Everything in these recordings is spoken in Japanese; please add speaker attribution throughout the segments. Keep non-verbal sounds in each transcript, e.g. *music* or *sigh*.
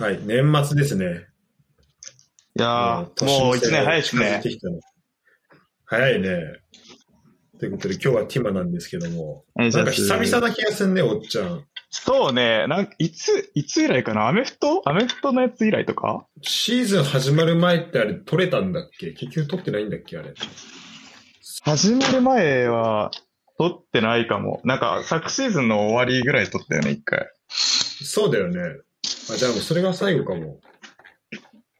Speaker 1: はい、年末ですね。
Speaker 2: いやー、もう一年早いですね。
Speaker 1: 早いね。ということで、今日はティマなんですけども。
Speaker 2: なん
Speaker 1: なんか久々な気がすんね、おっちゃん。
Speaker 2: そうね、なんかいつ、いつ以来かなアメフトアメフトのやつ以来とか
Speaker 1: シーズン始まる前ってあれ取れたんだっけ結局取ってないんだっけあれ。
Speaker 2: 始まる前は、撮ってないかも。なんか、昨シーズンの終わりぐらい撮ったよね、一回。
Speaker 1: そうだよね。あ、じゃあもうそれが最後かも。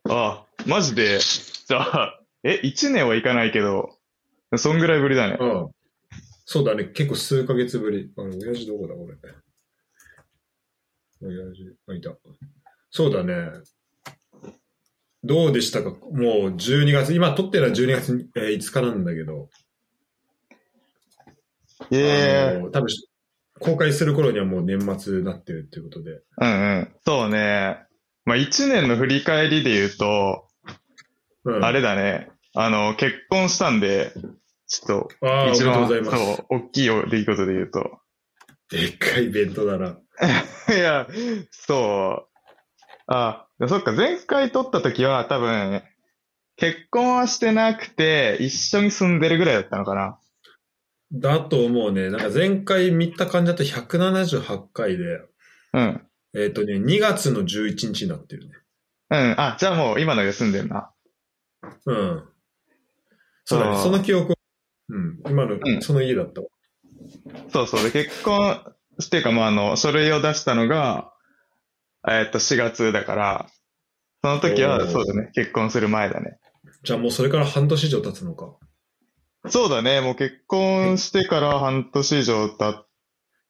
Speaker 2: ああ、マジで。じゃあ、え、一年はいかないけど、そんぐらいぶりだね。
Speaker 1: うん。そうだね。結構数ヶ月ぶり。あの、親父どこだ、俺。親父、あ、いた。そうだね。どうでしたかもう12月、今撮ってるのは12月に、えー5日なんだけど。あ
Speaker 2: ええ
Speaker 1: の多分公開する頃にはもう年末になってるっていうことで。
Speaker 2: うんうん。そうね。まあ、一年の振り返りで言うと、
Speaker 1: うん、
Speaker 2: あれだね。あの、結婚したんで、ちょっと、
Speaker 1: あーおめで
Speaker 2: 一
Speaker 1: とう
Speaker 2: 番、
Speaker 1: ご
Speaker 2: そ
Speaker 1: ざいます。
Speaker 2: う、大きい出来事で言うと。 *laughs*
Speaker 1: でっかいイベントだな。
Speaker 2: いや、そう。あ、そっか、前回撮った時は多分、結婚はしてなくて、一緒に住んでるぐらいだったのかな。
Speaker 1: だと思うね。なんか前回見た感じだと178回で、
Speaker 2: うん。
Speaker 1: えっ、とね、2月の11日になってるね。
Speaker 2: うん。あ、じゃあもう今の家住んでるな。
Speaker 1: うん。そうだ
Speaker 2: あ
Speaker 1: ね。
Speaker 2: ー
Speaker 1: その記憶を、うん。今の、
Speaker 2: うん
Speaker 1: その家だったわ。
Speaker 2: そうそう。で、結婚していうか、まあ、あの、書類を出したのが、えっと、4月だから、その時
Speaker 1: おー
Speaker 2: は、そうだね、結婚する前だね。
Speaker 1: じゃあもうそれから半年以上経つのか。
Speaker 2: そうだね、もう結婚してから半年以上経っ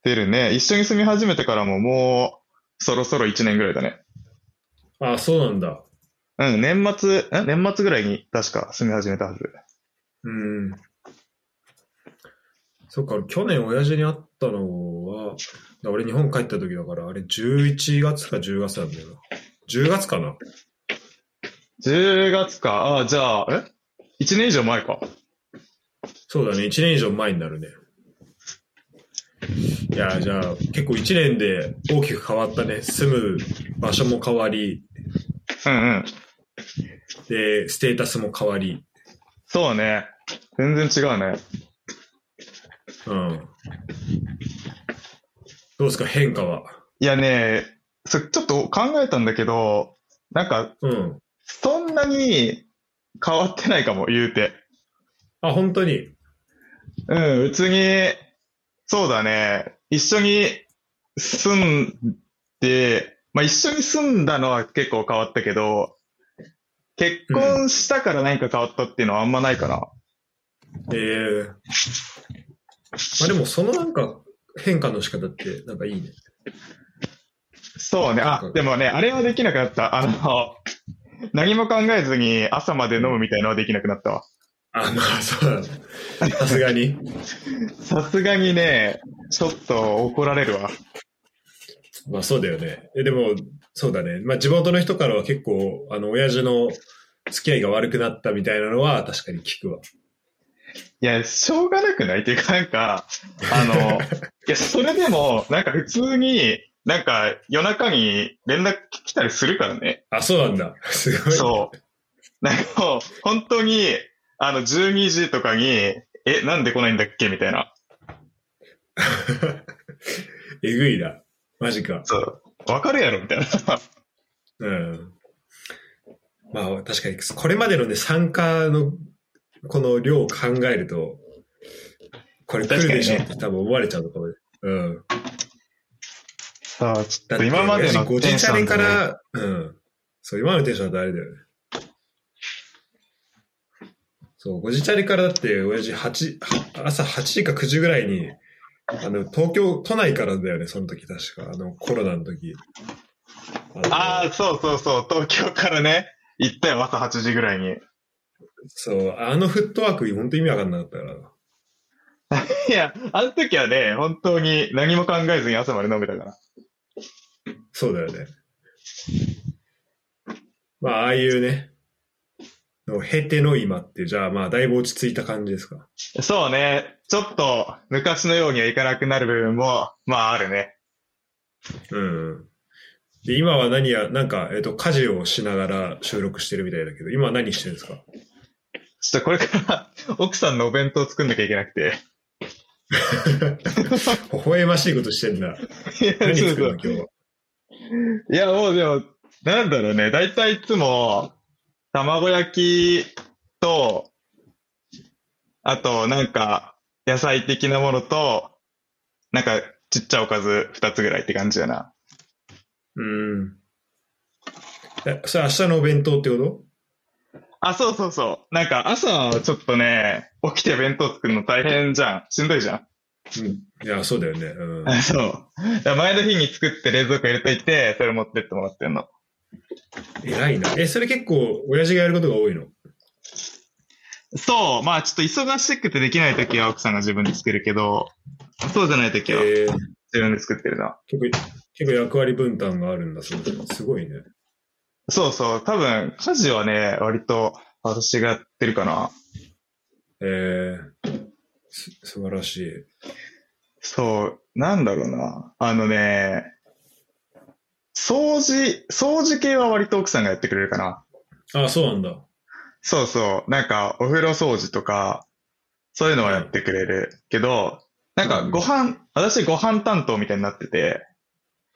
Speaker 2: てるね。一緒に住み始めてからももう、そろそろ1年ぐらいだね。
Speaker 1: ああ、そうなんだ。
Speaker 2: うん、年末、ん年末ぐらいに確か住み始めたはず。
Speaker 1: うん。そっか、去年親父に会ったのは、だ俺日本帰った時だから、あれ11月か10月なんだよな。10月かな
Speaker 2: 10月か。ああ、じゃあ、え ?1 年以上前か。
Speaker 1: そうだね、1年以上前になるね。いや、じゃあ、結構1年で大きく変わったね。住む場所も変わり、
Speaker 2: うんうん。
Speaker 1: で、ステータスも変わり。
Speaker 2: そうね。全然違うね。
Speaker 1: うん。どうですか、変化は。
Speaker 2: いやね、そちょっと考えたんだけど、なんか、
Speaker 1: うん。
Speaker 2: そんなに変わってないかも、言うて。
Speaker 1: あ、本当に。
Speaker 2: うん、別に、そうだね。一緒に住んで、まあ一緒に住んだのは結構変わったけど、結婚したから何か変わったっていうのはあんまないかな。
Speaker 1: ええまあでも、そのなんか、変化の仕方って、なんかいいね。
Speaker 2: そうね。あ、でもね、あれはできなくなった。あの、何も考えずに朝まで飲むみたいのはできなくなったわ。
Speaker 1: あ、まあ、そうだね。さすがに。
Speaker 2: さすがにね、ちょっと怒られるわ。
Speaker 1: まあそうだよね。えでも、そうだね。まあ地元の人からは結構、あの、親父の付き合いが悪くなったみたいなのは確かに聞くわ。
Speaker 2: いや、しょうがなくないっていうか、なんか、あ *laughs* の、いや、それでも、なんか普通に、なんか夜中に連絡来たりするからね。
Speaker 1: あ、そうなんだ。すごい。
Speaker 2: そう。なんかもう、本当に、あの、12時とかに、え、なんで来ないんだっけみたいな。
Speaker 1: *laughs* えぐいな。マジか。
Speaker 2: そう。わかるやろみたいな。
Speaker 1: うん。まあ確かに、これまでのね、参加のこの量を考えると、これ来るでしょって多分思われちゃうのかもね。うん。
Speaker 2: さあ、ちょ
Speaker 1: だ
Speaker 2: っ
Speaker 1: って
Speaker 2: と今までの
Speaker 1: 親父50チャレ
Speaker 2: で
Speaker 1: から、うん。そう、今のテンションだとあれだよね。そう、5時チャリからだって、親父八朝8時か9時ぐらいに、あの、東京、都内からだよね、その時確か。あの、コロナの時。
Speaker 2: あ
Speaker 1: あの
Speaker 2: あ、そうそうそう、東京からね、行ったよ、朝8時ぐらいに。
Speaker 1: そう、あのフットワーク、本当意味わかんなかったからな。
Speaker 2: いや、あの時はね、本当に何も考えずに朝まで飲めたから。
Speaker 1: そうだよね。まあ、ああいうね、の経ての今って、じゃあまあ、だいぶ落ち着いた感じですか。
Speaker 2: そうね、ちょっと昔のようにはいかなくなる部分も、まああるね。
Speaker 1: うん。で、今は何や、なんか、えっ、と、家事をしながら収録してるみたいだけど、今は何してるんですか
Speaker 2: ちょっとこれから奥さんのお弁当作んなきゃいけなくて。
Speaker 1: 微笑ましいことしてんだ。
Speaker 2: いや
Speaker 1: 何
Speaker 2: そう
Speaker 1: 作
Speaker 2: そ
Speaker 1: るの
Speaker 2: う
Speaker 1: 今日は。
Speaker 2: いや、もうでも、なんだろうね。だいたいいつも、卵焼きと、あと、なんか、野菜的なものと、なんか、ちっちゃいおかず二つぐらいって感じだな。
Speaker 1: うん。え、それ明日のお弁当ってこと
Speaker 2: あ、そうそうそう。なんか、朝、ちょっとね、起きて弁当作るの大変じゃん。しんどいじゃん。
Speaker 1: うん。いや、そうだよね。うん。
Speaker 2: あそう。だから前の日に作って冷蔵庫入れといて、それ持ってってもらってんの。
Speaker 1: 偉いな。え、それ結構、親父がやることが多いの
Speaker 2: そう。まあ、ちょっと忙しくてできない時は奥さんが自分で作るけど、そうじゃない時は自
Speaker 1: えー
Speaker 2: 分で作ってるな。
Speaker 1: 結構、結構役割分担があるんだ、そうですねすごいね。
Speaker 2: そうそう。多分、家事はね、割と私がやってるかな。
Speaker 1: えー、す素晴らしい。
Speaker 2: そう。なんだろうな。あのね、掃除、掃除系は割と奥さんがやってくれるかな。
Speaker 1: あそうなんだ。
Speaker 2: そうそう。なんか、お風呂掃除とか、そういうのはやってくれるけど、なんか、ご飯、私ご飯担当みたいになってて。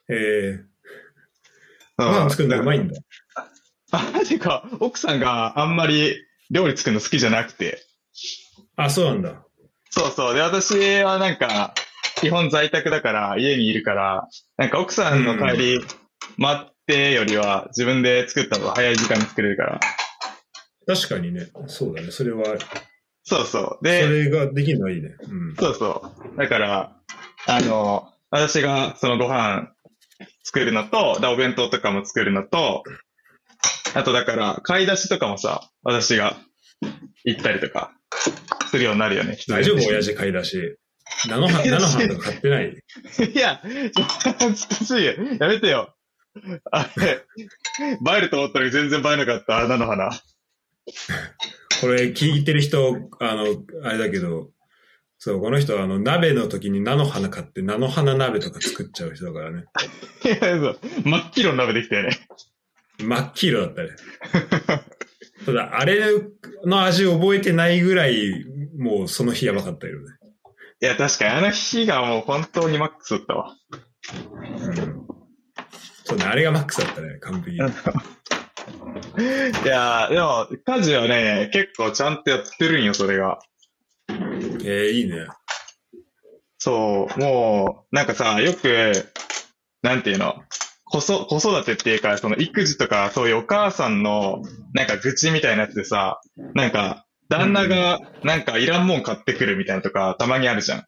Speaker 1: えー、
Speaker 2: ご
Speaker 1: ご飯作るのうまいんだ。
Speaker 2: あ、てか、奥さんがあんまり料理作るの好きじゃなくて。
Speaker 1: あ、そうなんだ。
Speaker 2: そうそう。で、私はなんか、基本在宅だから、家にいるから、なんか奥さんの帰り、待ってよりは、自分で作った方が早い時間に作れるから。
Speaker 1: 確かにね。そうだね。それは、そ
Speaker 2: そうそう。で、
Speaker 1: れができるのはいいね。うん。
Speaker 2: そうそう。だから、あの、私がそのご飯作るのと、だお弁当とかも作るのと、あとだから、買い出しとかもさ、私が行ったりとか、するようになるよね。一人で
Speaker 1: 大丈夫、親父買い出し。菜の花、菜の花とか買ってない。
Speaker 2: いや、ちょっと恥ずかしいよ。やめてよ。あれ、映えると思ったのに全然映えなかった、あ菜の花。
Speaker 1: これ聞いてる人、あの、あれだけど、そう、この人はあの、鍋の時に菜の花買って、菜の花鍋とか作っちゃう人だからね。
Speaker 2: いや、そう真っ黄色の鍋できたよね。
Speaker 1: 真っ黄色だったね。ただ、あれの味覚えてないぐらい、もうその日やばかったよね。
Speaker 2: いや、確かにあの日がもう本当にマックスだったわ。
Speaker 1: うんそうね、あれがマックスだったね、完璧に。
Speaker 2: いや、でも、家事はね、結構ちゃんとやってるんよ、それが。
Speaker 1: えー、いいね。 *laughs*
Speaker 2: そう、もう、なんかさ、よく、なんていうの、子そ子育てっていうか、その育児とか、そういうお母さんの、なんか愚痴みたいなやつでさ、なんか、旦那が、なんかいらんもん買ってくるみたいなとか、たまにあるじゃん。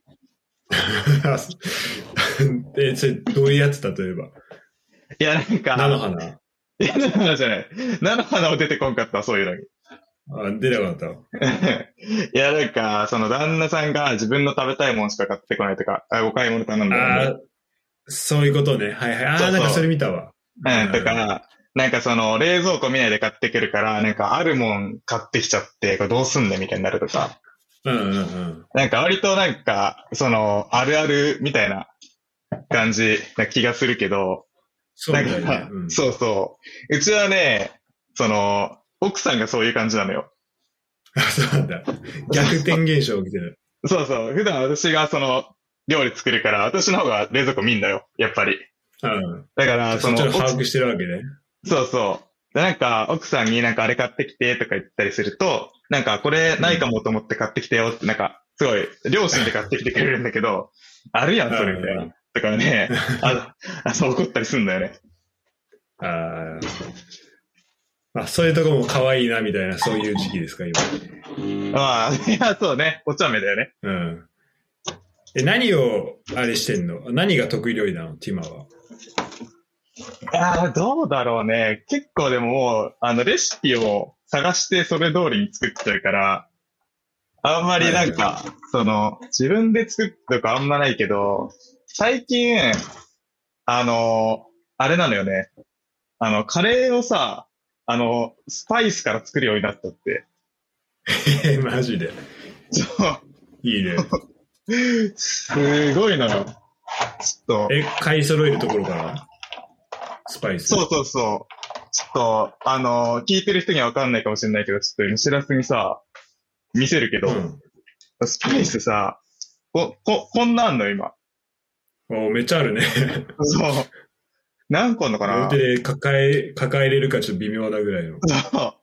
Speaker 1: え、それ、どういうやつ例えば。
Speaker 2: いや、なんか、
Speaker 1: 菜の花。
Speaker 2: いや、菜の花 *laughs* じゃない。菜の花を出てこんかった、そういうのに。 *laughs*
Speaker 1: あ、出なかった。
Speaker 2: いや、なんか、その旦那さんが自分の食べたいもんしか買ってこないとか、あお買い物頼んだら
Speaker 1: あーそういうことね。はいはい。あ
Speaker 2: そうそ
Speaker 1: ー、
Speaker 2: う
Speaker 1: なんかそれ見たわ。
Speaker 2: うん、とか、なんかその、冷蔵庫見ないで買ってくるから、なんかあるもん買ってきちゃって、これどうすんねんみたいになるとか、
Speaker 1: うんうんうん。
Speaker 2: なんか割となんか、その、あるあるみたいな感じな気がするけど、
Speaker 1: そう
Speaker 2: な
Speaker 1: だ
Speaker 2: ん
Speaker 1: よね
Speaker 2: か。、
Speaker 1: うん
Speaker 2: そうそう。うちはね、その、奥さんがそういう感じなのよ。
Speaker 1: あそうなんだ。逆転現象起きてる。
Speaker 2: そうそう。普段私がその、料理作るから、私の方が冷蔵庫見んだよ、やっぱり。
Speaker 1: うん。
Speaker 2: だから、
Speaker 1: そ
Speaker 2: そ
Speaker 1: っ
Speaker 2: の、
Speaker 1: ちの
Speaker 2: 奥
Speaker 1: 把握してるわけね。
Speaker 2: そうそう。で、なんか、奥さんになんかあれ買ってきてとか言ったりすると、なんかこれないかもと思って買ってきてよって、なんか、すごい、両親で買ってきてくれるんだけど、あるやん、それみたいうな。だからね、あ、あそう怒ったりすんだよね。
Speaker 1: あーまあ。そういうとこも可愛いな、みたいな、そういう時期ですか、今。
Speaker 2: まあ、いや、そうね、お茶目だよね。
Speaker 1: うん。え、何を、あれしてんの何が得意料理なのティマは。
Speaker 2: ああ、どうだろうね。結構でももう、あの、レシピを探してそれ通りに作っちゃうから、あんまりなんか、その、自分で作ったとかあんまないけど、最近、あの、あれなのよね。あの、カレーをさ、あの、スパイスから作るようになったって。
Speaker 1: え、マジで。
Speaker 2: そう
Speaker 1: いいね。
Speaker 2: すごいのよ。ちょっと、
Speaker 1: え、買い揃えるところからスパイス。
Speaker 2: そうそうそう。ちょっと、あのー聞いてる人にはわかんないかもしれないけど、ちょっと今、しらすにさ、見せるけど、
Speaker 1: ん
Speaker 2: スパイスさ、こ、こ、こんなんの今。
Speaker 1: おめっちゃあるね。
Speaker 2: そう。何個あんの
Speaker 1: *laughs*
Speaker 2: か
Speaker 1: 両
Speaker 2: な
Speaker 1: 手で抱え、抱えれるかちょっと微妙なぐらいの。
Speaker 2: そ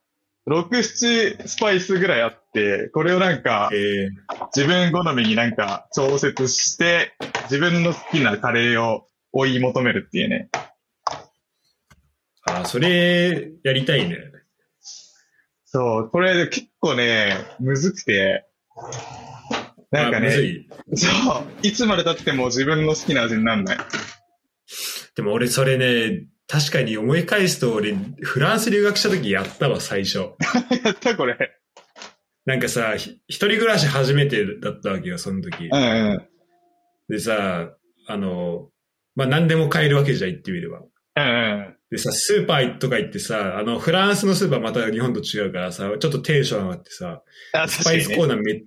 Speaker 2: う。6、7スパイスぐらいあって、これをなんか、
Speaker 1: え
Speaker 2: 自分好みになんか調節して、自分の好きなカレーを追い求めるっていうね。
Speaker 1: ー、あー、それ、やりたいね。
Speaker 2: そう、これ結構ね、むずくて、なんか
Speaker 1: あむず
Speaker 2: ね、
Speaker 1: い。
Speaker 2: そう、いつまで経っても自分の好きな味になんない。 *laughs*
Speaker 1: でも俺それね、確かに思い返すと俺、フランス留学した時やったわ、最初。
Speaker 2: やったこれ。
Speaker 1: なんかさ、ひ一人暮らし初めてだったわけよ、その時
Speaker 2: う。んうん。
Speaker 1: でさ、あの、まあ、何でも買えるわけじゃん、言ってみれば。
Speaker 2: うんうん。
Speaker 1: でさ、スーパーとか行ってさ、あの、フランスのスーパーまた日本と違うからさ、ちょっとテンション上がってさ、
Speaker 2: あ、
Speaker 1: ス
Speaker 2: 確
Speaker 1: パ
Speaker 2: か
Speaker 1: イ
Speaker 2: に、
Speaker 1: ス
Speaker 2: ね。
Speaker 1: コーナーめ、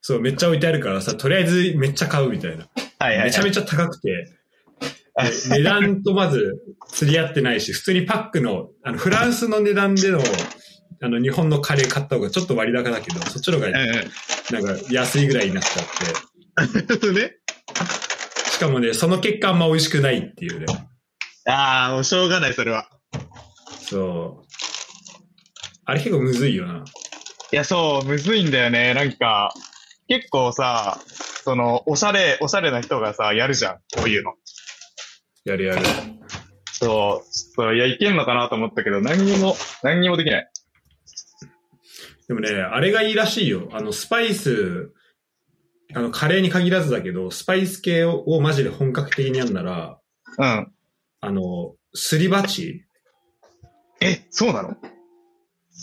Speaker 1: そう、めっちゃ置いてあるからさ、とりあえずめっちゃ買うみたいな。
Speaker 2: はいはいはい。
Speaker 1: めちゃめちゃ高くて、で値段とまず釣り合ってないし、普通にパックの、あの、フランスの値段での、あの、日本のカレー買った方がちょっと割高だけど、そっちの方が
Speaker 2: うんうん。
Speaker 1: なんか安いぐらいになっちゃって。
Speaker 2: ね。
Speaker 1: しかもね、その結果あんま美味しくないっていうね。
Speaker 2: *laughs* ああ、もうしょうがない、それは。
Speaker 1: そう。あれ結構むずいよな。
Speaker 2: いや、そう、むずいんだよね。なんか、結構さ、その、おしゃれ、おしゃれな人がさ、やるじゃん。こういうの。
Speaker 1: やるやる。
Speaker 2: そう、ちょっと、いや、いけんのかなと思ったけど、何にも、何にもできない。
Speaker 1: でもね、あれがいいらしいよ。あの、スパイス、あの、カレーに限らずだけど、スパイス系ををマジで本格的にやんなら、
Speaker 2: うん。
Speaker 1: あの、すり鉢
Speaker 2: え、そうなの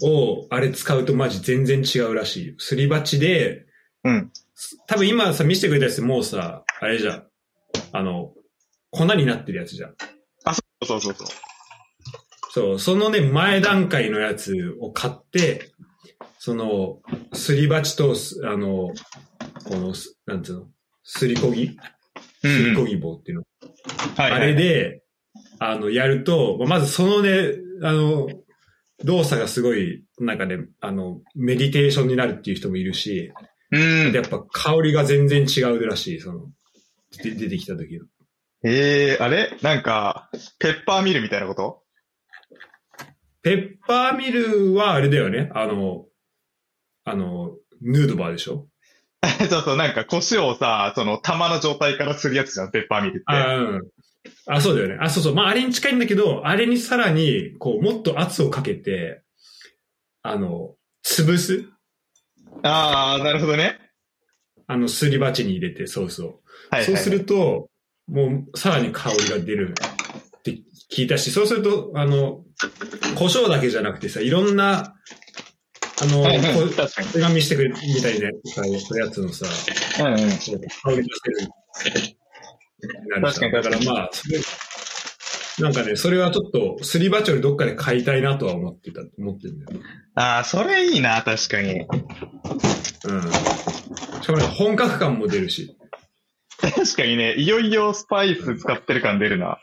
Speaker 1: を、あれ使うとマジ全然違うらしいよ。すり鉢で、
Speaker 2: うん。
Speaker 1: 多分今さ、見せてくれたやつもうさ、あれじゃん。あの、粉になってるやつじゃん。
Speaker 2: そうそうそう。
Speaker 1: そう、そのね、前段階のやつを買って、その、すり鉢とす、あの、この、すなんつうの、すりこぎ
Speaker 2: う
Speaker 1: すり
Speaker 2: ん、う
Speaker 1: こ
Speaker 2: ん。
Speaker 1: ぎ棒っていうの。
Speaker 2: はい、
Speaker 1: あれ。で、あの、やると、まずそのね、あの、動作がすごい、なんかね、あの、メディテーションになるっていう人もいるし、
Speaker 2: うん。
Speaker 1: やっぱ香りが全然違うらしい、その、で出てきた時の。
Speaker 2: ええー、あれなんか、ペッパーミルみたいなこと
Speaker 1: ペッパーミルはあれだよね、あの、あの、ヌードバーでしょ
Speaker 2: *laughs* そうそう、なんか、胡椒をさ、その、玉の状態からするやつじゃん、ペッパーミルって。
Speaker 1: あ、うん。あ、そうだよね。あ、そうそう。まあ、あれに近いんだけど、あれにさらに、こう、もっと圧をかけて、あの、潰す
Speaker 2: あー、なるほどね。
Speaker 1: あの、すり鉢に入れて、そうそう。
Speaker 2: はい、はい。
Speaker 1: そうす。ると、もう、さらに香りが出るって聞いたし、そうすると、あの、胡椒だけじゃなくてさ、いろんな、あの、
Speaker 2: はい、はい、
Speaker 1: こ
Speaker 2: *laughs* 確かに。
Speaker 1: 手紙してくれるみたいなやつさやつのさ、
Speaker 2: うん、うん。
Speaker 1: 香り *laughs* が出る。なるじゃん
Speaker 2: 確かに
Speaker 1: だ
Speaker 2: 確か
Speaker 1: か
Speaker 2: に
Speaker 1: らまあ、それ、なんかね、それはちょっと、すり鉢よりどっかで買いたいなとは思ってた、思ってんだよ。
Speaker 2: ああ、それいいな、確かに。
Speaker 1: うん。しかもね、本格感も出るし。
Speaker 2: 確かにね、いよいよスパイス使ってる感出るな。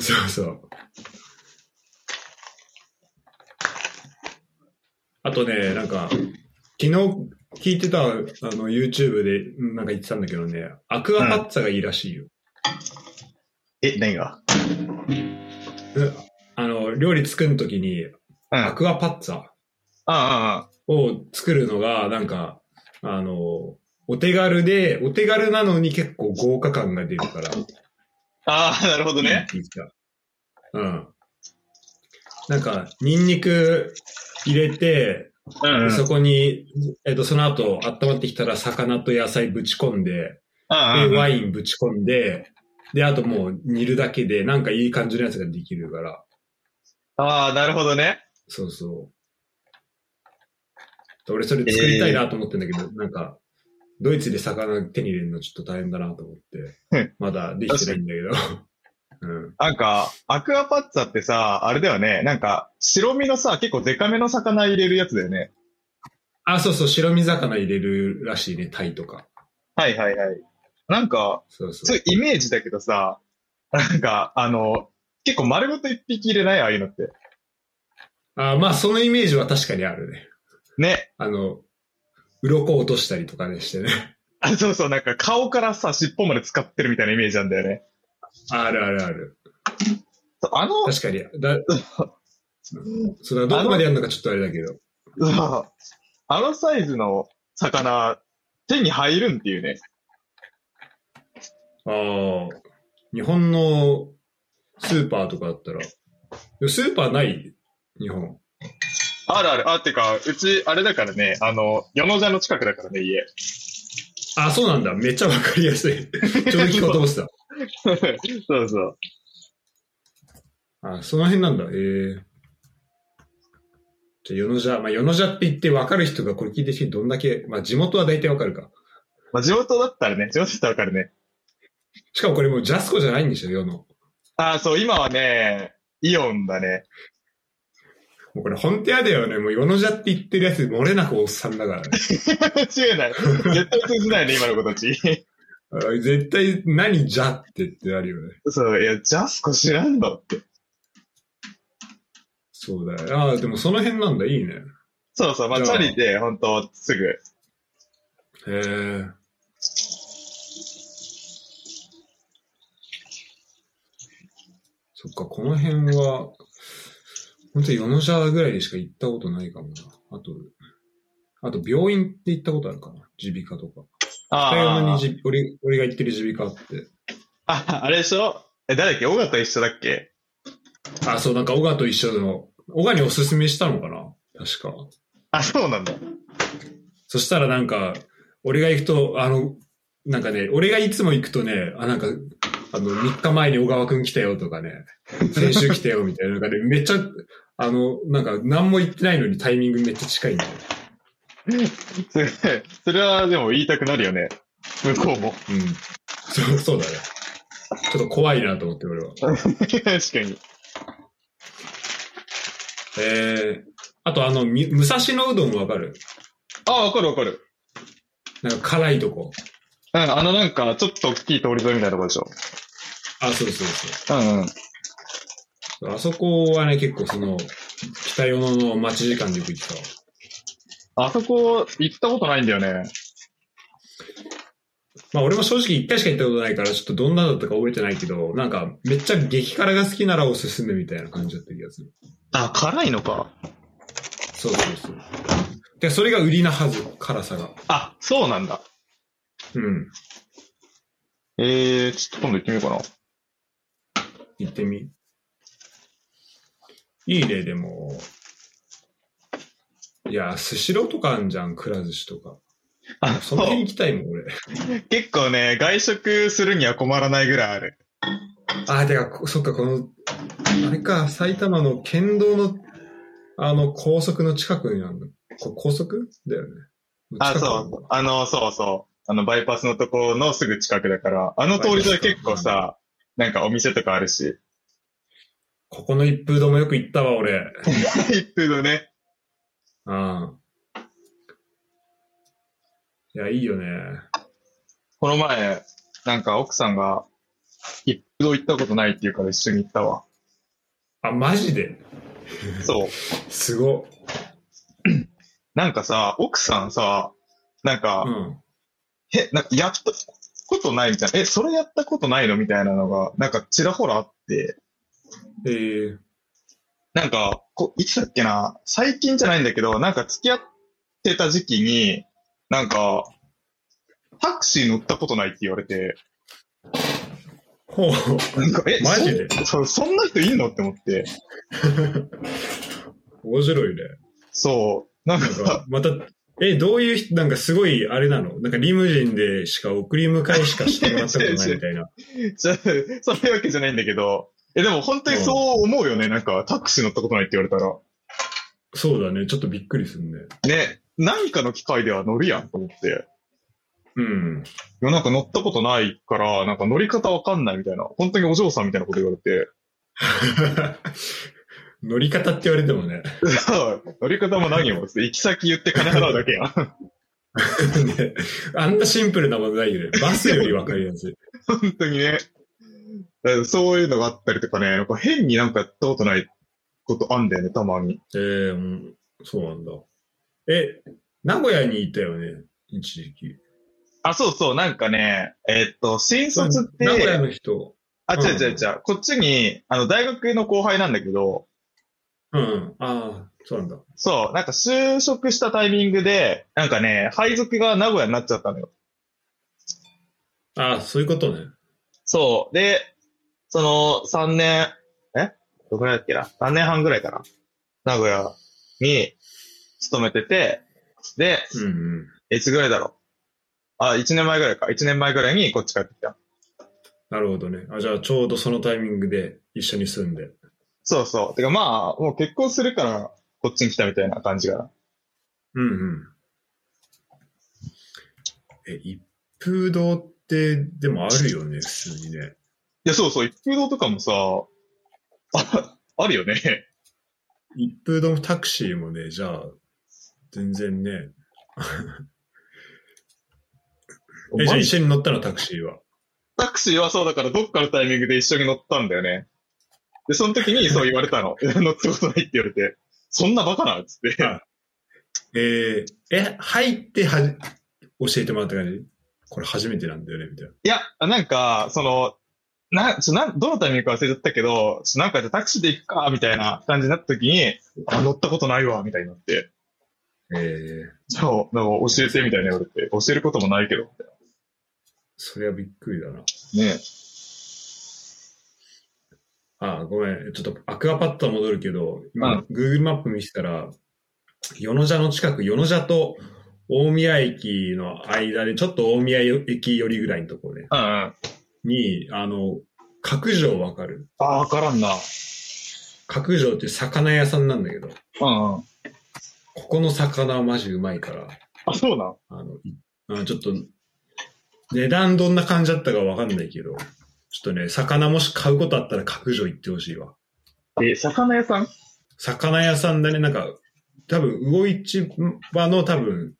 Speaker 1: そうそう。あとね、なんか、昨日聞いてた、あの、YouTube で、うんなんか言ってたんだけどね、アクアパッツァがいいらしいよ。
Speaker 2: え、何が
Speaker 1: うんあの、料理作るときに、
Speaker 2: うん。
Speaker 1: ア
Speaker 2: あ
Speaker 1: クアパッツァ。
Speaker 2: あ、
Speaker 1: を作るのが、なんか、あの、お手軽で、お手軽なのに結構豪華感が出るから。
Speaker 2: ああ、なるほどね。
Speaker 1: いいって言ってた。うん。なんか、ニンニク入れて、
Speaker 2: うんうん。うん
Speaker 1: でそこに、えっと、その後、温まってきたら魚と野菜ぶち込んで、で、
Speaker 2: うん
Speaker 1: ワインぶち込んで、で、あともう煮るだけで、なんかいい感じのやつができるから。
Speaker 2: ああ、なるほどね。
Speaker 1: そうそう。俺それ作りたいなと思ってんだけど、なんか、ドイツで魚手に入れるのちょっと大変だなと思っ
Speaker 2: う
Speaker 1: て、まだできてないんだけど。うん。
Speaker 2: なんか、アクアパッツァってさ、あれだよね。なんか、白身のさ、結構デカめの魚入れるやつだよね。
Speaker 1: あ、そうそう、白身魚入れるらしいね、タイとか。
Speaker 2: はいはいはい。なんか、
Speaker 1: そうそ
Speaker 2: そう
Speaker 1: う。
Speaker 2: いうイメージだけどさ、なんか、あの、結構丸ごと一匹入れないああいうのって。
Speaker 1: あーまあ、そのイメージは確かにあるね。
Speaker 2: ね。
Speaker 1: あの、鱗落としたりとかねしてね。
Speaker 2: あ、そうそう、なんか顔からさ、尻尾まで使ってるみたいなイメージなんだよね。
Speaker 1: あるあるある。
Speaker 2: そうあの、
Speaker 1: 確かに。だそれはどこまでやるのかちょっとあれだけど。
Speaker 2: そうあのサイズの魚、手に入るんっていうね。
Speaker 1: ああ、日本のスーパーとかだったら、でもスーパーない日本。
Speaker 2: あるある。あ、てか、うち、あれだからね、あの、世の蛇の近くだからね、家。
Speaker 1: あ、そうなんだ。めっちゃわかりやすい。ちょうど聞こうと思ってた。
Speaker 2: *laughs* そうそう。
Speaker 1: あ、その辺なんだ。ええじゃあ、世の蛇。まあ、世の蛇って言ってわかる人がこれ聞いてる人にどんだけ、まあ、地元は大体わかるか。
Speaker 2: まあ、地元だったらね、地元だったらわかるね。
Speaker 1: しかもこれもうジャスコじゃないんでしょ、世の。
Speaker 2: あ、そう、今はね、イオンだね。 *laughs*
Speaker 1: もうこれ本手屋だよね。もう世の蛇って言ってるやつ漏れなくおっさんだからね。
Speaker 2: 間違いない。絶対通じないね、今の子たち。
Speaker 1: あ絶対何じゃってってなるよね。
Speaker 2: そう、いや、ジャスコ知らんのって。
Speaker 1: そうだよ。ああ、でもその辺なんだ。いいね。
Speaker 2: そうそう、まあ、
Speaker 1: じ
Speaker 2: チ
Speaker 1: ゃあ
Speaker 2: ャリで、ほんと、すぐ。
Speaker 1: へえ。そっか、この辺は、本当に世の社ぐらいでしか行ったことないかもな。あと、あと病院って行ったことあるかな耳鼻科とか。北山に
Speaker 2: あー
Speaker 1: 耳俺俺が行ってる耳鼻科あって。
Speaker 2: あ、あれでしょえ、誰だっけ尾形一緒だっけ
Speaker 1: あ、そう、なんか、小川と一緒の、小川におすすめしたのかな確か。
Speaker 2: あ、そうなんだ。
Speaker 1: そしたらなんか、俺が行くと、あの、なんかね、俺がいつも行くとね、あ、なんか、あの、3日前に小川くん来たよとかね、先週来たよみたいな、なんかね、めっちゃ、あの、なんか、何も言ってないのにタイミングめっちゃ近いんだよ。
Speaker 2: すごいそれはでも言いたくなるよね。向こうも。 *laughs*
Speaker 1: うん。そう、そうだね。ちょっと怖いなと思って、俺は。
Speaker 2: 確かに。
Speaker 1: えー、あとあの、み武蔵野うどんわかる
Speaker 2: あ、わかるわかる。
Speaker 1: なんか辛いとこ。
Speaker 2: うん、あのなんか、ちょっと大きい通り沿いみたいなとこでしょ。
Speaker 1: あ、そうそうそう。
Speaker 2: うんうん。
Speaker 1: あそこはね、結構その、北与野の待ち時間でよく行ってたわ。
Speaker 2: あそこ、行ったことないんだよね。
Speaker 1: まあ俺も正直一回しか行ったことないから、ちょっとどんなだったか覚えてないけど、なんかめっちゃ激辛が好きならおすすめみたいな感じだった気がする。
Speaker 2: あ、辛いのか。
Speaker 1: そうそうそう。で、それが売りなはず、辛さが。
Speaker 2: あ、そうなんだ。
Speaker 1: うん。
Speaker 2: えー、ちょっと今度行ってみようかな。
Speaker 1: 行ってみ。いいね、でも。いや、スシローとかあんじゃん、くら寿司とか。
Speaker 2: あ、
Speaker 1: その
Speaker 2: そ
Speaker 1: 辺
Speaker 2: う。
Speaker 1: 行きたいもん、俺。
Speaker 2: 結構ね、外食するには困らないぐらいある。
Speaker 1: あ、てか、こそっか、この、あれか、埼玉の県道の、あの、高速の近くにあるの。こ高速だよね。
Speaker 2: あ、
Speaker 1: 近くに
Speaker 2: そ
Speaker 1: るの
Speaker 2: う。あの、そうそう。あの、バイパスのとこのすぐ近くだから、あの通り沿い結構さ、なんかお店とかあるし。 *laughs*
Speaker 1: ここの一風堂もよく行ったわ、俺。
Speaker 2: 一風のね。
Speaker 1: うん。いや、いいよね。
Speaker 2: この前、なんか奥さんが、一風堂行ったことないっていうから一緒に行ったわ。
Speaker 1: あ、マジで
Speaker 2: そう。
Speaker 1: すご。
Speaker 2: なんかさ、奥さんさ、なんか、
Speaker 1: うん。
Speaker 2: え、なんかやったことないみたいな、え、それやったことないのみたいなのが、なんかちらほらあって、
Speaker 1: えー、
Speaker 2: なんか、こいつだっけな、最近じゃないんだけど、なんか付き合ってた時期に、なんか、タクシー乗ったことないって言われて、
Speaker 1: ほう。
Speaker 2: なんか、え、
Speaker 1: マジで
Speaker 2: そそそんな人いんのって思って、
Speaker 1: 面白いね。
Speaker 2: そう、な
Speaker 1: *laughs*
Speaker 2: ん
Speaker 1: な
Speaker 2: か
Speaker 1: ん
Speaker 2: さ、
Speaker 1: か、また、え、どういう人、なんかすごい、あれなのなんかリムジンでしか送り迎えしかしてもらったことないみたいな。
Speaker 2: じゃそういうわけじゃないんだけど、え、でも本当にそう思うよね、なんかタクシー乗ったことないって言われたら。
Speaker 1: そうだね。ちょっとびっくりするね。
Speaker 2: ね、何かの機会では乗るやんと思って。
Speaker 1: うん。 *laughs*
Speaker 2: いや、なんか乗ったことないから、なんか乗り方わかんないみたいな、本当にお嬢さんみたいなこと言われて、
Speaker 1: 乗り方って言われてもね。 *laughs*
Speaker 2: 乗り方も何も、行き先言って金払うだけ *laughs* やん。
Speaker 1: ねあんなシンプルなものないよね。バスよりわかりやすい。
Speaker 2: 本当にね。だからそういうのがあったりとかね、なんか変になんかやったことないことあんだよね、たまに。
Speaker 1: えー、うんそうなんだ。え、名古屋にいたよね、一時期。
Speaker 2: あ、そうそう、なんかね、えーっと、新卒っ
Speaker 1: 名古屋
Speaker 2: て、
Speaker 1: の人。
Speaker 2: あ、違う
Speaker 1: うん
Speaker 2: 違う違う、こっちに、あの、大学の後輩なんだけど、
Speaker 1: うんうん。ああ、そうなんだ。
Speaker 2: そう、なんか就職したタイミングで、なんかね、配属が名古屋になっちゃったのよ。
Speaker 1: ああ、そういうことね。
Speaker 2: そう。で、その3年、えどこぐらいだっけな ?3 年半ぐらいかな。名古屋に勤めてて、で、
Speaker 1: うんうん。
Speaker 2: いつぐらいだろう。あ、1年前ぐらいか。1年前ぐらいにこっち帰ってきた。
Speaker 1: なるほどね。あ、じゃあちょうどそのタイミングで一緒に住んで。
Speaker 2: そうそう。てかまあ、もう結婚するから、こっちに来たみたいな感じかな。
Speaker 1: うんうん。え、一風堂って、でもあるよね、普通にね。
Speaker 2: いや、そうそう。一風堂とかもさ、あ、あるよね。
Speaker 1: 一風堂もタクシーもね、じゃあ、全然ね。え、じゃあ一緒に乗ったの、タクシーは。
Speaker 2: タクシーはそうだから、どっかのタイミングで一緒に乗ったんだよね。で、その時にそう言われたの。乗ったことないって言われて、そんなバカなっつって。
Speaker 1: あえーえ、入ってはじ、教えてもらった感じこれ初めてなんだよね、みたいな。
Speaker 2: いや、なんか、その、な、ちょ、なん、どのタイミングか忘れちゃったけど、ちょなんかじゃあタクシーで行くか、みたいな感じになった時に、あ、乗ったことないわ、みたいになって。
Speaker 1: えー
Speaker 2: そう、なんか教えて、みたいな言われて、教えることもないけど、みたい
Speaker 1: それはびっくりだな。
Speaker 2: なね
Speaker 1: あごめん。ちょっとアクアパッド戻るけど、今、Google マップ見せたら、与野社の近く、与野社と大宮駅の間で、ちょっと大宮駅寄りぐらいのところね、
Speaker 2: うんうん。あ
Speaker 1: に、あの、角城わかる
Speaker 2: ー、わからんな。
Speaker 1: 角城って魚屋さんなんだけど、
Speaker 2: うんうん。
Speaker 1: ここの魚はマジうまいから、
Speaker 2: あ、そうなん。
Speaker 1: あの、いあちょっと、値段どんな感じだったかわかんないけど、ちょっとね、魚もし買うことあったら角城行ってほしいわ。
Speaker 2: え、魚屋さん
Speaker 1: 魚屋さんだね、なんか、多分、魚市場の多分、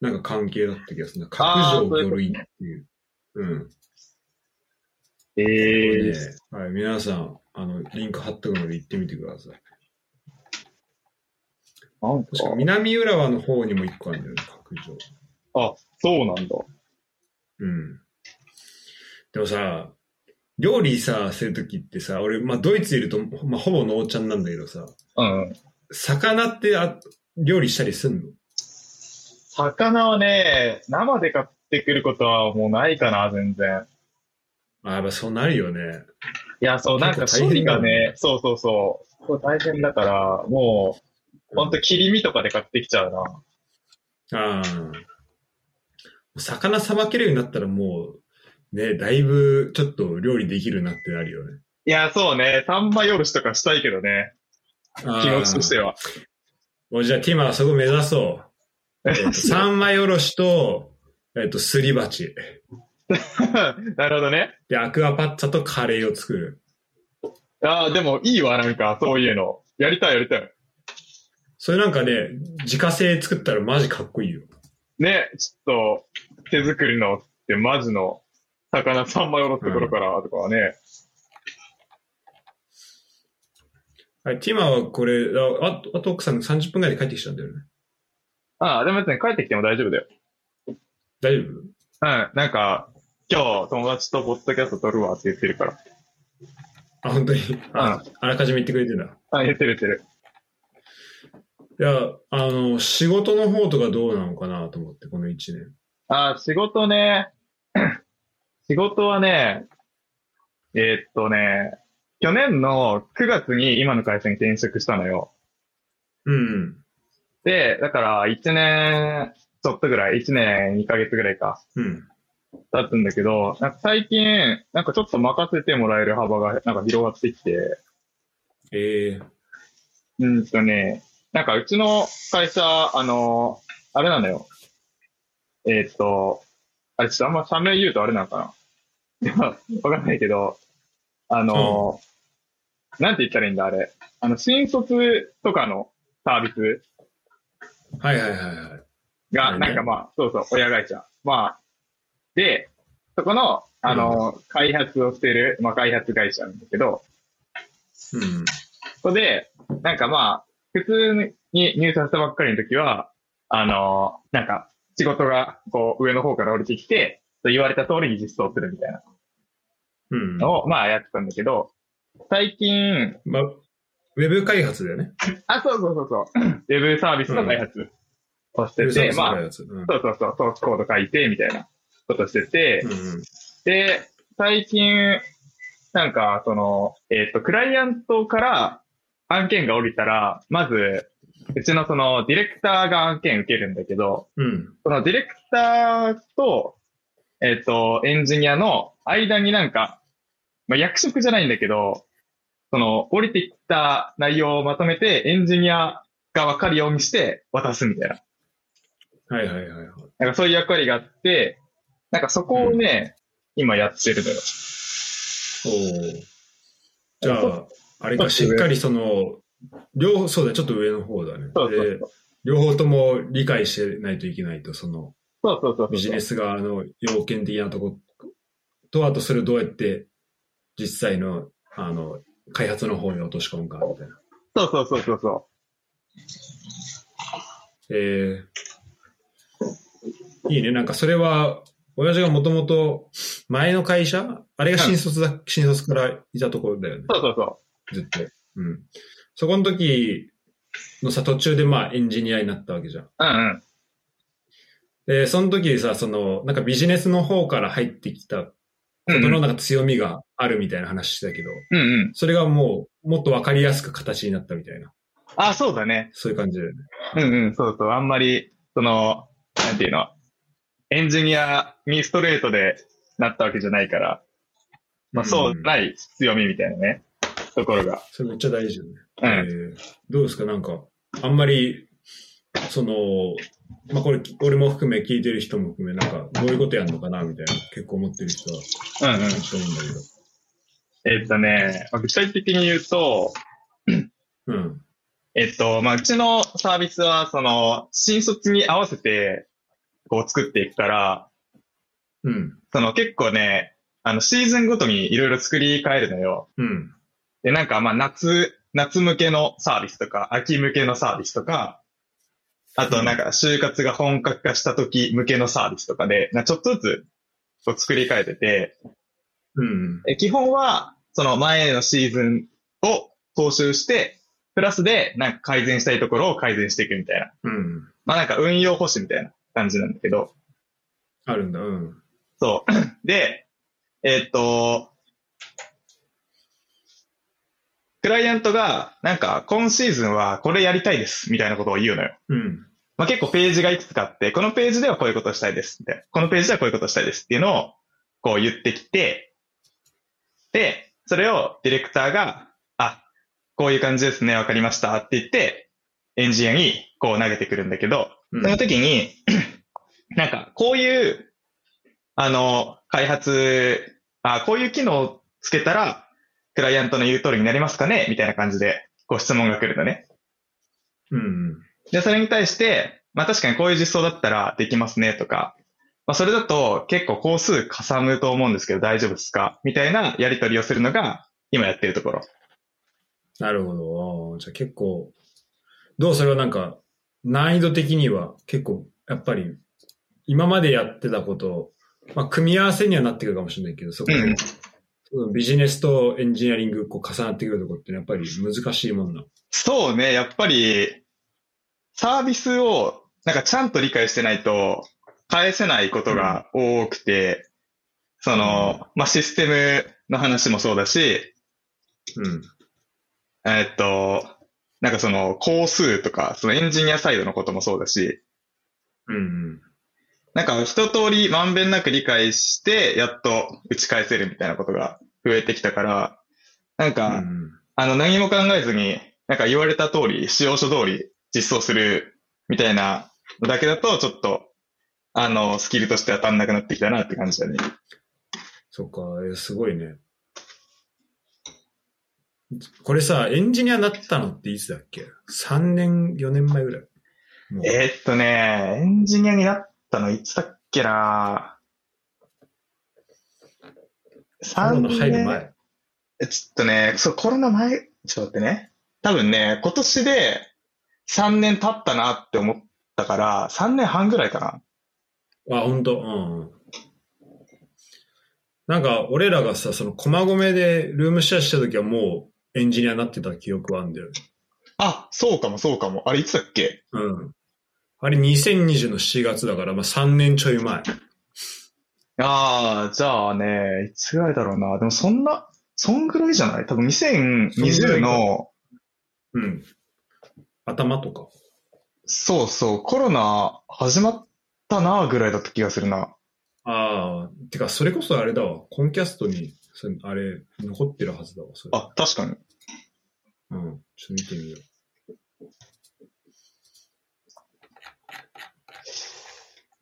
Speaker 1: なんか関係だった気がするな。
Speaker 2: あー
Speaker 1: 角
Speaker 2: そうい
Speaker 1: 上
Speaker 2: う
Speaker 1: 魚類っ
Speaker 2: ことね
Speaker 1: ていう。うん。こ
Speaker 2: え
Speaker 1: れ
Speaker 2: え
Speaker 1: ねはい、皆さん、あの、リンク貼っとくので行ってみてください。
Speaker 2: なんか、
Speaker 1: 確か、南浦和の方にも一個あるんだよね、角上。
Speaker 2: あ、そうなんだ。
Speaker 1: うん。でもさ、料理さ、するときってさ、俺、まあ、ドイツいると、まあ、ほぼ農ちゃんなんだけどさ、
Speaker 2: うんうん。
Speaker 1: 魚ってあ料理したりすんの
Speaker 2: 魚はね、生で買ってくることはもうないかな、全然。
Speaker 1: あ、やっぱそうなるよね。
Speaker 2: いや、そう、なんか
Speaker 1: 結構大変
Speaker 2: 処理が
Speaker 1: だ
Speaker 2: ね、そうそうそう。これ大変だから、もう、ほんと切り身とかで買ってきちゃうな。
Speaker 1: ああ。魚さばけるようになったらもう、ね、だいぶちょっと料理できるなってなるよね。
Speaker 2: いや、そうね、三枚おろしとかしたいけどね、気持ちとして
Speaker 1: よ。
Speaker 2: は。 *laughs*
Speaker 1: もうじゃあティマはそこ目指そう。
Speaker 2: *laughs*
Speaker 1: えっと三枚おろしと、えっと、すり鉢。
Speaker 2: なるほどね。
Speaker 1: で、アクアパッツァとカレーを作る。
Speaker 2: ああ、でもいいわ、なんか、そういうの。やりたい、やりたい。
Speaker 1: それなんかね、自家製作ったらマジかっこいいよ。
Speaker 2: ね、ちょっと、手作りのって、マジの、魚三枚おろすところから、とかはね。
Speaker 1: はい、ティマはこれ、ああと奥さん30分ぐらいで帰ってきちゃうんだよね。
Speaker 2: ああ、でも別に帰ってきても大丈夫だよ。
Speaker 1: 大丈夫
Speaker 2: うん、なんか、今日友達とポッドキャスト撮るわって言ってるから。
Speaker 1: あ、本当に。 *laughs* ああらかじめ言ってくれてんだ。
Speaker 2: あ、言ってる言ってる。
Speaker 1: いや、あの、仕事の方とかどうなのかなと思って、この一年。
Speaker 2: あ、仕事ね、 *clears throat* 仕事はね、えーっとね、去年の9月に今の会社に転職したのよ。
Speaker 1: うん。
Speaker 2: で、だから1年ちょっとぐらい、1年2ヶ月ぐらいか、
Speaker 1: うん。
Speaker 2: 経つんだけど、なんか最近、なんかちょっと任せてもらえる幅がなんか広がってきて、
Speaker 1: ええ
Speaker 2: うんとね、なんかうちの会社、あの、あれなのよ。えーっと、あれちょっとあんま社名言うとあれなのかないやわかんないけど、あの、なんて言ったらいいんだ、あれ。あの、新卒とかのサービス
Speaker 1: はいはいはいはい。
Speaker 2: が、
Speaker 1: はいね
Speaker 2: なんかまあ、そうそう、親会社。まあ、で、そこの、あの、開発をしてる、まあ、開発会社なんだけど、
Speaker 1: うん。
Speaker 2: そこで、なんかまあ、普通に入社したばっかりの時は、あの、なんか、仕事が、こう、上の方から降りてきて、言われた通りに実装するみたいな
Speaker 1: うん。
Speaker 2: のを、まあ、やってたんだけど、最近、
Speaker 1: まあ、ウェブ開発だよね。
Speaker 2: あ、そうそうそう
Speaker 1: *clears throat*
Speaker 2: そう。ウェブサービスの開発をし
Speaker 1: ウェ
Speaker 2: て
Speaker 1: ブサー
Speaker 2: て、
Speaker 1: ビス
Speaker 2: ま
Speaker 1: の
Speaker 2: あ
Speaker 1: 開、発。うん
Speaker 2: そうそうそう、ソースコード書いて、みたいなことしてて、
Speaker 1: うん。
Speaker 2: で、最近、なんか、その、えっ、と、クライアントから案件が降りたら、まず、うちのその、ディレクターが案件受けるんだけど、
Speaker 1: うん。
Speaker 2: そのディレクターと、えっ、と、エンジニアの間になんか、まあ、役職じゃないんだけど、その、降りてきた内容をまとめて、エンジニアがわかるようにして渡すみたいな。
Speaker 1: はいはいはいはい。
Speaker 2: なんかそういう役割があって、なんかそこをね、今やってるのよ。
Speaker 1: おーじゃあ、あれか、しっかりその、両方、そうだ、ちょっと上の方だね。
Speaker 2: そうそう
Speaker 1: で、両方とも理解してないといけないと、その、
Speaker 2: そうそうそうそう。
Speaker 1: ビジネス側の要件的なとこと、あとそれをどうやって実際の、あの、開発の方に落とし込むか、みたいな。
Speaker 2: そうそうそうそうそ
Speaker 1: えーいいね。なんかそれは、親父がもともと前の会社あれが新卒だ、新卒からいたところだよね
Speaker 2: う。。そうそうそ
Speaker 1: ずっと。うん。そこの時のさ、途中でまあエンジニアになったわけじゃん。
Speaker 2: う。うんうん。
Speaker 1: で、その時さ、その、なんかビジネスの方から入ってきたこ
Speaker 2: う
Speaker 1: と
Speaker 2: んう
Speaker 1: の
Speaker 2: ん
Speaker 1: なんか強みがあるみたいな話してたけど、
Speaker 2: うんうん。
Speaker 1: それがもう、もっとわかりやすく形になったみたいな、
Speaker 2: あ、そうだね。
Speaker 1: そういう感じだよね。
Speaker 2: うんうん、そうそう。あんまり、その、なんていうの、エンジニアにストレートでなったわけじゃないから、まあそう
Speaker 1: うん
Speaker 2: ない強みみたいなね、ところが。
Speaker 1: それめっちゃ大事だね。
Speaker 2: うん
Speaker 1: えーどうですかなんか、あんまり、その、まあ、これ、俺も含め、聞いてる人も含め、なんか、どういうことやんのかなみたいな、結構思ってる人は、
Speaker 2: うんうん。
Speaker 1: いると思うんだけ
Speaker 2: えっとね、まあ具体的に言うと、
Speaker 1: ど。うん。
Speaker 2: えっと、まあ、うちのサービスは、その、新卒に合わせて、こう作っていくから、
Speaker 1: うん。
Speaker 2: その結構ね、あの、シーズンごとにいろいろ作り変えるのよ。
Speaker 1: うん。
Speaker 2: で、なんかまあ夏、夏向けのサービスとか、秋向けのサービスとか、あとなんか就活が本格化した時向けのサービスとかで、なんかちょっとずつこう作り変えてて、
Speaker 1: うん。
Speaker 2: え基本はその前のシーズンを踏襲して、プラスでなんか改善したいところを改善していくみたいな。
Speaker 1: うん。
Speaker 2: まあなんか運用保守みたいな感じなんだけど、
Speaker 1: あるんだ。うん。
Speaker 2: そう。 *clears throat* で、えーっと、クライアントが、なんか、今シーズンはこれやりたいです、みたいなことを言うのよ。
Speaker 1: うん。
Speaker 2: まあ、結構ページがいくつかあって、このページではこういうことしたいです、みたいな。このページではこういうことしたいですっていうのを、こう言ってきて、で、それをディレクターが、あ、こういう感じですね、わかりましたって言って、エンジニアにこう投げてくるんだけど、
Speaker 1: うん
Speaker 2: その時に、 *clears throat* なんか、こういう、あの、開発、あ、こういう機能をつけたら、クライアントの言う通りになりますかねみたいな感じで、ご質問が来るのね。
Speaker 1: うん。
Speaker 2: で、それに対して、まあ確かにこういう実装だったらできますねとか、まあそれだと結構工数かさむと思うんですけど大丈夫ですかみたいなやり取りをするのが今やってるところ。
Speaker 1: なるほど。あーじゃあ結構、どうそれはなんか、難易度的には結構、やっぱり、今までやってたこと、まあ、組み合わせにはなってくるかもしれないけど、そこの
Speaker 2: うん
Speaker 1: そのビジネスとエンジニアリングこう重なってくるとこって、やっぱり難しいもんな。
Speaker 2: そうね、やっぱりサービスをなんかちゃんと理解してないと返せないことが多くて、その、まあシステムの話もそうだし、
Speaker 1: うん。
Speaker 2: えーっと、なんかその、工数とか、そのエンジニアサイドのこともそうだし、
Speaker 1: うん。
Speaker 2: なんか一通りまんべんなく理解して、やっと打ち返せるみたいなことが増えてきたから、なん
Speaker 1: う
Speaker 2: か、
Speaker 1: ん。
Speaker 2: あの、何も考えずに、なんか言われた通り、使用書通り実装するみたいなのだけだと、ちょっと、あの、スキルとして当たんなくなってきたなって感じだね。
Speaker 1: そっか、えーすごいね。これさ、エンジニアになったのっていつだっけ ?3 年、4年前ぐらい。もう
Speaker 2: えーっとね、エンジニアになったのいつだっけな
Speaker 1: コロ
Speaker 2: 3
Speaker 1: ナ入る
Speaker 2: 年
Speaker 1: 前。
Speaker 2: ちょっとね、そう、コロナ前、ちょっと待ってね。多分ね、今年で3年経ったなって思ったから、3年半ぐらいかな。
Speaker 1: あ、本当うんうん。なんか、俺らがさ、その、駒込でルームシェアした時はもうエンジニアになってた記憶はあるんだよね。
Speaker 2: あ、そうかもそうかも。あれいつだっけ
Speaker 1: うん。あれ2020の7月だから、まあ3年ちょい前。
Speaker 2: ああ、じゃあね、いつぐらいだろうな。でもそんな、そんぐらいじゃない多分2020の、
Speaker 1: うん。頭とか。
Speaker 2: そうそう、コロナ始まったなぐらいだった気がするな。
Speaker 1: ああ、てか、それこそあれだわ。コンキャストに、それあれ、残ってるはずだわ、それ。
Speaker 2: あ、確かに。
Speaker 1: うん。ちょっと見てみよ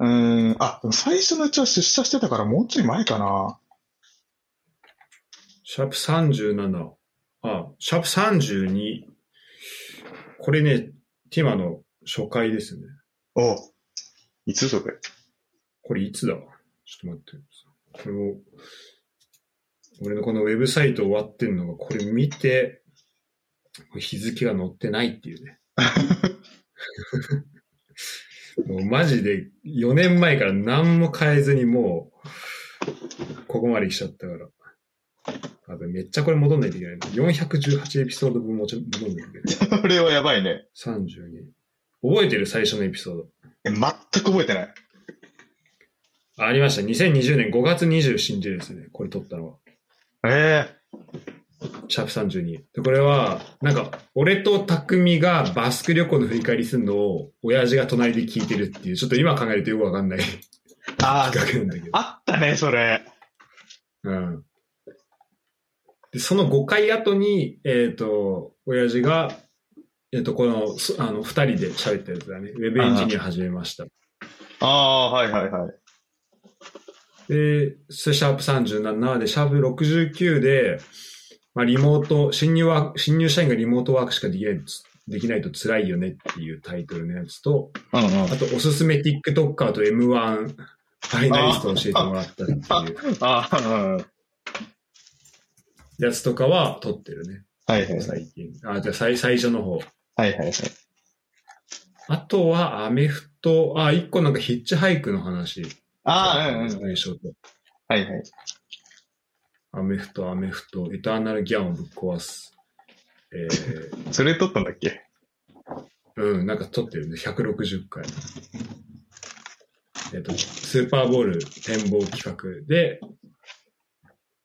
Speaker 2: うーん、あ、でも最初のうちは出社してたからもうちょい前かな。
Speaker 1: う。シャープ37。あ、シャープ32。これね、ティマの初回ですね。
Speaker 2: おいつそれ
Speaker 1: これいつだちょっと待って。これを、俺のこのウェブサイト終わってんのが、これ見て、これ日付が載ってないっていうね。もうマジで4年前から何も変えずにもう、ここまで来ちゃったから。あとめっちゃこれ戻んないといけないな。418エピソード分もちょ戻んないといけない。
Speaker 2: それはやばいね。
Speaker 1: 32。覚えてる最初のエピソード。
Speaker 2: え、全く覚えてない。
Speaker 1: ありました。2020年5月27日ですね。これ撮ったのは。
Speaker 2: え
Speaker 1: シャープ32。でこれは、なんか、俺と匠がバスク旅行の振り返りするのを、親父が隣で聞いてるっていう、ちょっと今考えるとよくわかんない *laughs*
Speaker 2: えあー
Speaker 1: 企画なんだけど。
Speaker 2: あったね、それ。
Speaker 1: うん。で、その5回後に、えっ、と、親父が、えっ、と、この、そあの、二人で喋ったやつだね。ウェブエンジニア始めました。
Speaker 2: ああ、はいはいはい。
Speaker 1: で、そしてシャープ37で、シャープ69で、まあ、リモート、新入ワーク、新入社員がリモートワークしかできない、できないと辛いよねっていうタイトルのやつと、
Speaker 2: うんうん
Speaker 1: あ。と、おすすめ TikToker と M1 ファイナリストを教えてもらったっていう
Speaker 2: ああ、うんうん。
Speaker 1: やつとかは撮ってるね。
Speaker 2: はいはいはい。
Speaker 1: 最近。あ、じゃあ最最初の方。
Speaker 2: はいはいはい。
Speaker 1: あとは、アメフト、あ、一個なんかヒッチハイクの話。
Speaker 2: ああ、うんうん。
Speaker 1: 最初と。
Speaker 2: はいはい。
Speaker 1: アメフト、アメフト、エターナルギャンをぶっ壊す。えー、
Speaker 2: それ撮ったんだっけ
Speaker 1: うん、なんか撮ってるね。160回。えっ、と、スーパーボール展望企画で、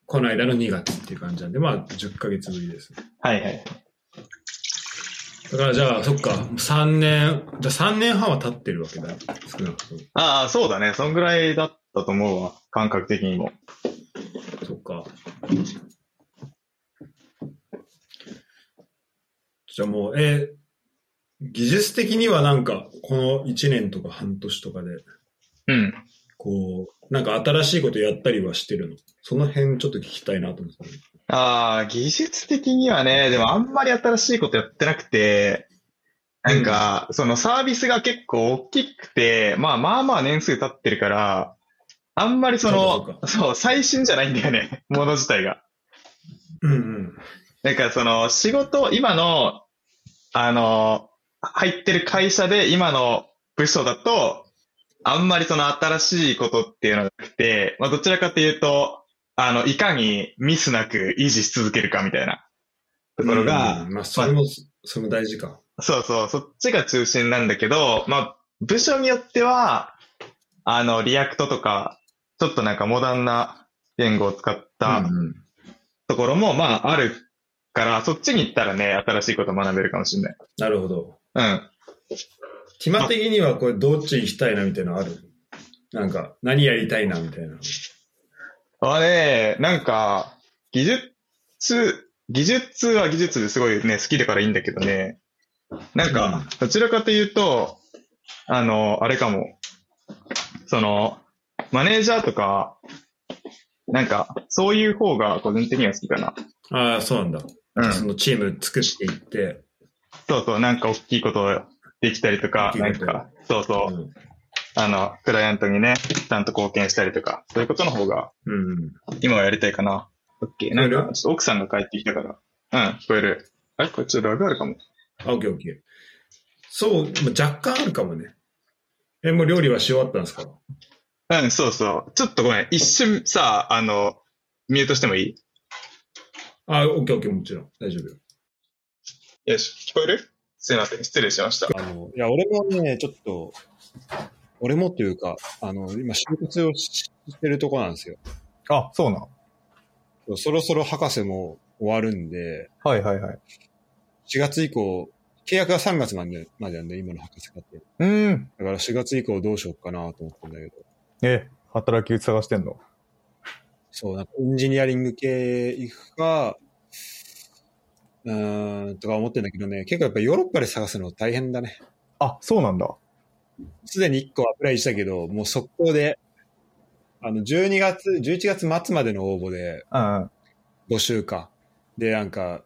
Speaker 1: この間の2月っていう感じなんで、まあ、10ヶ月ぶりですね。
Speaker 2: はいはい。
Speaker 1: だからじゃあ、そっか、3年、じゃあ3年半は経ってるわけだ。少なくとも。
Speaker 2: ああ、そうだね。そんぐらいだったと思うわ。感覚的にも。
Speaker 1: そっか。じゃあもう、えー技術的にはなんか、この1年とか半年とかで、
Speaker 2: うん。
Speaker 1: こう、なんか新しいことやったりはしてるの。その辺ちょっと聞きたいなと思ってた。
Speaker 2: ああ、技術的にはね、でもあんまり新しいことやってなくて、なんか、そのサービスが結構大きくて、まあまあまあ年数経ってるから、あんまりそ
Speaker 1: そうかそう
Speaker 2: の、そう、最新じゃないんだよね。 *laughs* もの自体が。
Speaker 1: うんうん。
Speaker 2: なんかその仕事、今の、あの、入ってる会社で今の部署だと、あんまりその新しいことっていうのがなくて、まあどちらかというと、あの、いかにミスなく維持し続けるかみたいなところが、
Speaker 1: うんまあ、それも、それも大事か。
Speaker 2: そうそう、そっちが中心なんだけど、まあ、部署によっては、あの、リアクトとか、ちょっとなんかモダンな言語を使った、
Speaker 1: うんうん
Speaker 2: ところも、まあ、あるから、そっちに行ったらね、新しいこと学べるかもしれない。
Speaker 1: なるほど。
Speaker 2: うん。
Speaker 1: ティマ的にはこれどっち行きたいなみたいなのあるなんか、何やりたいなみたいな。
Speaker 2: あれ、なんか、技術、技術は技術ですごいね、好きだからいいんだけどね。なんか、どちらかというと、あの、あれかも。その、マネージャーとか、なんか、そういう方が個人的には好きかな。
Speaker 1: ああ、そうなんだ。
Speaker 2: うん。
Speaker 1: そのチーム作っていって、
Speaker 2: そうそう、なんか大きいことできたりとか、
Speaker 1: 大
Speaker 2: な
Speaker 1: き
Speaker 2: ん
Speaker 1: いこと
Speaker 2: か、そうそう
Speaker 1: う。ん
Speaker 3: あの、クライアントにね、ちゃんと貢献したりとか、そういうことの方が、
Speaker 4: うん。
Speaker 3: 今はやりたいかな。オッケー。なんか、ちょっと奥さんが帰ってきたから。うん、聞こえる。あれこっちラグあるかも。
Speaker 4: あ、オッケーオッケー。そう、まあ若干あるかもね。え、もう料理はし終わったんですか
Speaker 3: うん、そうそう。ちょっとごめん。一瞬さ、あの、ミュートしてもいい
Speaker 4: あ、オッケーオッケー、もちろん。大丈夫よ。
Speaker 3: よし、聞こえるすいません。失礼しました。
Speaker 1: あの、いや、俺もね、ちょっと、俺もというか、あの、今、就活をししてるとこなんですよ。
Speaker 3: あ、そうなの
Speaker 1: そろそろ博士も終わるんで、
Speaker 3: はいはいはい。
Speaker 1: 4月以降、契約が3月までまでなんで、今の博士課程。
Speaker 2: うん。
Speaker 1: だから4月以降どうしようかなと思ったんだけど、
Speaker 2: え、働き口探してんの
Speaker 1: そう、なんかエンジニアリング系行くか、うーん、とか思ってんだけどね、結構やっぱヨーロッパで探すの大変だね。
Speaker 2: あ、そうなんだ。
Speaker 1: すでに1個アプライしたけど、もう速攻で、あの、12月、11月末までの応募で
Speaker 2: うんうん。
Speaker 1: 募集か。で、なんか、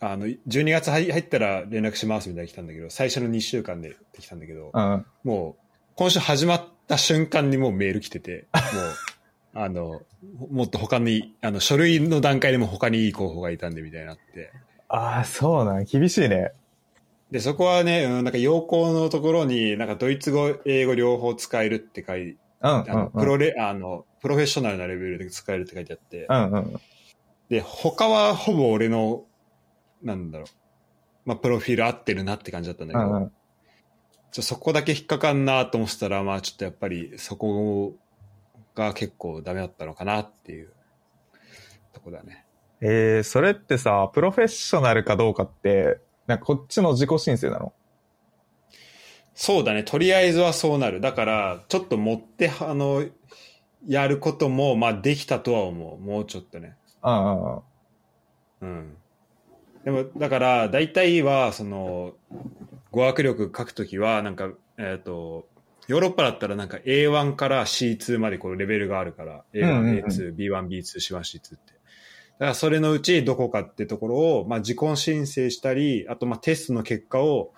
Speaker 1: あの、12月入入ったら連絡しますみたいに来たんだけど、最初の2週間で来たんだけど、
Speaker 2: うんうん。
Speaker 1: もう、今週始まった瞬間にもうメール来てて、もう、あ *laughs* の、もっと他に、あの、書類の段階でも他にいい候補がいたんで、みたいになって。
Speaker 2: ああ、そうなん。厳しいね。
Speaker 1: で、そこはね、うんなんか要項のところに、なんかドイツ語、英語両方使えるって書いて、
Speaker 2: うん。
Speaker 1: あの、
Speaker 2: うん
Speaker 1: プロレ、あの、プロフェッショナルなレベルで使えるって書いてあって
Speaker 2: う、んうん。
Speaker 1: で、他はほぼ俺の、なんだろう、まあ、プロフィール合ってるなって感じだったんだ
Speaker 2: う
Speaker 1: けど、
Speaker 2: んうん。
Speaker 1: ちょそこだけ引っかかんなと思ってたら、まあちょっとやっぱりそこが結構ダメだったのかなっていうとこだね。
Speaker 2: えー、それってさ、プロフェッショナルかどうかって、なんかこっちの自己申請なの
Speaker 1: そうだね、とりあえずはそうなる。だから、ちょっと持って、あの、やることも、まあできたとは思う。もうちょっとね。
Speaker 2: うんうんうん。
Speaker 1: うん。でも、だから、大体は、その、語学力書くときは、なんか、えっ、と、ヨーロッパだったらなんか A1 から C2 までこうレベルがあるから、A1、
Speaker 2: うんうんうん
Speaker 1: A2、B1、B2、C1、C2 って。だからそれのうちどこかってところを、まあ自己申請したり、あとまあテストの結果を、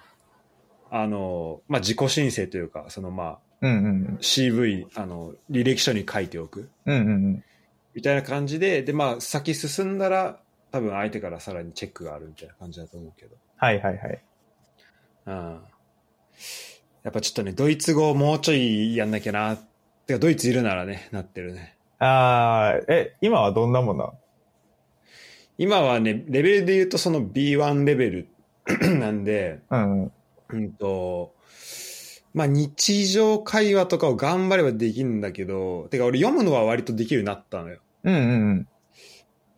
Speaker 1: あの、まあ自己申請というか、そのまあ
Speaker 2: うんうん。
Speaker 1: CV、あの、履歴書に書いておく。
Speaker 2: うんうんうん。
Speaker 1: みたいな感じで、で、まあ、先進んだら、多分相手からさらにチェックがあるみたいな感じだと思うけど。
Speaker 2: はいはいはい。
Speaker 1: うん。やっぱちょっとね、ドイツ語をもうちょいやんなきゃな。てか、ドイツいるならね、なってるね。
Speaker 2: ああ、え、今はどんなもんなの
Speaker 1: 今はね、レベルで言うとその B1 レベル *coughs* なんで、
Speaker 2: うんうん。
Speaker 1: うんと、まあ日常会話とかを頑張ればできるんだけど、てか俺読むのは割とできるようになったのよ。
Speaker 2: うんうんうん。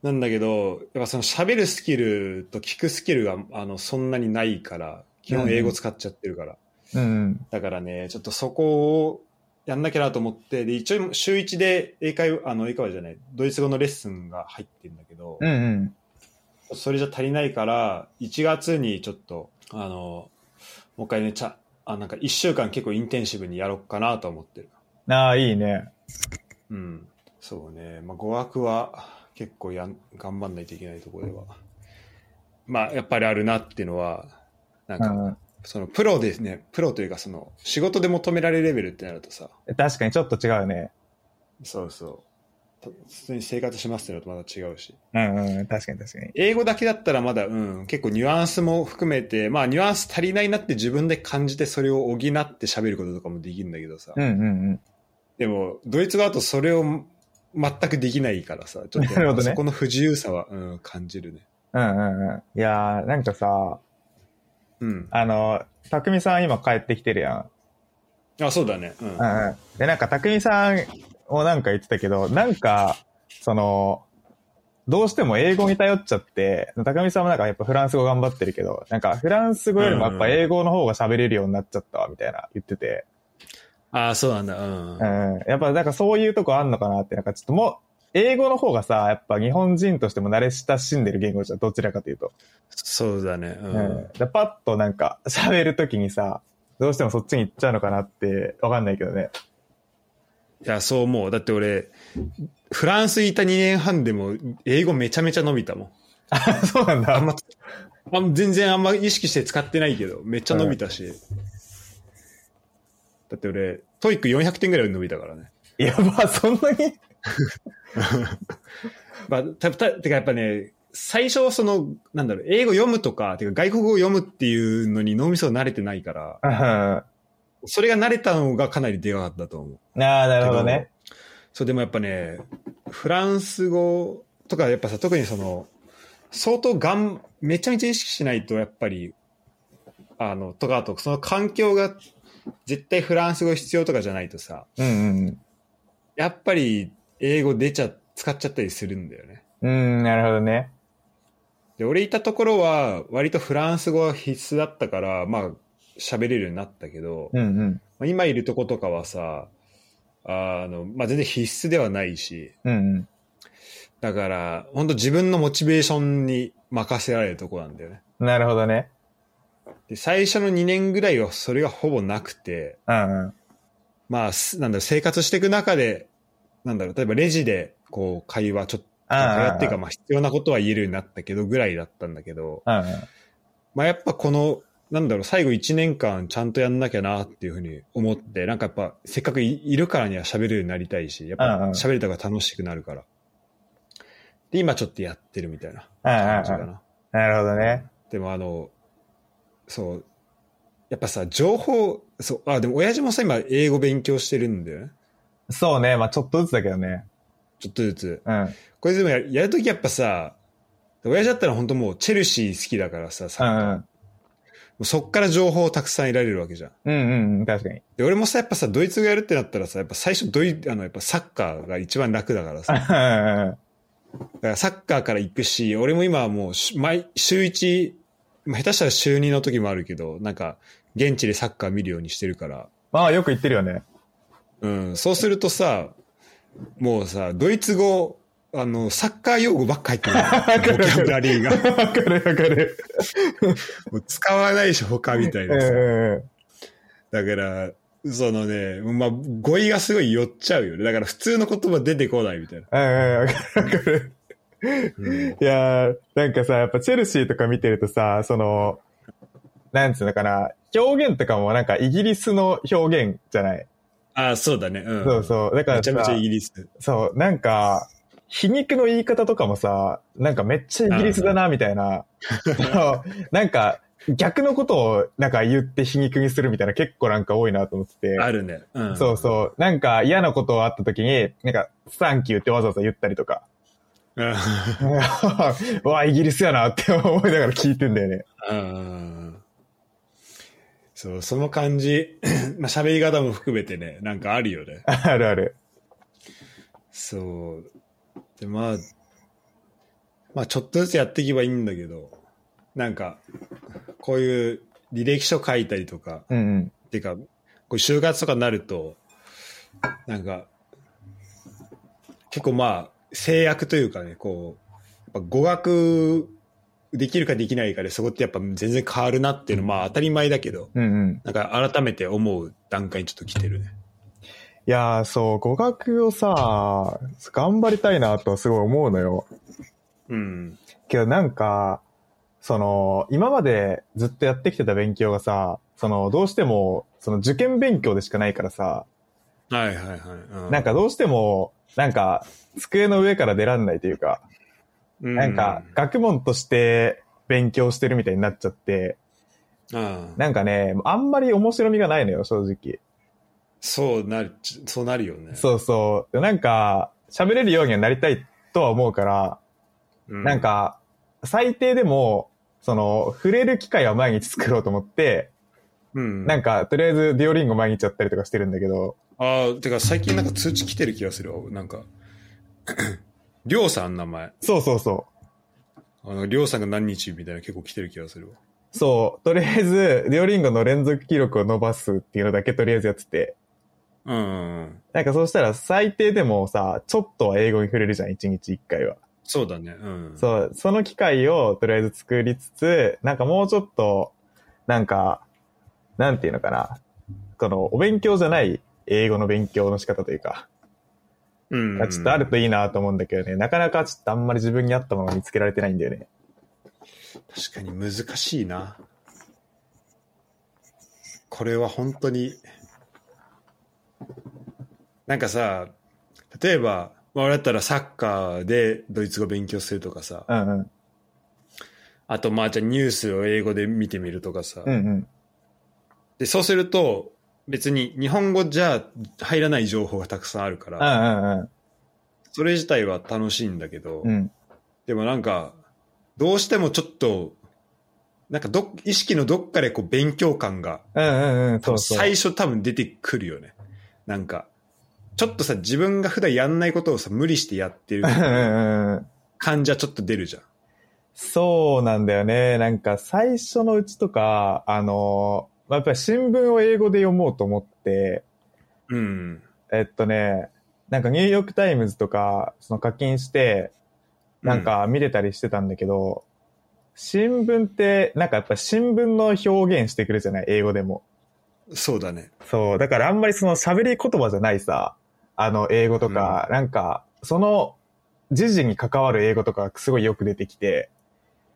Speaker 1: なんだけど、やっぱその喋るスキルと聞くスキルが、あの、そんなにないから、基本英語使っちゃってるから。
Speaker 2: うんうん。
Speaker 1: だからね、ちょっとそこをやんなきゃなと思って、で、一応週一で英会話、あの、英会話じゃない、ドイツ語のレッスンが入ってるんだけど
Speaker 2: う、んうん。
Speaker 1: それじゃ足りないから、1月にちょっと、あの、もう一回ね、ちゃ、あ、なんか1週間結構インテンシブにやろうかなと思ってる。
Speaker 2: ああ、いいね。
Speaker 1: うん。そうね。まあ、語学は結構やん、頑張んないといけないところでは。まあ、やっぱりあるなっていうのは、なん
Speaker 2: う
Speaker 1: か、
Speaker 2: んうん。
Speaker 1: そのプロですね、プロというかその、仕事で求められるレベルってなるとさ、
Speaker 2: 確かにちょっと違うね。
Speaker 1: そうそう。と普通に生活しますってのとまた違うし。
Speaker 2: うんうん。確かに確かに。
Speaker 1: 英語だけだったらまだ、うん、結構ニュアンスも含めて、まあニュアンス足りないなって自分で感じてそれを補って喋ることとかもできるんだけどさ。
Speaker 2: うんうん
Speaker 1: でも、ドイツ側とそれを全くできないからさ、ちょっ
Speaker 2: なるほ
Speaker 1: と
Speaker 2: どね
Speaker 1: そこの不自由さは、うん、感じるね。
Speaker 2: うん。うんうんうん。いやー、なんかさ、
Speaker 1: うん。
Speaker 2: あの、たくみさん今帰ってきてるやん。
Speaker 1: あ、そうだね。うん。
Speaker 2: うんうん。で、なんか、たくみさんもなんか言ってたけど、なんか、その、どうしても英語に頼っちゃって、たくみさんもなんかやっぱフランス語頑張ってるけど、なんかフランス語よりもやっぱ英語の方が喋れるようになっちゃったわ、みたいな言ってて。
Speaker 1: あ、そうなんだ。うん
Speaker 2: う。ん。やっぱなんかそういうとこあんのかなって、なんかちょっともう、英語の方がさ、やっぱ日本人としても慣れ親しんでる言語じゃん、どちらかというと。
Speaker 1: そうだね。う
Speaker 2: うんん。。でパッとなんか喋るときにさ、どうしてもそっちに行っちゃうのかなって、わかんないけどね。 *laughs*
Speaker 1: いや、そう思う。だって俺、フランスいた2年半でも、英語めちゃめちゃ伸びたもん。
Speaker 2: そうなんだ。
Speaker 1: あんま、あん全然あんま意識して使ってないけど、めっちゃ伸びたし。だって俺、トイック400点ぐらい伸びたからね。
Speaker 2: やば、そんなに
Speaker 1: まあ、た、た、てかやっぱね、最初はその、なんだろう、英語読むとか、てか外国語読むっていうのに脳みそ慣れてないから、
Speaker 2: あ
Speaker 1: それが慣れたのがかなりでかかったと思う。
Speaker 2: あ、なるほどね。
Speaker 1: そう、でもやっぱね、フランス語とかやっぱさ、特にその、相当がん、めちゃめちゃ意識しないと、やっぱり、あの、とか、あと、その環境が、絶対フランス語必要とかじゃないとさ、
Speaker 2: うん
Speaker 1: やっぱり英語出ちゃ、使っちゃったりするんだよね。
Speaker 2: うん。うん、なるほどね。
Speaker 1: で、俺いたところは、割とフランス語は必須だったから、まあ、喋れるようになったけど、
Speaker 2: うんうん。
Speaker 1: まあ今いるとことかはさ、あの、まあ、全然必須ではないし、
Speaker 2: うんうん。
Speaker 1: だから、本当自分のモチベーションに任せられるとこなんだよね。
Speaker 2: なるほどね。
Speaker 1: で、最初の2年ぐらいはそれがほぼなくて、
Speaker 2: うんうん。
Speaker 1: まあ、すなんだろう、生活していく中で、なんだろう、例えばレジで、こう、会話ちょっと、会話っていうか、まあ、必要なことは言えるようになったけど、ぐらいだったんだけど、
Speaker 2: うんうん。
Speaker 1: まあ、やっぱこの、なんだろう、最後1年間ちゃんとやんなきゃなっていうふうに思って、なんかやっぱ、せっかくいいるからには喋れるようになりたいし、やっ
Speaker 2: うんうん
Speaker 1: ぱ喋れた方が楽しくなるから。で、今ちょっとやってるみたいな
Speaker 2: う
Speaker 1: 感
Speaker 2: ん
Speaker 1: じ
Speaker 2: う
Speaker 1: か
Speaker 2: んうん。
Speaker 1: な。
Speaker 2: なるほどね。
Speaker 1: でもあの、そう、やっぱさ、情報、そう、あ、でも親父もさ、今、英語勉強してるんだよね。
Speaker 2: そうね。まあちょっとずつだけどね。
Speaker 1: ちょっとずつ。
Speaker 2: うん。
Speaker 1: これでもややるときやっぱさ、親父だったら本当もうチェルシー好きだからさ、
Speaker 2: う
Speaker 1: さ
Speaker 2: んう
Speaker 1: も
Speaker 2: ん。
Speaker 1: うそっから情報をたくさん得られるわけじゃん。
Speaker 2: うんうんうん。確かに。 *laughs*
Speaker 1: で、俺もさ、やっぱさ、ドイツ語やるってなったらさ、やっぱ最初ドイ、あの、やっぱサッカーが一番楽だから
Speaker 2: う
Speaker 1: さ、だか
Speaker 2: んうんうん。
Speaker 1: らサッカーから行くし、俺も今はもうし、毎、週1、まあ下手したら週2の時もあるけど、なんか、現地でサッカー見るようにしてるから、
Speaker 2: まあよく言ってるよね。
Speaker 1: うん、そうするとさ、もうさ、ドイツ語、あの、サッカー用語ばっか入って *laughs* る。ボキャブラリーが。 *laughs*
Speaker 2: わかるわかる。
Speaker 1: もう使わないし、他みたい
Speaker 2: うん
Speaker 1: なさ。
Speaker 2: うんう
Speaker 1: だから、そのね、まあ、語彙がすごい寄っちゃうよね。だから普通の言葉出てこないみたいな。
Speaker 2: ん。うんうん。わかるわかる。
Speaker 1: うん。
Speaker 2: いやー、なんかさ、やっぱチェルシーとか見てるとさ、その、なんつうのかな、表現とかもなんかイギリスの表現じゃない。
Speaker 1: ああ、そうだね。うん。
Speaker 2: そうそう。だから
Speaker 1: めちゃめちゃ
Speaker 2: さ
Speaker 1: イ、ギリス。
Speaker 2: そう、なんか、皮肉の言い方とかもさ、なんかめっちゃイギリスだな、みた
Speaker 1: *laughs*
Speaker 2: いな。そうなんか、逆のことをなんか言って皮肉にするみたいな結構なんか多いなと思ってて。
Speaker 1: あるね。うん。
Speaker 2: そうそう。なんか嫌なことあった時に、なんか、サンキューってわざわざ言ったりとか。 *laughs*
Speaker 1: うん。あ
Speaker 2: うわ、イギリスやなって思いながら聞いてんだよね。
Speaker 1: ーそう、その感じ、 *coughs* まあ、喋り方も含めてね、なんかあるよね。
Speaker 2: あるある。
Speaker 1: そう。で、まあ、まあ、ちょっとずつやっていけばいいんだけど、なんか、こういう履歴書書いたりとか、
Speaker 2: うんうん。
Speaker 1: っていうか、こう就活とかになると、なんか、結構まあ、制約というかね、こう、やっぱ語学できるかできないかで、そこってやっぱ全然変わるなっていうのは、まあ当たり前だけど、
Speaker 2: うんうん。
Speaker 1: なんか改めて思う段階にちょっと来てるね。
Speaker 2: いやー、そう、語学をさ、頑張りたいなとすごい思うのよ。
Speaker 1: うん。
Speaker 2: けどなんか、その、今までずっとやってきてた勉強がさ、その、どうしても、その受験勉強でしかないからさ、
Speaker 1: はいはいはい。う
Speaker 2: なん、かどうしても、なんか、机の上から出らんないというか、
Speaker 1: う
Speaker 2: なんか、学問として勉強してるみたいになっちゃって、
Speaker 1: うん、
Speaker 2: なんかね、あんまり面白みがないのよ、正直。
Speaker 1: そうなる、そうなるよね。
Speaker 2: そうそう。なんか、喋れるようにはなりたいとは思うから、
Speaker 1: うん。
Speaker 2: なんか、最低でも、その、触れる機会は毎日作ろうと思って、
Speaker 1: うん、
Speaker 2: なんか、とりあえずデュオリンゴ毎日やったりとかしてるんだけど、
Speaker 1: ああ、てか最近なんか通知来てる気がするわ。なんか、 *clears throat* りょうさん名前。
Speaker 2: そうそうそ
Speaker 1: あの、りょうさんが何日みたいな結構来てる気がするわ。
Speaker 2: う。そう、とりあえず、デュオリンゴの連続記録を伸ばすっていうのだけとりあえずやってて、
Speaker 1: うんうんうん。
Speaker 2: なんかそうしたら最低でもさ、ちょっとは英語に触れるじゃん、1日1回は。
Speaker 1: そうだね。うん。
Speaker 2: そう、その機会をとりあえず作りつつ、なんかもうちょっと、なんか、なんていうのかな。この、お勉強じゃない英語の勉強の仕方というか、
Speaker 1: うん、
Speaker 2: がちょっとあるといいなと思うんだけどね、なかなかちょっとあんまり自分に合ったものを見つけられてないんだよね。
Speaker 1: 確かに難しいな。これは本当に、なんかさ、例えば、まあ、俺だったらサッカーでドイツ語勉強するとかさ、
Speaker 2: うんうん。
Speaker 1: あとまあじゃあニュースを英語で見てみるとかさ、
Speaker 2: うんうん。
Speaker 1: で、そうすると、別に日本語じゃ入らない情報がたくさんあるか
Speaker 2: う
Speaker 1: ら、
Speaker 2: んうん
Speaker 1: それ自体は楽しいんだけど、
Speaker 2: うん。うん。
Speaker 1: でもなんか、どうしてもちょっと、なんかどっ、意識のどっかでこう勉強感が、
Speaker 2: うんうんうん。そうそう。
Speaker 1: 最初多分出てくるよね。なんか、ちょっとさ、自分が普段やんないことをさ、無理してやって
Speaker 2: *laughs*
Speaker 1: る
Speaker 2: うんうんうん。
Speaker 1: 感じはちょっと出るじゃん。
Speaker 2: そうなんだよね。なんか最初のうちとか、あの、まあ、やっぱり新聞を英語で読もうと思って、
Speaker 1: うん。
Speaker 2: えっとね、なんかニューヨークタイムズとか、その課金して、なんか見れたりしてたんだけど、新聞って、なんかやっぱ新聞の表現してくるじゃない英語でも。
Speaker 1: そうだね。
Speaker 2: そう、だからあんまりその喋り言葉じゃないさ、あの、英語とか、なんか、その、時事に関わる英語とかがすごいよく出てきて、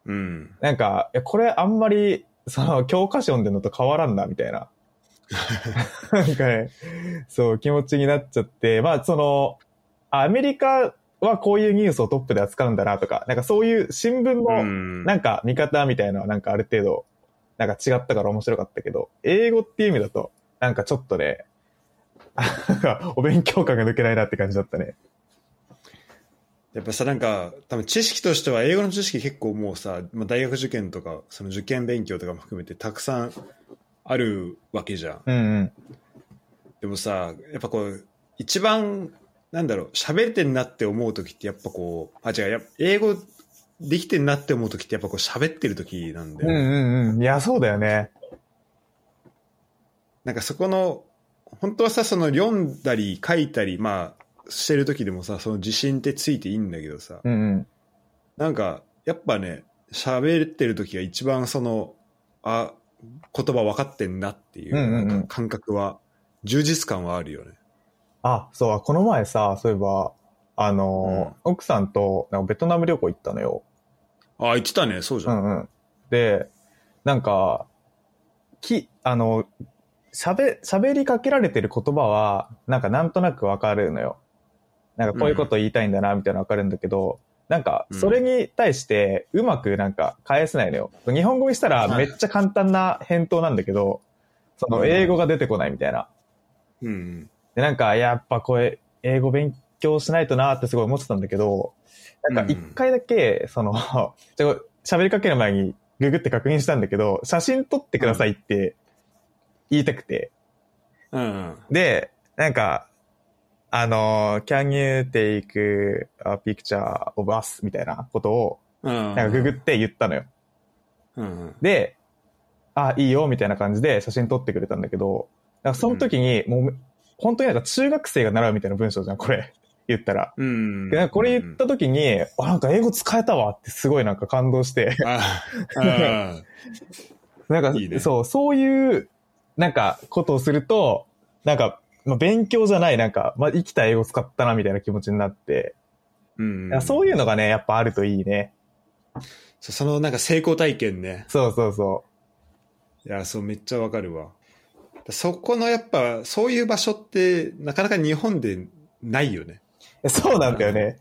Speaker 1: うん。
Speaker 2: なんか、いやこれあんまり、その、教科書読んでるのと変わらんな、みた
Speaker 1: *laughs*
Speaker 2: いな。なんかね、そう、気持ちになっちゃって、まあ、その、あアメリカはこういうニュースをトップで扱うんだなとか、なんかそういう新聞
Speaker 1: う
Speaker 2: の、
Speaker 1: ん。
Speaker 2: なんか見方みたいなのはなんかある程度、なんか違ったから面白かったけど、英語っていう意味だと、なんかちょっとね、 *laughs* なんかお勉強感が抜けないなって感じだったね。
Speaker 1: やっぱさ、なんか、多分知識としては、英語の知識結構もうさ、まあ、大学受験とか、その受験勉強とかも含めてたくさんあるわけじゃん。
Speaker 2: うんうん。
Speaker 1: でもさ、やっぱこう、一番、なんだろう、喋れてんなって思う時って、やっぱこう、あ、違う、やっぱ英語できてんなって思う時って、やっぱこう、喋ってる時なんだ
Speaker 2: うん
Speaker 1: よ。
Speaker 2: うんうん。いや、そうだよね。
Speaker 1: なんかそこの、本当はさ、その読んだり書いたり、まあ、してる時でもさ、その自信ってついていいんだけどさ、
Speaker 2: うんうん。
Speaker 1: なんか、やっぱね、喋ってる時が一番その、あ、言葉分かってんなっていう、
Speaker 2: うんうんうん
Speaker 1: なんか感覚は、充実感はあるよね。
Speaker 2: あ、そう、この前さ、そういえば、あの、奥さんとなんかベトナム旅行行ったのよ。
Speaker 1: あ、言ってたね、そうじ
Speaker 2: う
Speaker 1: ゃん。
Speaker 2: んうん。で、なんか、き、あの、喋、喋りかけられてる言葉は、なんかなんとなくわかるのよ。なんかこういうこと言いたいんだな、みたいなのわかるんだけど、なんか、それに対して、うまくなんか返せないのよ。日本語にしたらめっちゃ簡単な返答なんだけど、その英語が出てこないみたいな。
Speaker 1: うんうん。
Speaker 2: で、なんか、やっぱこれ、英語勉強しないとなーってすごい思ってたんだけど、なんか一回だけ、その、 *laughs* ちょ喋りかける前にググって確認したんだけど、写真撮ってくださいって言いたくて。
Speaker 1: うんうん。
Speaker 2: で、なんか、あのー、can you take a picture of us? みたいなことを、
Speaker 1: うんうん。
Speaker 2: なんかググって言ったのよ。
Speaker 1: うんうん。
Speaker 2: で、あ、いいよ、みたいな感じで写真撮ってくれたんだけど、なんかその時に、もう、本当になんか中学生が習うみたいな文章じゃん、これ。 *laughs* 言ったら。
Speaker 1: うん
Speaker 2: でなんかこれ言った時に、あ、なんか英語使えたわってすごいなんか感動して、 *laughs*
Speaker 1: ああ
Speaker 2: なんか
Speaker 1: いいね
Speaker 2: そう、そういう、なんかことをすると、なんか、まあ、勉強じゃない、なんか、まあ、生きた英語使ったな、みたいな気持ちになって、
Speaker 1: うん
Speaker 2: なんかそういうのがね、やっぱあるといいね。
Speaker 1: そそのなんか成功体験ね
Speaker 2: そうそうそ
Speaker 1: いやそうめっちゃわかるわそこのやっぱそういう場所ってなかなか日本でないよね
Speaker 2: う。そうなんだよね。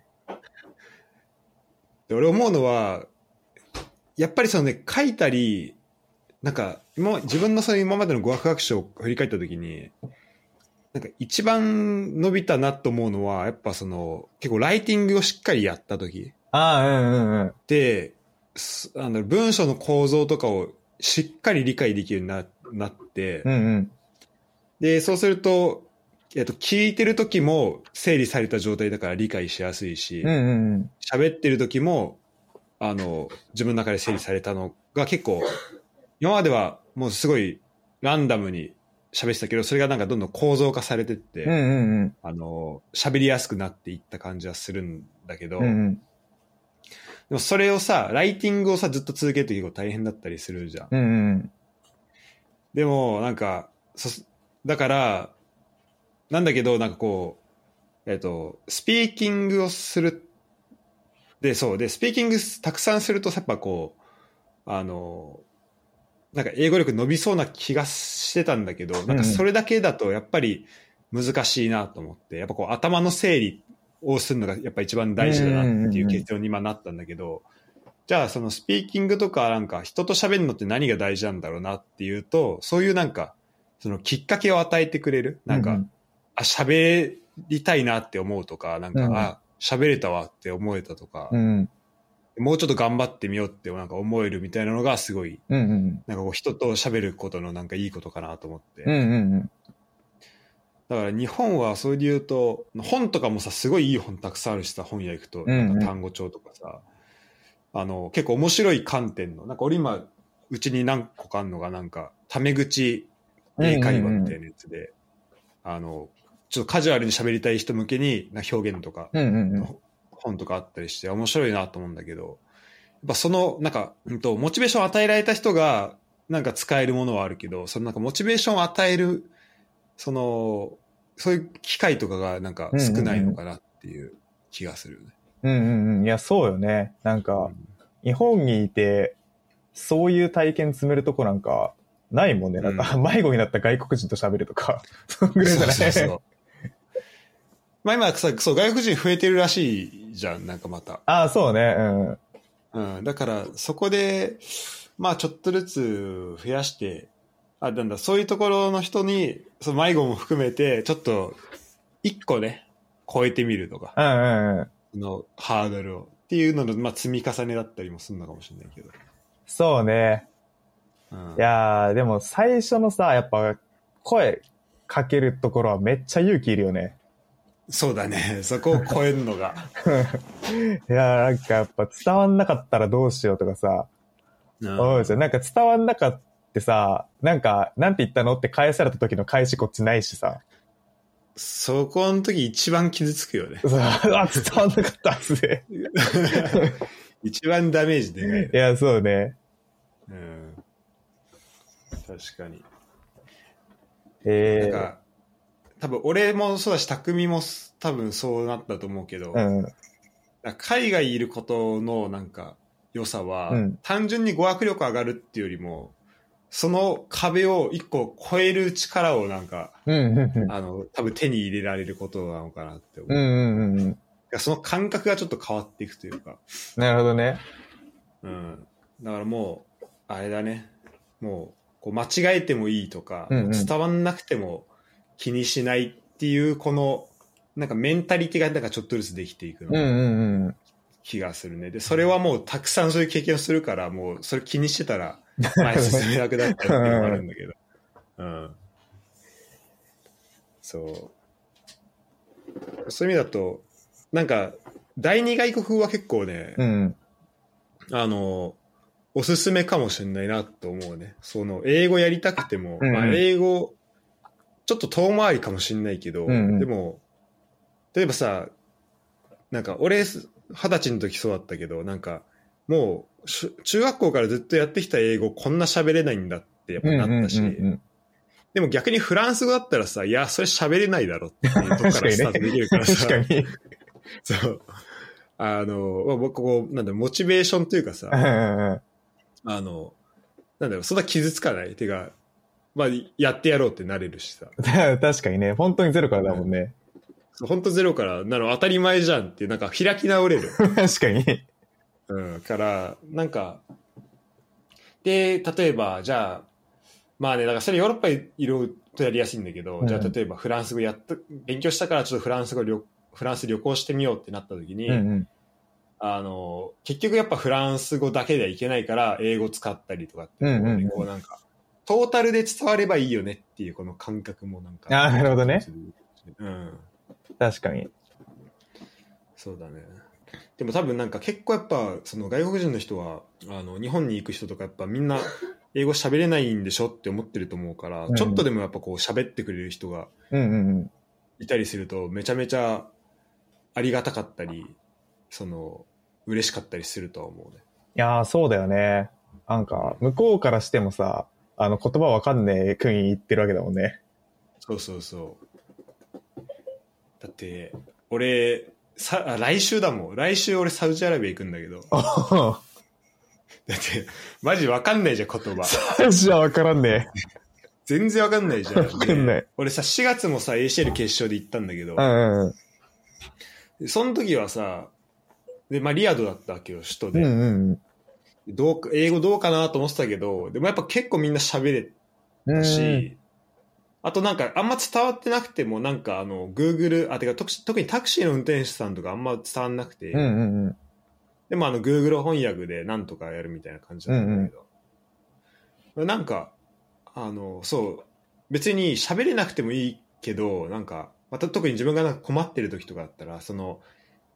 Speaker 1: で俺思うのはやっぱりそのね書いたりなんか今自分のその今までの語学学習を振り返った時になんか一番伸びたなと思うのはやっぱその結構ライティングをしっかりやった時、
Speaker 2: ああ、うんうんうん。
Speaker 1: で、すあの文章の構造とかをしっかり理解できるようにななって、
Speaker 2: うんうん。
Speaker 1: で、そうすると、えっと、聞いてる時も整理された状態だから理解しやすいし
Speaker 2: うん、うんうん。
Speaker 1: 喋、ってる時も、あの、自分の中で整理されたのが結構、今まではもうすごいランダムに喋ってたけど、それがなんかどんどん構造化されてって、
Speaker 2: うんうんうん。
Speaker 1: あの、喋りやすくなっていった感じはするんだけど、
Speaker 2: うんうん。
Speaker 1: でもそれをさ、ライティングをさ、ずっと続けると結構大変だったりするじゃん。
Speaker 2: うんうん
Speaker 1: でも、なんか、そすだから、なんだけど、なんかこう、えっと、スピーキングをする。で、そう。で、スピーキングたくさんすると、やっぱこう、あの、なんか英語力伸びそうな気がしてたんだけど、なんかそれだけだと、やっぱり、難しいなと思って、やっぱこう頭の整理をするのがやっぱ一番大事だなっていう結論に今なったんだけど、じゃあそのスピーキングとかなんか人と喋るのって何が大事なんだろうなっていうと、そういうなんか、そのきっかけを与えてくれる、なんか、
Speaker 2: うん
Speaker 1: あ、喋りたいなって思うとか、なんか、
Speaker 2: うん
Speaker 1: あ、喋れたわって思えたとか、
Speaker 2: うん。
Speaker 1: もうちょっと頑張ってみようってなんか思えるみたいなのがすごい、
Speaker 2: うんうん。
Speaker 1: なんかこう人と喋ることのなんかいいことかなと思って。
Speaker 2: うんうんうん。
Speaker 1: だから日本はそれで言うと、本とかもさ、すごいいい本たくさんあるしさ、本屋行くと、
Speaker 2: うんうん
Speaker 1: なんか単語帳とかさ、あの、結構面白い観点の、なんか俺今、うちに何個かあんのが、なんか、タメ口英会話みたいなやつで、あの、ちょっとカジュアルに喋りたい人向けに、なんか表現とか
Speaker 2: うんうんうん。
Speaker 1: 本とかあったりして面白いなと思うんだけど、やっぱその、なんか、うんと、モチベーションを与えられた人が、なんか使えるものはあるけど、そのなんかモチベーションを与える、その、そういう機会とかがなんか少ないのかなっていう気がするよね。
Speaker 2: うんうんうん。いや、そうよね。なんか、日本にいて、そういう体験積めるとこなんか、ないもんね。なんか、迷子になった外国人と喋るとか、そんぐらいじゃない
Speaker 1: *laughs* そうそうそう。 *laughs* まあ今さ、そう、外国人増えてるらしいじゃん、なんかまた。
Speaker 2: ああ、そうね。うん。
Speaker 1: うん、だからそこで、まあちょっとずつ増やして、あ、なんだ、そういうところの人に、その迷子も含めて、ちょっと、一個ね、超えてみるとか、
Speaker 2: うんうんうん。
Speaker 1: そのハードルを。っていうのの、まあ積み重ねだったりもするのかもしれないけど。
Speaker 2: そうね。
Speaker 1: うん、
Speaker 2: いやー、でも最初のさ、やっぱ、声かけるところはめっちゃ勇気いるよね。 *laughs*
Speaker 1: そうだね。そこを超えるのが。
Speaker 2: いやー、なんかやっぱ伝わんなかったらどうしようとかさ、
Speaker 1: うん
Speaker 2: そうですよ。なんか伝わんなかってさ、なんか、なんて言ったのって返された時の返しこっちないしさ。
Speaker 1: そこの時一番傷つくよね。 *laughs*
Speaker 2: そう *laughs* あ、伝わんなかったっすね。
Speaker 1: 一番ダメージでかい。
Speaker 2: いや、そうね。
Speaker 1: うん、確かに。な
Speaker 2: え
Speaker 1: んか、多分俺もそうだし、匠もす多分そうなったと思うけど、
Speaker 2: えうん。
Speaker 1: なんか海外いることのなんか良さは、
Speaker 2: うん
Speaker 1: 単純に語学力上がるっていうよりも、その壁を一個超える力をなんか、
Speaker 2: うん、うん、
Speaker 1: あの、多分手に入れられることなのかなって思う。
Speaker 2: うん。うん、うん、うん。
Speaker 1: その感覚がちょっと変わっていくというか、
Speaker 2: なるほどね。
Speaker 1: うん。だからもう、あれだね、もう、こう間違えてもいいとか、
Speaker 2: うんうん
Speaker 1: 伝わんなくても気にしないっていう、この、なんかメンタリティがなんかちょっとずつできていくの
Speaker 2: うん、うん、うん。
Speaker 1: 気がするね。で、それはもうたくさんそういう経験をするから、もうそれ気にしてたら前進めなくなったっていうのもあるんだけど。うん。そう。そういう意味だと、なんか、第二外国語は結構ね、
Speaker 2: うん。
Speaker 1: あの、おすすめかもしれないなと思うね。その、英語やりたくても、
Speaker 2: うんうん
Speaker 1: まあ、英語、ちょっと遠回りかもしれないけど、
Speaker 2: うんうん
Speaker 1: でも、例えばさ、なんか、俺、す二十歳の時そうだったけど、なんか、もうし、中学校からずっとやってきた英語、こんな喋れないんだって、やっぱ
Speaker 2: うん、
Speaker 1: なったし、
Speaker 2: うんうん
Speaker 1: でも逆にフランス語だったらさ、いや、それ喋れないだろっていうとこから
Speaker 2: 確かにね
Speaker 1: スタートできる
Speaker 2: う
Speaker 1: か
Speaker 2: ん。
Speaker 1: らさ、
Speaker 2: 確か *laughs* に。
Speaker 1: そう。あの、まあ僕、こう、なんだろう、モチベーションというかさ、
Speaker 2: うんうんうん
Speaker 1: あの、なんだろう、そんな傷つかない。てか、まあ、やってやろうってなれるしさ。
Speaker 2: *laughs* 確かにね。本当にゼロからだもんね。 *laughs*
Speaker 1: そう本当ゼロから、なの当たり前じゃんっていう、なんか開き直れ
Speaker 2: *laughs*
Speaker 1: る。
Speaker 2: 確かに。
Speaker 1: うん、から、なんか、で、例えば、じゃあ、まあね、だからそれヨーロッパいるとやりやすいんだけど、
Speaker 2: うん
Speaker 1: じゃあ例えばフランス語やった、勉強したからちょっとフランス語旅、フランス旅行してみようってなった時に、
Speaker 2: うん、うん。
Speaker 1: あの、結局やっぱフランス語だけではいけないから、英語使ったりとかっていうところ
Speaker 2: うんうん
Speaker 1: で、
Speaker 2: うん
Speaker 1: こうなんか、トータルで伝わればいいよねっていうこの感覚もなんか。
Speaker 2: あーなるほどね。
Speaker 1: うん。
Speaker 2: 確かに。
Speaker 1: そうだね。でも多分なんか結構やっぱ、その外国人の人は、あの、日本に行く人とかやっぱみんな英語喋れないんでしょって思ってると思うから
Speaker 2: う、ん
Speaker 1: ちょっとでもやっぱこう喋ってくれる人が
Speaker 2: うん、うん、
Speaker 1: いたりすると、めちゃめちゃありがたかったり、その、嬉しかったりするとは思うね。
Speaker 2: いやー、そうだよね。なんか、向こうからしてもさ、あの、言葉わかんねえ国に行ってるわけだもんね。
Speaker 1: そうそうそう。だって、俺、さあ来週だもん。来週俺サウジアラビア行くんだけど。だって、マジわかんないじゃん、言葉。
Speaker 2: 最初はわからんね
Speaker 1: 全然わかんないじゃん。
Speaker 2: わかんない。
Speaker 1: 俺さ、4月もさ、ACL 決勝で行ったんだけど
Speaker 2: う、んうん
Speaker 1: でその時はさ、で、まあ、リアドだったわけよ、首都
Speaker 2: うん。う
Speaker 1: で。
Speaker 2: んうん
Speaker 1: どうか英語どうかなと思ってたけど、でもやっぱ結構みんな喋れ
Speaker 2: うん。
Speaker 1: たし、あとなんか、あんま伝わってなくても、なんかあの、Google、あ、てか、特特にタクシーの運転手さんとかあんま伝わんなくて、
Speaker 2: うんうんうん。
Speaker 1: でもあの、Google 翻訳でなんとかやるみたいな感じだったんだけど、なんか、あの、そう、別に喋れなくてもいいけど、なんか、また特に自分がなんか困ってる時とかだったら、その、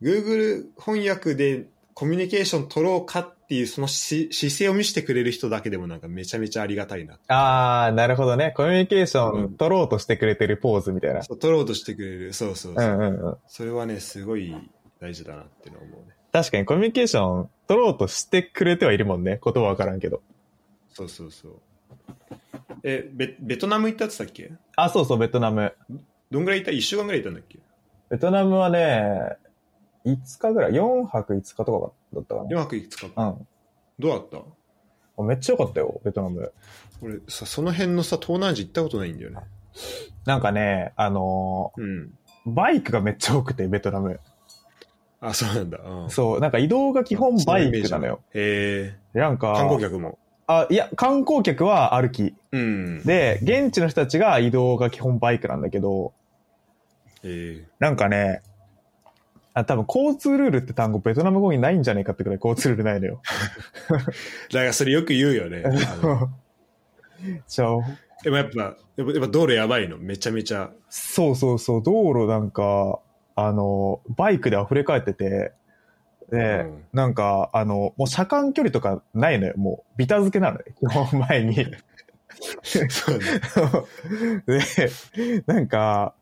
Speaker 1: Google 翻訳でコミュニケーション取ろうかっていう、そのし姿勢を見せてくれる人だけでもなんかめちゃめちゃありがたいな。
Speaker 2: あー、なるほどね。コミュニケーション取ろうとしてくれてるポーズみたいな。
Speaker 1: そう取ろうとしてくれる。そうそう
Speaker 2: う
Speaker 1: そう。
Speaker 2: んうんうん。
Speaker 1: それはね、すごい大事だなっていうのは思うね。
Speaker 2: 確かにコミュニケーション取ろうとしてくれてはいるもんね。言葉わからんけど。
Speaker 1: そうそうそう。え、ベベトナム行ったって言ったっけ
Speaker 2: あ、そうそう、ベトナム。
Speaker 1: どんぐらいいた ?1 週間ぐらいいたんだっけ
Speaker 2: ベトナムはね、5日ぐらい、4泊5日とかだったか
Speaker 1: ?4 泊5日。
Speaker 2: な。うん
Speaker 1: どうだった
Speaker 2: あ。めっちゃ良かったよ、ベトナム。
Speaker 1: 俺さ、その辺のさ、東南アジア行ったことないんだよね。
Speaker 2: なんかね、あの
Speaker 1: うん。
Speaker 2: ーバイクがめっちゃ多くて、ベトナム。
Speaker 1: あ、そうなんだ。うん、
Speaker 2: そう、なんか移動が基本バイクなのよ。
Speaker 1: へえ。
Speaker 2: なんか、
Speaker 1: 観光客も。
Speaker 2: あ、いや、観光客は歩き。
Speaker 1: うん。
Speaker 2: で、現地の人たちが移動が基本バイクなんだけど、
Speaker 1: え
Speaker 2: なんかね、あ多分交通ルールって単語ベトナム語にないんじゃないかってくらい交通ルールないのよ。
Speaker 1: ー、だからそれよく言うよ *laughs* ね。あの
Speaker 2: *laughs* そう
Speaker 1: でもやっぱ、やっぱやっぱ道路やばいの。めちゃめちゃ。
Speaker 2: そうそうそう、道路なんか、あの、バイクで溢れ返ってて、で、
Speaker 1: うん
Speaker 2: なんか、あの、もう車間距離とかないのよ。もう、ビタ付けなのね。基本前に。
Speaker 1: そうね。
Speaker 2: *laughs* で、なんか、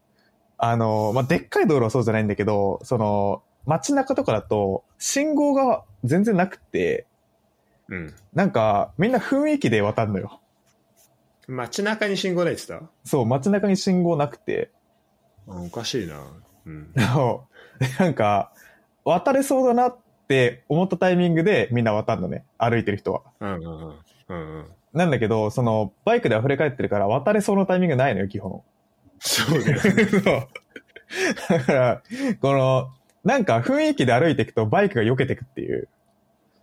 Speaker 2: あの、まあ、でっかい道路はそうじゃないんだけど、その、街中とかだと、信号が全然なくて、
Speaker 1: うん。
Speaker 2: なんか、みんな雰囲気で渡るのよ。
Speaker 1: 街中に信号ないって言ってた
Speaker 2: そう、街中に信号なくて、
Speaker 1: あおかしいな。うん。
Speaker 2: そうでなんか、渡れそうだなって思ったタイミングでみんな渡るのね。歩いてる人は。
Speaker 1: うんうんうんうんうん。
Speaker 2: なんだけど、その、バイクで溢れ返ってるから渡れそうなタイミングないのよ、基本。
Speaker 1: そうだよ。
Speaker 2: そう。だから、この、なんか雰囲気で歩いていくとバイクが避けてくっていう。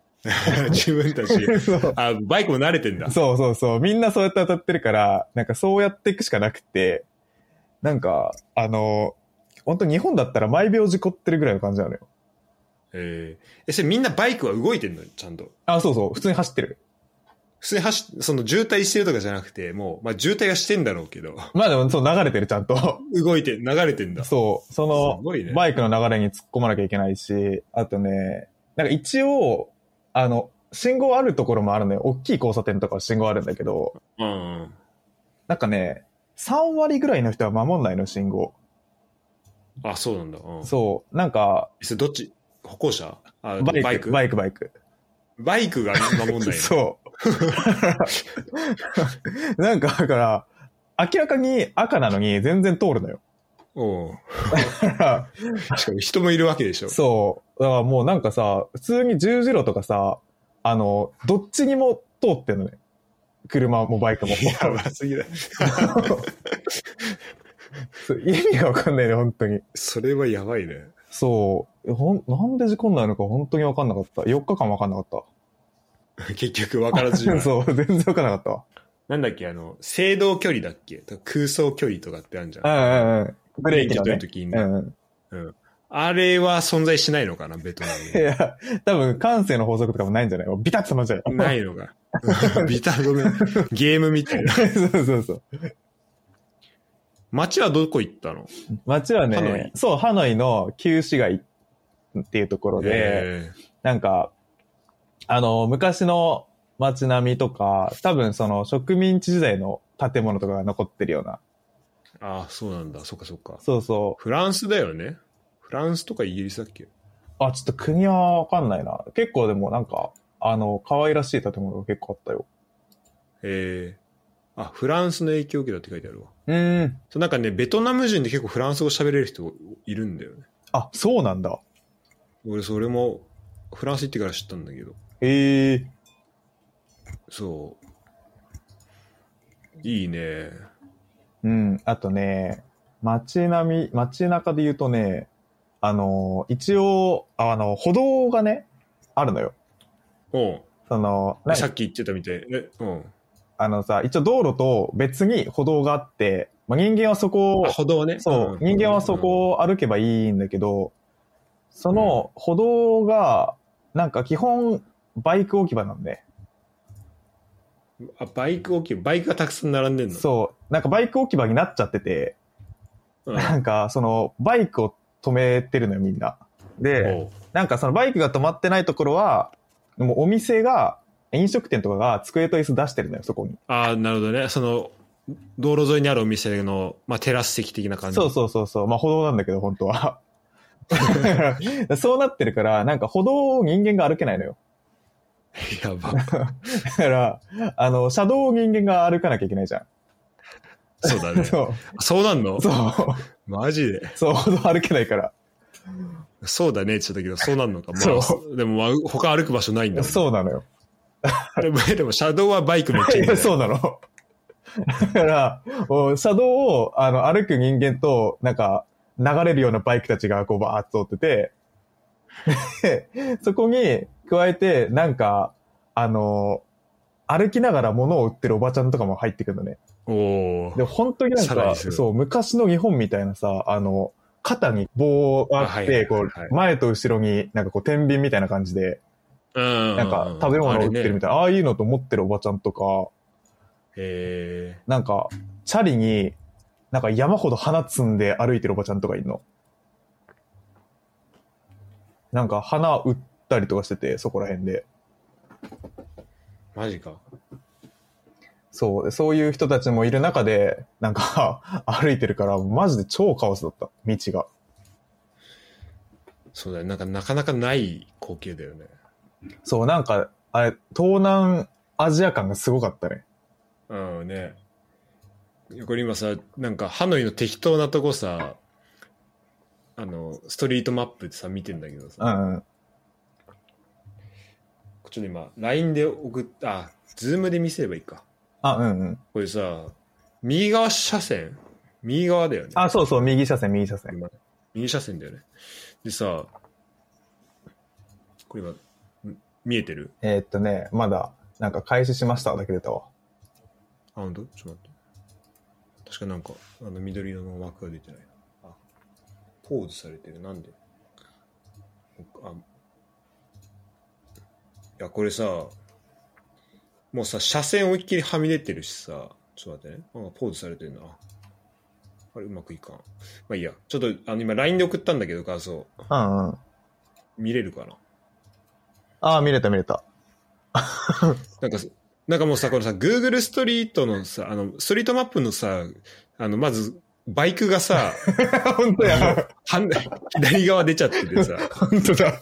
Speaker 1: *laughs* 自分たち。
Speaker 2: そう
Speaker 1: あ、バイクも慣れてんだ。
Speaker 2: そうそうそう。みんなそうやって当たってるから、なんかそうやっていくしかなくて、なんか、あの、本当日本だったら毎秒事故ってるぐらいの感じなのよ。
Speaker 1: えー、え、それみんなバイクは動いてんのちゃんと。
Speaker 2: あ、そうそう。普通に走ってる。
Speaker 1: 普通に走っその渋滞してるとかじゃなくて、もう、まあ渋滞はしてんだろうけど、 *laughs*
Speaker 2: まあでも、そう流れてる、ちゃんと。
Speaker 1: 動いて、流れてんだ。
Speaker 2: そう、そ
Speaker 1: す
Speaker 2: の、
Speaker 1: ごいね
Speaker 2: バイクの流れに突っ込まなきゃいけないし、あとね、なんか一応、あの、信号あるところもあるのよ。大きい交差点とかは信号あるんだけど、
Speaker 1: うんうん。
Speaker 2: なんかね、3割ぐらいの人は守んないの、信号。
Speaker 1: あ、そうなんだ。うん。
Speaker 2: そう、なんか、
Speaker 1: それどっち歩行者あ
Speaker 2: バイク、
Speaker 1: バイク
Speaker 2: バイク、バイク。
Speaker 1: バイクが守ん
Speaker 2: *laughs*
Speaker 1: ないの。
Speaker 2: そう。なんか、だから、明らかに赤なのに全然通る
Speaker 1: *laughs*
Speaker 2: のよ。
Speaker 1: おう
Speaker 2: だから
Speaker 1: しかも人もいるわけでしょ。
Speaker 2: そう。だからもうなんかさ、普通に十字路とかさ、あの、どっちにも通ってんのね。車もバイクも。
Speaker 1: やばすぎだ。
Speaker 2: そう意味がわかんないね、本当に。そ
Speaker 1: それはやばいね。 *laughs*
Speaker 2: う。ほん、なんで事故になるのか本当にわかんなかった。4日間わかんなかっ
Speaker 1: 結局分からずに
Speaker 2: た。
Speaker 1: は。
Speaker 2: *laughs* そう、全然わかんなかったわ。
Speaker 1: なんだっけ、あの、制動距離だっけとか空想距離とかってあるじゃん。
Speaker 2: うんうんうん。ブ
Speaker 1: ブ
Speaker 2: レ
Speaker 1: レ
Speaker 2: ー
Speaker 1: ー
Speaker 2: キ
Speaker 1: キ
Speaker 2: の
Speaker 1: 取る
Speaker 2: ね
Speaker 1: と。きに、
Speaker 2: うんうん。
Speaker 1: あれは存在しないのかな、ベトナ
Speaker 2: いや、多分感性の法則とかもないんじゃないもうビタッと止まっちゃう。
Speaker 1: ム。ないのか。 *laughs* ビタごめん。ゲームみたいな。
Speaker 2: *laughs* そうそうそう。
Speaker 1: 街はどこ行ったの
Speaker 2: 街は
Speaker 1: ハノイ
Speaker 2: ね、そう、ハノイの旧市街っていうところで、
Speaker 1: え
Speaker 2: なんか、あの、昔の街並みとか、多分その植民地時代の建物とかが残ってるような。
Speaker 1: ーああ、そうなんだ。そっかそっか。
Speaker 2: そうそ
Speaker 1: フランスだよね。フランスとかイギリスだっけ
Speaker 2: う。あ、ちょっと国はわかんないな。結構でもなんか、あの、可愛らしい建物が結構あったよ。
Speaker 1: えー、あ、フランスの影響を受けたって書いてあるわ。
Speaker 2: うん。
Speaker 1: そうなんかね、ベトナム人で結構フランス語喋れる人いるんだよね。
Speaker 2: あ、そうなんだ。
Speaker 1: 俺、それもフランス行ってから知ったんだけど。
Speaker 2: ええ
Speaker 1: そう。いいね。
Speaker 2: うん。あとね、街並み、街中で言うとね、あの、一応、ああの、歩道がね、あるのよ。
Speaker 1: お
Speaker 2: その、
Speaker 1: う
Speaker 2: なん
Speaker 1: さっき言ってたみたい。え、うん。
Speaker 2: あのさ、一応道路と別に歩道があって、まあ、人間はそこを
Speaker 1: あ、歩道ね。
Speaker 2: そう、
Speaker 1: ん
Speaker 2: 人間はそこを歩けばいいんだけど、その歩道が、なんか基本、バイク置き場なんで、
Speaker 1: うんあ、バイク置き、バイクがたくさん並んでんの。
Speaker 2: そう、なんかバイク置き場になっちゃってて、 *laughs*
Speaker 1: うん。
Speaker 2: なんか、その、バイクを止めてるのよ、みんな。で、
Speaker 1: おう
Speaker 2: なんかそのバイクが止まってないところは、もうお店が、飲食店とかが机と椅子出してるのよ、そこに。
Speaker 1: あーなるほどね。その、道路沿いにあるお店の、まあ、テラス席的な感じ。
Speaker 2: そうそうそうそう。まあ歩道なんだけど、本当は。 *laughs* そうなってるから、なんか歩道を人間が歩けないのよ。
Speaker 1: やば。
Speaker 2: だから、あの、車道を人間が歩かなきゃいけないじゃ
Speaker 1: そうだね
Speaker 2: ん。。 *laughs* そ
Speaker 1: そうなんの
Speaker 2: う。そう。
Speaker 1: マジで。
Speaker 2: そう、歩道歩けないから。
Speaker 1: そうだねって言ってたけど、そうなんのか。ま
Speaker 2: そ
Speaker 1: あ、でも、まあ他歩く場所ないんだもん
Speaker 2: そうなのよ。
Speaker 1: でも、 *laughs* でも車道はバイクめっちゃいいんだよ。
Speaker 2: *laughs* そうなの。だから、もう車道をあの歩く人間と、なんか、流れるようなバイクたちがこうバーッと通ってて、でそこに加えて、なんか、あの、歩きながら物を売ってるおばちゃんとかも入ってくるのね。
Speaker 1: お
Speaker 2: で、
Speaker 1: ー
Speaker 2: 本当になん
Speaker 1: さら
Speaker 2: か、
Speaker 1: にする
Speaker 2: そう、昔の日本みたいなさ、あの、肩に棒があっ
Speaker 1: あはい
Speaker 2: て、こ、
Speaker 1: はいはいう
Speaker 2: 前と後ろになんかこう、天秤みたいな感じで、
Speaker 1: うん。
Speaker 2: なんか食べ物を売ってるみ
Speaker 1: たい。
Speaker 2: たいな、ああいうのと思ってるおばちゃんとか、
Speaker 1: え
Speaker 2: なんか、チャリに、なんか山ほど花摘んで歩いてるおばちゃんとかいるの。なんか花売ったりとかしてて、そこら辺で。
Speaker 1: ー、マジか。
Speaker 2: そう、でそういう人たちもいる中で、なんか *laughs* 歩いてるから、マジで超カオスだった、道が。
Speaker 1: そうだね。なんか、なかなかない光景だよね。
Speaker 2: そう、なんか、あれ、東南アジア感がすごかったね。
Speaker 1: うんね。これ今さ、なんかハノイの適当なとこさ、あの、ストリートマップでさ、見てんだけどさ、
Speaker 2: うんうん。
Speaker 1: ちょっと今、LINE で送った、あ、ズームで見せればいいか。
Speaker 2: あ、うんうん。
Speaker 1: これさ、右側車線右側だよね。
Speaker 2: あ、そうそう、右車線、右車線。
Speaker 1: 右車線だよね。でさ、これ今、ん見えてる
Speaker 2: えーっとね、まだ、なんか開始しましただけ出たわ。
Speaker 1: あ、ほんとちょっと待って。確かなんか、あの、緑色の枠が出てないな。あ、ポーズされてる。なんであ、いや、これさ、もうさ、車線思いっきりはみ出てるしさ、ちょっと待ってね。あ、ポーズされてるな。あれ、うまくいかん。まあいいや。ちょっと、あの、今、LINE で送ったんだけど、画像。
Speaker 2: うんうん。
Speaker 1: 見れるかな
Speaker 2: ああ、見れた見れた。 *laughs*
Speaker 1: なんかそ、なんかもうさ、このさ、Google ストリートのさ、あの、ストリートマップのさ、あの、まず、バイクがさ、
Speaker 2: 本当や。
Speaker 1: *laughs* はん左側出ちゃっててさ、
Speaker 2: *laughs* 本当だ。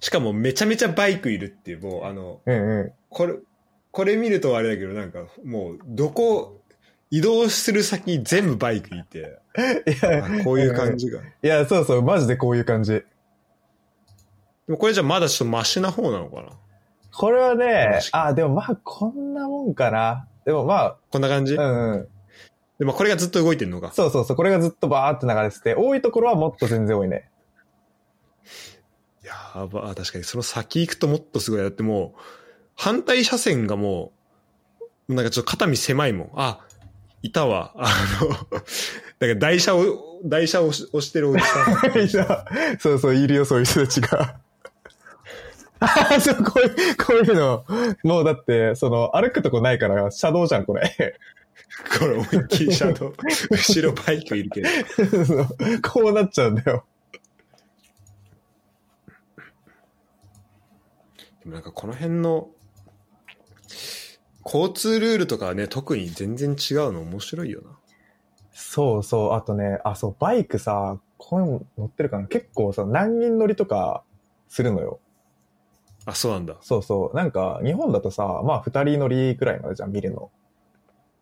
Speaker 1: しかもめちゃめちゃバイクいるっていう、もう、あの、
Speaker 2: うんうん。
Speaker 1: これ、これ見るとあれだけど、なんか、もう、どこ、移動する先全部バイクいて、
Speaker 2: いや
Speaker 1: あ、こういう感。じが。
Speaker 2: いや、 *laughs* そうそう、マジでこういう感じ。
Speaker 1: でもこれじゃまだちょっとマシな方なのかな
Speaker 2: これはね、
Speaker 1: 確かに
Speaker 2: あ、でもまあ、こんなもんかな。でもま
Speaker 1: こんな感じ、
Speaker 2: あ、うんうん。
Speaker 1: でもこれがずっと動いてるのか。
Speaker 2: そうそうそう、これがずっとバーって流れてて、多いところはもっと全然多いね。 *laughs*
Speaker 1: やば、あ確かにその先行くともっとすごい。だってもう、反対車線がもう、なんかちょっと肩身狭いもん。あ、いたわ。あの、 *laughs* だから台車を、台車を押し押してるおじさん。
Speaker 2: いやそうそう、いるよ、そういう人たちが。 *laughs* あそう、こういう、こういうの。もうだって、その、歩くとこないから、車道じゃん、これ。 *laughs*
Speaker 1: これ思いっきり車道、後ろバイクいるけど。
Speaker 2: そうこうなっちゃうんだよ。
Speaker 1: でもなんかこの辺の、交通ルールとかはね、特に全然違うの面白いよな。
Speaker 2: そうそう、あとね、あ、そう、バイクさ、こういうの乗ってるかな結構さ、何人乗りとかするのよ。
Speaker 1: あ、そうなんだ。
Speaker 2: そうそう。なんか、日本だとさ、まあ、二人乗りくらいまでじゃん、見るの。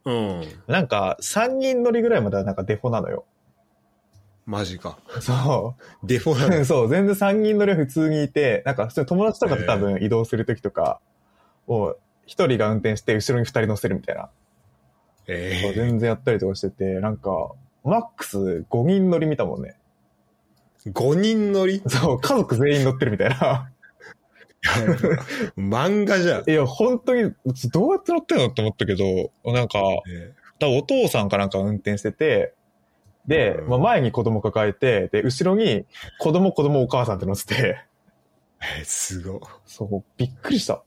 Speaker 1: うん。
Speaker 2: なんか、三人乗りぐらいまではなんかデフォなのよ。
Speaker 1: マジか。
Speaker 2: そ
Speaker 1: デフォなんだ
Speaker 2: う。そう、全然三人乗りは普通にいて、なんか、普通に友達とかと多分移動するときとかを、一人が運転して、後ろに二人乗せるみたいな。
Speaker 5: ええ
Speaker 2: 全然やったりとかしてて、なんか、マックス5人乗り見たもんね。
Speaker 1: 5人乗り *laughs*
Speaker 2: そう、家族全員乗ってるみたいな。
Speaker 1: 漫画じゃん。
Speaker 2: いや、本当に、どうやって乗ってるのって思ったけど、なんか、
Speaker 5: え
Speaker 2: 多分お父さんかなんか運転してて、で、
Speaker 1: うん
Speaker 2: まあ、前に子供抱えて、で、後ろに子供、子供、お母さんって乗ってて、
Speaker 1: えすごい。
Speaker 2: そう、びっくりした。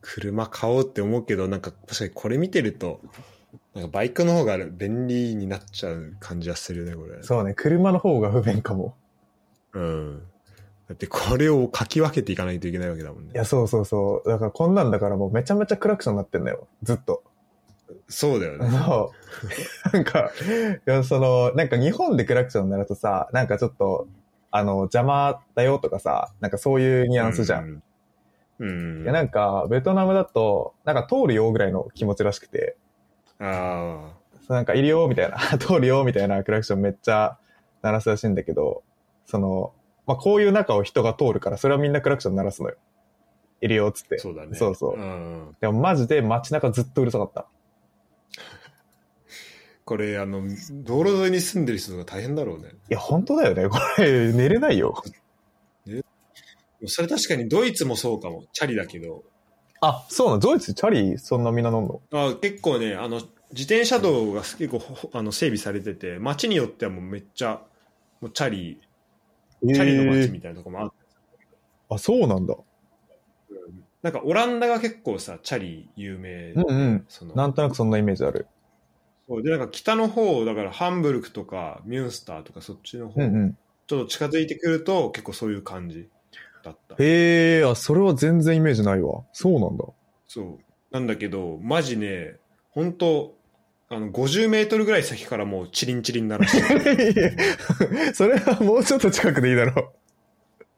Speaker 1: 車買おうって思うけど、なんか確かにこれ見てると、なんかバイクの方が便利になっちゃう感じはするね、これ。
Speaker 2: そうね、車の方が不便かも。
Speaker 1: うん。だってこれをかき分けていかないといけないわけだもんね
Speaker 2: い。や、そうそうそう。だからこんなんだからもうめちゃめちゃクラクションになってんだよ。ずっと。
Speaker 1: そうだよ *laughs* ね。
Speaker 2: そう。なんか、いやその、なんか日本でクラクションになるとさ、なんかちょっと、あの、邪魔だよとかさ、なんかそういう *laughs* ニュアンスじゃん。
Speaker 1: ん。うん。
Speaker 2: いや、なんか、ベトナムだと、なんか通るよぐらいの気持ちらしくて、
Speaker 1: あ
Speaker 2: そうなんかいるよみたいな、 *laughs* 通るよみたいなクラクションめっちゃ鳴らすらしいんだけど、その、まあ、こういう中を人が通るから、それはみんなクラクション鳴らすのよ。いるよっつって
Speaker 1: あ、。そうだね。
Speaker 2: そうそう
Speaker 1: うん。
Speaker 2: でもマジで街中ずっとうるさかった。
Speaker 1: これ、あの、道路沿いに住んでる人とか大変だろうね。
Speaker 2: いや、本当だよね。こ *laughs* れ、寝れないよ。
Speaker 1: それ確かにドイツもそうかも。チャリだけど。
Speaker 2: あ、そうなの。ドイツチャリ、そんなみんな飲んの
Speaker 1: あ結構ね、あの、自転車道が結構ほあの整備されてて、街によってはもうめっちゃ、もうチャリ、チャリの街みたいなとこもあって、
Speaker 2: あ、そうなんだ。
Speaker 1: なんかオランダが結構さ、チャリ有名
Speaker 2: うんうん。
Speaker 1: そ
Speaker 2: な
Speaker 1: の
Speaker 2: んとなくそんなイメージある。
Speaker 1: そうで、なんか北の方、だからハンブルクとかミュンスターとかそっちの方、
Speaker 2: うんうん。
Speaker 1: ちょっと近づいてくると結構そういう感じだった。
Speaker 2: へえ、あ、それは全然イメージないわ。そうなんだ。
Speaker 1: そう。なんだけど、マジね、本当あの、50メートルぐらい先からもうチリンチリン鳴ら
Speaker 2: *laughs*
Speaker 1: してる
Speaker 2: それはもうちょっと近くでいいだろ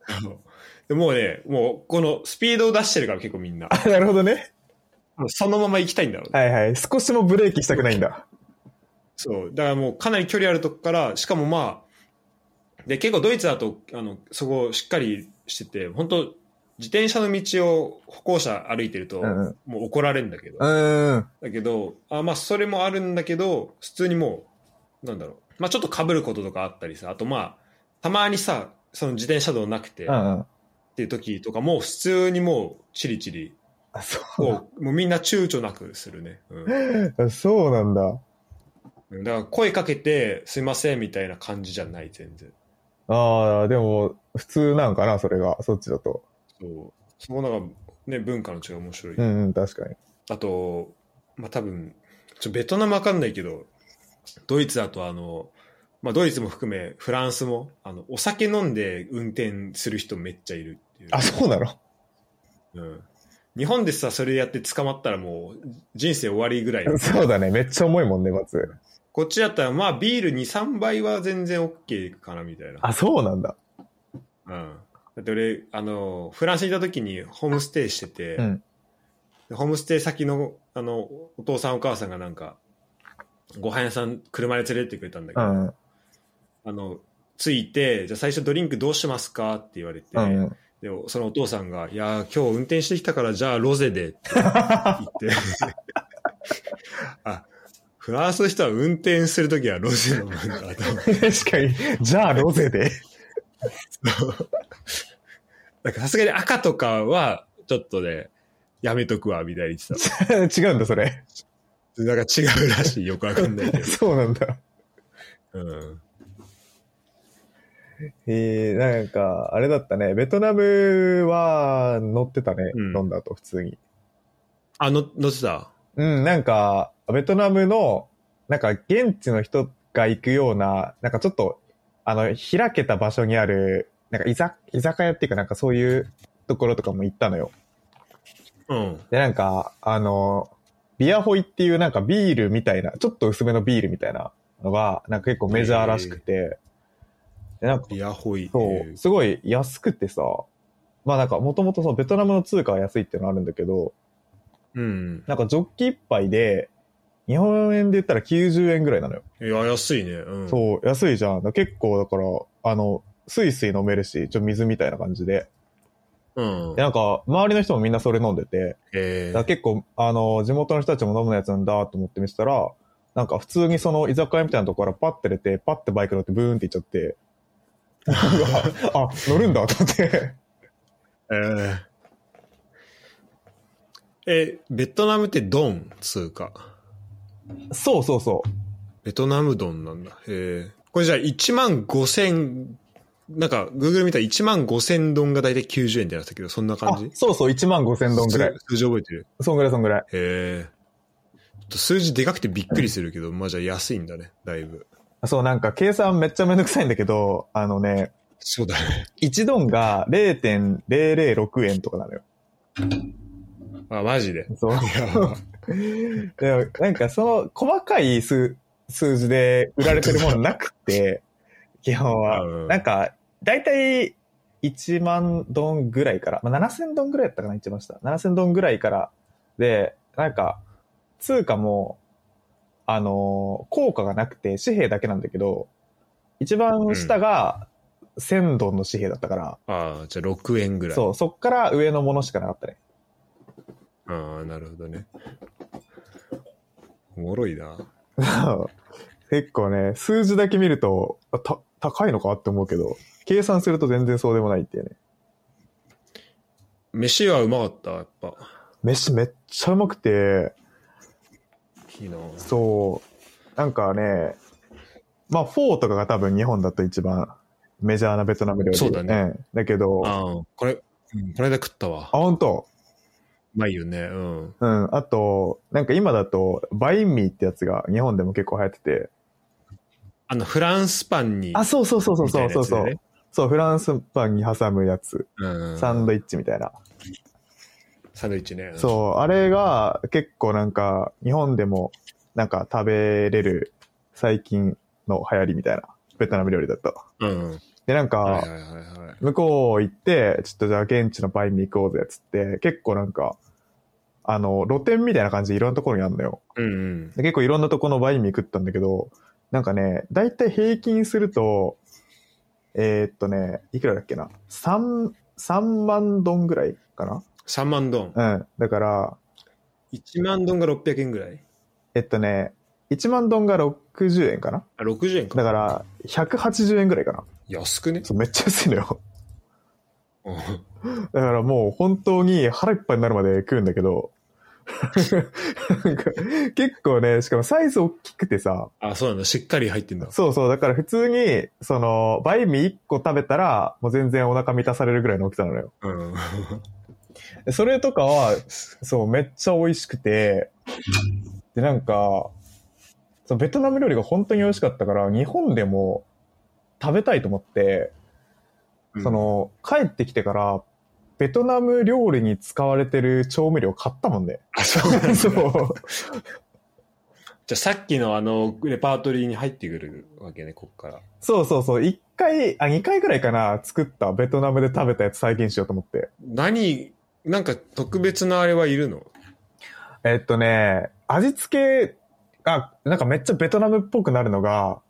Speaker 2: う。
Speaker 1: でもうね、もうこのスピードを出してるから結構みんな。
Speaker 2: *laughs* なるほどね。
Speaker 1: そのまま行きたいんだろうね。
Speaker 2: はいはい。少しもブレーキしたくないんだ。
Speaker 1: そう。だからもうかなり距離あるとこから、しかもまあ、で、結構ドイツだと、あの、そこをしっかりしてて、本当自転車の道を歩行者歩いてると、
Speaker 2: うんうん。
Speaker 1: もう怒られるんだけど
Speaker 2: う。ーん。
Speaker 1: だけど、あまあ、それもあるんだけど、普通にもう、なんだろう。まあ、ちょっと被ることとかあったりさ、あとまあ、たまにさ、その自転車道なくて
Speaker 2: う
Speaker 1: っ
Speaker 2: んうん。
Speaker 1: ていう時とかも、普通にもう、チリチリ、
Speaker 2: あ、そうなんだ。
Speaker 1: もう、もうみんな躊躇なくするね。うん。
Speaker 2: あそうなんだ。
Speaker 1: うんだから声かけて、すいませんみたいな感じじゃない、全然。
Speaker 2: ああ、でも、普通なんかな、それが。そっちだと。
Speaker 1: そう。そこなんか、ね、文化の違い面白い。
Speaker 2: うんうん、確かに。
Speaker 1: あと、まあ、多分、ちょベトナムわかんないけど、ドイツだとあの、まあ、ドイツも含め、フランスも、あの、お酒飲んで運転する人めっちゃいるっていう。
Speaker 2: あ、そうなの
Speaker 1: うん。日本でさ、それやって捕まったらもう、人生終わりぐらい。
Speaker 2: *laughs* そうだね。めっちゃ重いもんね、松。
Speaker 1: こっちだったら、まあ、ビール2、3杯は全然 OK かな、みたいな。
Speaker 2: あ、そうなんだ。
Speaker 1: うんだって俺、あの、フランスにいた時にホームステイしてて、
Speaker 2: うん
Speaker 1: でホームステイ先の、あの、お父さんお母さんがなんか、ご飯屋さん車で連れてってくれたんだけ
Speaker 2: う
Speaker 1: ど、
Speaker 2: んうん。
Speaker 1: あの、着いて、じゃあ最初ドリンクどうしますかって言われて、
Speaker 2: うんうん。
Speaker 1: で、そのお父さんが、いやー、今日運転してきたから、じゃあロゼでって
Speaker 2: *laughs*
Speaker 1: 言って、あ、フランスの人は運転するときはロゼ飲むんだと思って
Speaker 2: 確かに。じゃあ、ロゼで。 *laughs*
Speaker 1: なんかさすがに赤とかは、ちょっとね、やめとくわ、みたいに言ってた。
Speaker 2: 違うんだ、それ。
Speaker 1: なんか違うらしい、よくわかんない
Speaker 2: *laughs*
Speaker 1: けど。
Speaker 2: そうなんだ。
Speaker 1: うん。
Speaker 2: えー、なんか、あれだったね。ベトナムは乗ってたね。
Speaker 1: うん
Speaker 2: 飲んだと、普通に。
Speaker 1: あ、の、乗ってた
Speaker 2: うん、なんか、ベトナムの、なんか、現地の人が行くような、なんかちょっと、あの、開けた場所にある、なんか居酒、居酒屋っていうか、なんかそういうところとかも行ったのよ。
Speaker 1: うん。
Speaker 2: で、なんか、あの、ビアホイっていうなんかビールみたいな、ちょっと薄めのビールみたいなのが、なんか結構メジャーらしくて、で、なんか、
Speaker 1: ビアホイ。
Speaker 2: そう、すごい安くてさ、まあなんか、もともとそのベトナムの通貨が安いっていうのあるんだけど、
Speaker 1: うん。
Speaker 2: なんかジョッキ一杯で、日本円で言ったら90円ぐらいなのよ。
Speaker 1: いや、安いね。うん。う。
Speaker 2: そう、安いじゃん。だから結構だから、あの、スイスイ飲めるし、ちょ、水みたいな感じで。
Speaker 1: うん
Speaker 2: で。なんか、周りの人もみんなそれ飲んでて、
Speaker 1: え
Speaker 2: だから結構、あの、地元の人たちも飲むやつなんだと思って見せたら、なんか普通にその居酒屋みたいなところからパッて出て、パッてバイク乗ってブーンって行っちゃって、うわあ、乗るんだと思って。
Speaker 1: ー、え、ベトナムってドン通貨。
Speaker 2: そうそうそ
Speaker 1: ベトナムドンなんだ。えー、これじゃあ1万5千、なんか、Google 見たら1万5千ドンが大体90円ってなってたけど、そんな
Speaker 2: う。
Speaker 1: 感
Speaker 2: あ
Speaker 1: じ、
Speaker 2: そうそう、1万5千ドンぐらい。
Speaker 1: 数数字覚えてる。
Speaker 2: そんぐらいそんぐらい。
Speaker 1: へえ。ちょっと数字でかくてびっくりするけど、まあじゃあ安いんだね、だいぶ。
Speaker 2: そう、なんか計算めっちゃめんどくさいんだけど、あのね、
Speaker 1: そうだね。
Speaker 2: 1ドンが0.006円とかなのよ。
Speaker 1: *laughs* あ、マジで。
Speaker 2: そう。
Speaker 1: *laughs*
Speaker 2: でも、なんかその細かい数数字で売られてるものなくて、 *laughs* 基本は。
Speaker 1: うん
Speaker 2: なんか、だいたい1万ドンぐらいから、まあ、7000ドンぐらいだったかな、言ってました。7000ドンぐらいから。で、なんか、通貨も、あのー効果がなくて紙幣だけなんだけど、一番下が1000ドンの紙幣だったから、
Speaker 1: ああ、じゃあ6円ぐらい。
Speaker 2: そう、そっから上のものしかなかったね。
Speaker 1: ああ、なるほどね。おもろいな。
Speaker 2: *laughs* 結構ね、数字だけ見ると、あた、高いのかって思うけど、計算すると全然そうでもないっていうね。
Speaker 1: 飯はうまかった、やっぱ。
Speaker 2: 飯めっちゃうまくて、
Speaker 1: いいな。
Speaker 2: そう、なんかね、まあ、フォーとかが多分日本だと一番メジャーなベトナム料理。
Speaker 1: そうだね
Speaker 2: んだけど、あ、
Speaker 1: ああ、これ、うんこれで食ったわ。う
Speaker 2: 本当
Speaker 1: まいよね。うん。
Speaker 2: うん。あと、なんか今だと、バインミーってやつが日本でも結構流行ってて。
Speaker 1: あの、フランスパンに。
Speaker 2: あ、そうそうそうそう
Speaker 1: みたい
Speaker 2: そ
Speaker 1: うな
Speaker 2: そ
Speaker 1: や
Speaker 2: う
Speaker 1: つだ
Speaker 2: そ
Speaker 1: よね、。
Speaker 2: うフランスパンに挟むやつ。
Speaker 1: うん。
Speaker 2: サンドイッチみたいな。
Speaker 1: サンドイッチね。う。
Speaker 2: そう、あれが結構なんか、日本でもなんか食べれる最近の流行りみたいな、ベトナム料理だった。
Speaker 1: うん。はい
Speaker 2: で、なん
Speaker 1: は
Speaker 2: か、
Speaker 1: いはいはい。
Speaker 2: 向こう行って、ちょっとじゃあ現地のバインミー行こうぜっつって、結構なんか、あの、露店みたいな感じでいろんなところにあるのよ。
Speaker 1: うんうん。
Speaker 2: で結構いろんなとこのバインミー食ったんだけど、なんかね、だいたい平均すると、えーっとね、いくらだっけな ?3、3万ドンぐらいかな
Speaker 1: 3万ドン。
Speaker 2: うん。だから、
Speaker 1: 1万ドンが600円ぐらい。
Speaker 2: えっとね、1万ドンが60円かな
Speaker 1: あ、60円か。
Speaker 2: だから、180円ぐらいかな
Speaker 1: 安くね。
Speaker 2: そう、めっちゃ安いのよ。 *laughs*
Speaker 1: うん
Speaker 2: だからもう本当に腹いっぱいになるまで食うんだけど、 *laughs* なんか結構ね、しかもサイズ大きくてさ、
Speaker 1: あ、そうなんだ。しっかり入ってんだ。
Speaker 2: そうそう、だから普通に、その、バインミー1個食べたら、もう全然お腹満たされるぐらいの大きさなのよ。
Speaker 1: うん。
Speaker 2: それとか *laughs* は、そう、めっちゃ美味しくて、で、なんか、そうベトナム料理が本当に美味しかったから、日本でも食べたいと思って、その、帰ってきてから、ベトナム料理に使われてる調味料買ったもんね。
Speaker 1: あ、そうなんだ。
Speaker 2: *laughs* そ
Speaker 1: じゃ
Speaker 2: う。
Speaker 1: あさっきのあの、レパートリーに入ってくるわけね、こっから。
Speaker 2: そうそうそう。一回、あ、二回ぐらいかな、作ったベトナムで食べたやつ再現しようと思って。
Speaker 1: 何、なんか特別なあれはいるの
Speaker 2: えっとね、味付けが、なんかめっちゃベトナムっぽくなるのが、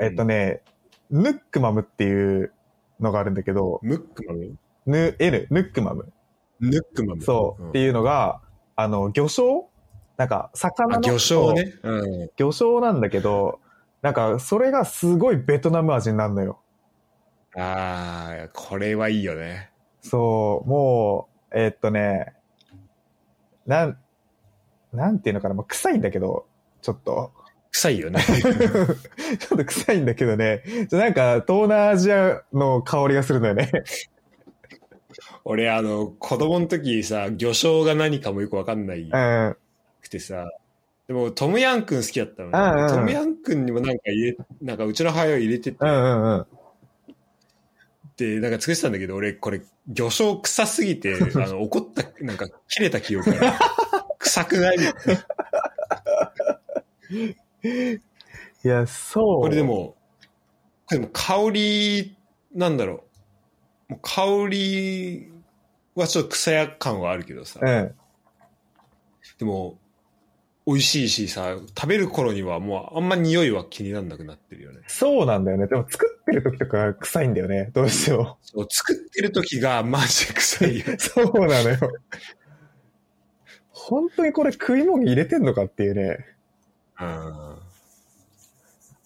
Speaker 2: えっとね、ヌックマムっていうのがあるんだけど、
Speaker 1: ムックマム
Speaker 2: ヌ、N、ヌックマム。
Speaker 1: ヌックマム。
Speaker 2: そう。って
Speaker 1: う
Speaker 2: いうのが、あの、魚醤なんか、
Speaker 1: ん。
Speaker 2: 魚
Speaker 1: あ、
Speaker 2: の。
Speaker 1: 魚
Speaker 2: そ
Speaker 1: 醤
Speaker 2: う
Speaker 1: ね。うん。
Speaker 2: 魚醤なんだけど、なんか、それがすごいベトナム味になるのよ。
Speaker 1: ああ、これはいいよね。
Speaker 2: そう、もう、えーっとね、なん、なんていうのかな、まあ、臭いんだけど、ちょっと。
Speaker 1: 臭いよね。 *laughs*
Speaker 2: ちょっと臭いんだけどね。ちょなんか、東南アジアの香りがするのよね。 *laughs*
Speaker 1: 俺、あの、子供の時さ、魚醤が何かもよくわかんない
Speaker 2: うん。
Speaker 1: くてさ、でも、トムヤンくん好きだったの、
Speaker 2: うんうんうん
Speaker 1: ね。トムヤンくんにもなんか入れ、なんかうちの母親入れてて、
Speaker 2: うんうんうん。
Speaker 1: で、なんか作ってたんだけど、俺、これ、魚醤臭すぎて、あの、怒った、なんか、切れた記憶が、臭くない
Speaker 2: いや、そう。
Speaker 1: これでも、これでも香り、なんだろう。もう香りはちょっと臭や感はあるけどさ。
Speaker 2: うん。
Speaker 1: でも、美味しいしさ、食べる頃にはもうあんま匂いは気にならなくなってるよね。
Speaker 2: そうなんだよね。でも作ってる時とか臭いんだよね。どうしても。 *laughs*
Speaker 1: そう作ってる時がマジ臭いよ。
Speaker 2: そうなのよ。本当にこれ食い物に入れてんのかっていうね。
Speaker 1: あ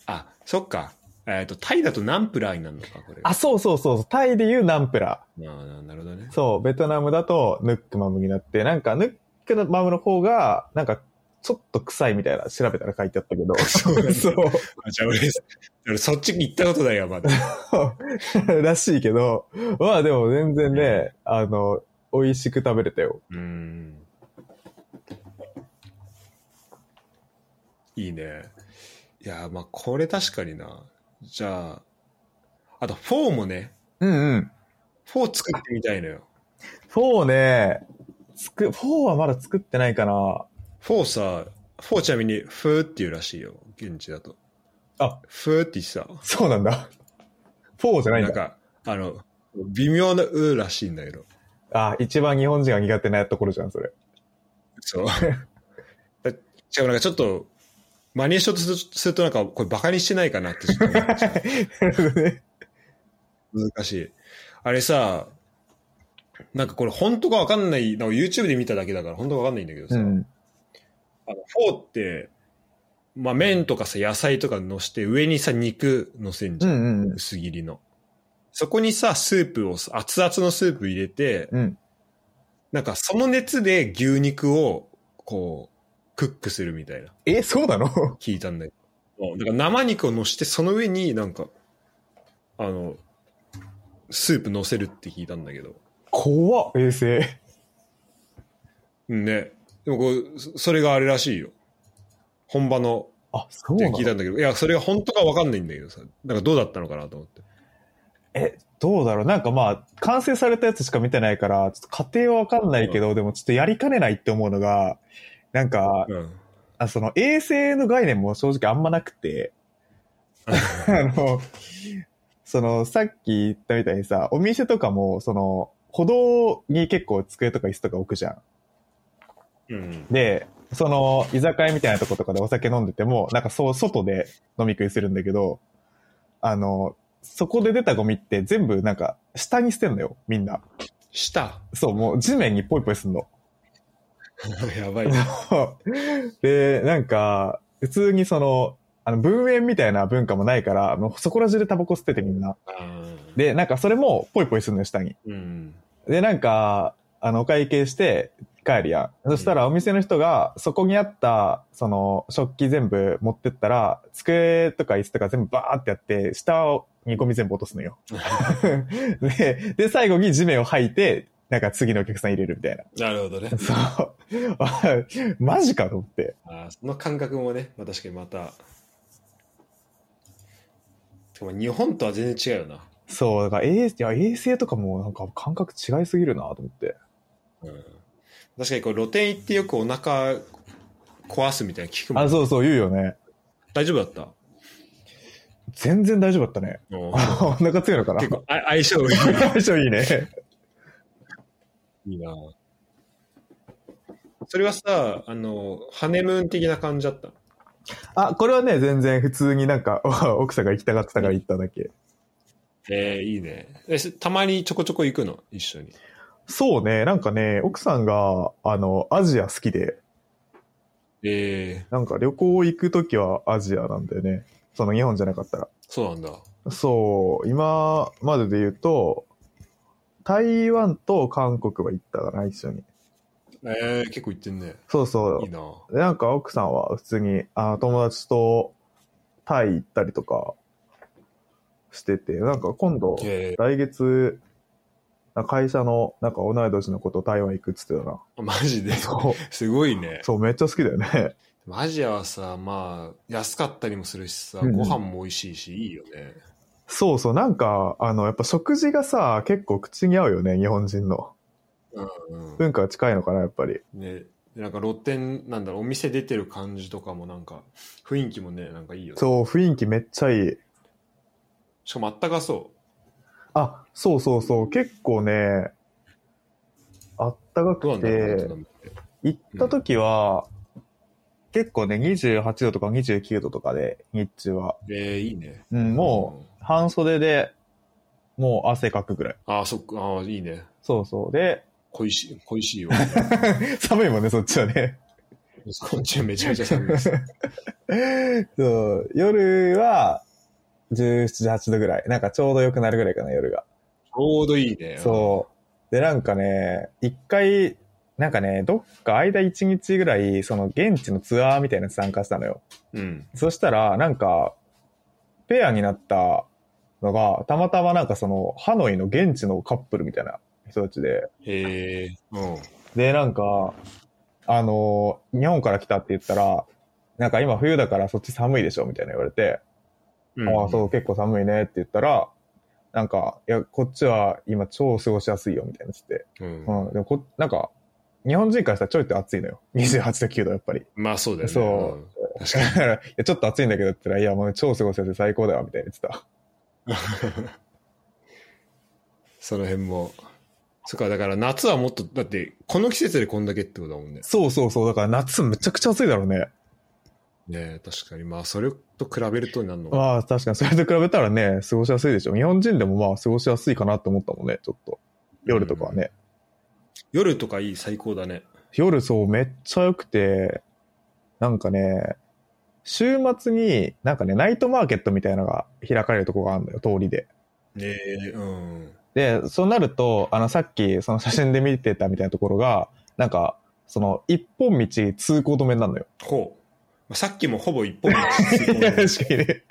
Speaker 1: あ、そっか。えっ、と、タイだとナンプラーになるのか、これ。
Speaker 2: あ、そうそうそうそう。タイでいうナンプラ
Speaker 1: あーなるほどね
Speaker 2: ー。。そう、ベトナムだとヌックマムになって、なんかヌックマムの方が、なんかちょっと臭いみたいな、調べたら書いてあったけど。
Speaker 1: *laughs* そうなんだ
Speaker 2: *laughs* そう。
Speaker 1: *laughs* あじゃあ俺、俺そっちに行ったことないわ、まだ。
Speaker 2: らしいけど、まあでも全然ね、あの、美味しく食べれたよ。
Speaker 1: うーん。いいね。いやー、まあ、これ確かにな。じゃあ、あと4もね、
Speaker 2: うんうん。
Speaker 1: 4作ってみたいのよ。
Speaker 2: 4ね、つく、4はまだ作ってないかな。
Speaker 1: 4さ、4ちなみに、フーっていうらしいよ、現地だと。
Speaker 2: あ、
Speaker 1: フーって言ってた。
Speaker 2: そうなんだ。4じゃないん
Speaker 1: なん
Speaker 2: だ。
Speaker 1: か、あの、微妙なうーらしいんだけど。
Speaker 2: あ、一番日本人が苦手なところじゃん、そ *laughs* れ。
Speaker 1: そう。 *laughs* だしかもなんかちょっと、マネーションとするするとなんか、これバカにしてないかなってちょっと思っちゃう難しい。あれさ、なんかこれ本当かわかんない、なんか YouTube で見ただけだから本当かわかんないんだけどさ、
Speaker 2: うん。
Speaker 1: あのフォーって、まあ麺とかさ、野菜とか乗して上にさ、肉乗せんじ
Speaker 2: う
Speaker 1: ゃん。
Speaker 2: んうん
Speaker 1: 薄切りの。そこにさ、スープをさ、熱々のスープ入れて、
Speaker 2: うん。うん。
Speaker 1: なんかその熱で牛肉を、こう、クックするみたいな。
Speaker 2: え、そうなの
Speaker 1: 聞いたんだけど。だから生肉を乗して、その上になんか、あの、スープ乗せるって聞いたんだけど。
Speaker 2: 怖っ、衛星。
Speaker 1: うんね。でもこう、そそれがあれらしいよ。本場の
Speaker 2: あ、そう
Speaker 1: って
Speaker 2: な
Speaker 1: 聞い
Speaker 2: の
Speaker 1: たんだけど、いや、それが本当かわかんないんだけどさ、なんかどうだったのかなと思って。
Speaker 2: え、どうだろうなんかまあ、完成されたやつしか見てないから、ちょっと過程はわかんないけど、でもちょっとやりかねないって思うのが、なんか、
Speaker 1: うん。
Speaker 2: あその衛星の概念も正直あんまなくて、 *laughs* あの、その、さっき言ったみたいにさ、お店とかも、その、歩道に結構机とか椅子とか置くじゃん。
Speaker 1: うん。
Speaker 2: で、その、居酒屋みたいなとことかでお酒飲んでても、なんかそう、外で飲み食いするんだけど、あの、そこで出たゴミって全部なんか、下に捨てんのよ、みんな。
Speaker 1: した。 *laughs*
Speaker 2: そう、もう地面にポイポイすんの。
Speaker 1: やばいな。
Speaker 2: で、なんか、普通にその、あの、文煙みたいな文化もないから、もうそこら中でタバコ吸っててみんな。で、なんかそれもポイポイするのよ、下に。
Speaker 1: うん。 *laughs*
Speaker 2: で、なんか、あの、お会計して帰るやん。そしたらお店の人が、そこにあった、その、食器全部持ってったら、机とか椅子とか全部バーってやって、下を煮込み全部落とすのよ。 *laughs* で、で、最後に地面を吐いて、なんか次のお客さん入れるみたいな。
Speaker 1: なるほどね。
Speaker 2: そう。 *laughs* あマジかと思って。
Speaker 1: あーその感覚もね、まあ、確かにまた。でも日本とは全然違うよな。
Speaker 2: そう、だから衛いや衛星とかもなんか感覚違いすぎるなと思って。
Speaker 1: うん。確かにこう露店行ってよくお腹壊すみたいなの聞くもん。
Speaker 2: あ、そうそう、言うよね。
Speaker 1: 大丈夫だった
Speaker 2: 全然大丈夫だったね。
Speaker 1: お
Speaker 2: *laughs* お腹強いのかな
Speaker 1: 結構あ相性がい
Speaker 2: *laughs* 相性いいね。
Speaker 1: い。いいなそれはさ、あの、ハネムーン的な感じだった。
Speaker 2: あ、これはね、全然普通になんか、 *laughs* お奥さんが行きたがってたから行っただけ。
Speaker 1: ええいいね。えすたまにちょこちょこ行くの一緒に。
Speaker 2: そうね、なんかね、奥さんが、あの、アジア好きで、
Speaker 1: ええ
Speaker 2: なんか旅行行くときはアジアなんだよね。その日本じゃなかったら。
Speaker 1: そうなんだ。
Speaker 2: そう、今までで言うと、台湾と韓国は行ったかな、一緒に。
Speaker 1: ええ結構行ってんね。
Speaker 2: そうそう。
Speaker 1: いいな
Speaker 2: でなんか奥さんは普通に、あの、友達とタイ行ったりとかしてて、なんか今度、
Speaker 1: ええ
Speaker 2: 来月、なんか会社の、なんか同い年の子と台湾行くっつってたな。
Speaker 1: マジで。
Speaker 2: そう。
Speaker 1: すごいね。
Speaker 2: そう、めっちゃ好きだよね。 *laughs*
Speaker 1: アジアはさ、まあ、安かったりもするしさ、
Speaker 2: うんうん
Speaker 1: ご飯も美味しいし、いいよね。
Speaker 2: そうそう、なんか、あの、やっぱ食事がさ、結構口に合うよね、日本人の。
Speaker 1: うん。
Speaker 2: 文化が近いのかな、やっぱり。
Speaker 1: ね、でなんか露店、なんだろう、お店出てる感じとかもなんか、雰囲気もね、なんかいいよね。
Speaker 2: そう、雰囲気めっちゃいい。
Speaker 1: しかもあったかそ
Speaker 2: あ、そうそうそう、結構ね、あったか
Speaker 1: う。どうなん
Speaker 2: く
Speaker 1: だろうなベト
Speaker 2: て
Speaker 1: ナ、ムって
Speaker 2: 行った時は、結構ね、28度とか29度とかで、日中は。
Speaker 1: えー、いいね。
Speaker 2: うん、
Speaker 1: うん
Speaker 2: もう、半袖で、もう汗かくぐらい。
Speaker 1: ああ、そっか、ああ、いいね。
Speaker 2: そうそう。で、 *laughs*
Speaker 1: 恋しい、恋しいよ。
Speaker 2: 寒いもんね、そっちはね。 *laughs*
Speaker 1: こっちはめちゃめちゃ寒いです。
Speaker 2: そう、夜は、17、18度ぐらい。なんかちょうど良くなるぐらいかな、夜が。
Speaker 1: ちょうどいいね。
Speaker 2: そう。で、なんかね、一回、なんかね、どっか間一日ぐらい、その現地のツアーみたいなやつ参加したのよ。
Speaker 1: う。うん。
Speaker 2: そしたら、なんか、ペアになったのが、たまたまなんかその、ハノイの現地のカップルみたいな人たちで、
Speaker 1: へえうん。
Speaker 2: で、なんか、あのー日本から来たって言ったら、なんか今冬だからそっち寒いでしょみたいな言われて、
Speaker 1: うん
Speaker 2: ああ、そう、結構寒いねって言ったら、なんか、いや、こっちは今超過ごしやすいよみたいな言って、
Speaker 1: うん。
Speaker 2: うん、でもこ、なんか、日本人からしたらちょいって暑いのよ。28度、9度、やっぱり。 *laughs*
Speaker 1: まあそうだよね。
Speaker 2: そうだから、いや、ちょっと暑いんだけどって言ったら、いや、もう超過ごしやすい最高だよ、みたいな言ってた。
Speaker 1: *laughs* その辺も。そっか、だから夏はもっと、だって、この季節でこんだけってことだもんね。
Speaker 2: そうそうそう。だから夏めちゃくちゃ暑いだろうね。
Speaker 1: ねえ確かに。まあ、それと比べるとになるのか。
Speaker 2: まあ確かにそれと比べたらね、過ごしやすいでしょ。日本人でもまあ過ごしやすいかなと思ったもんね、ちょっと。夜とかはね。
Speaker 1: 夜とかいい、最高だね。
Speaker 2: 夜そう、めっちゃ良くて、なんかね、週末になんかね、ナイトマーケットみたいなのが開かれるとこがあるのよ、通りで。
Speaker 1: ねえうん。
Speaker 2: で、そうなると、あの、さっきその写真で見てたみたいなところが、なんか、その、一本道通行止めになるのよ。
Speaker 1: ほう。まあ、さっきもほぼ一本道
Speaker 2: いや確かにね。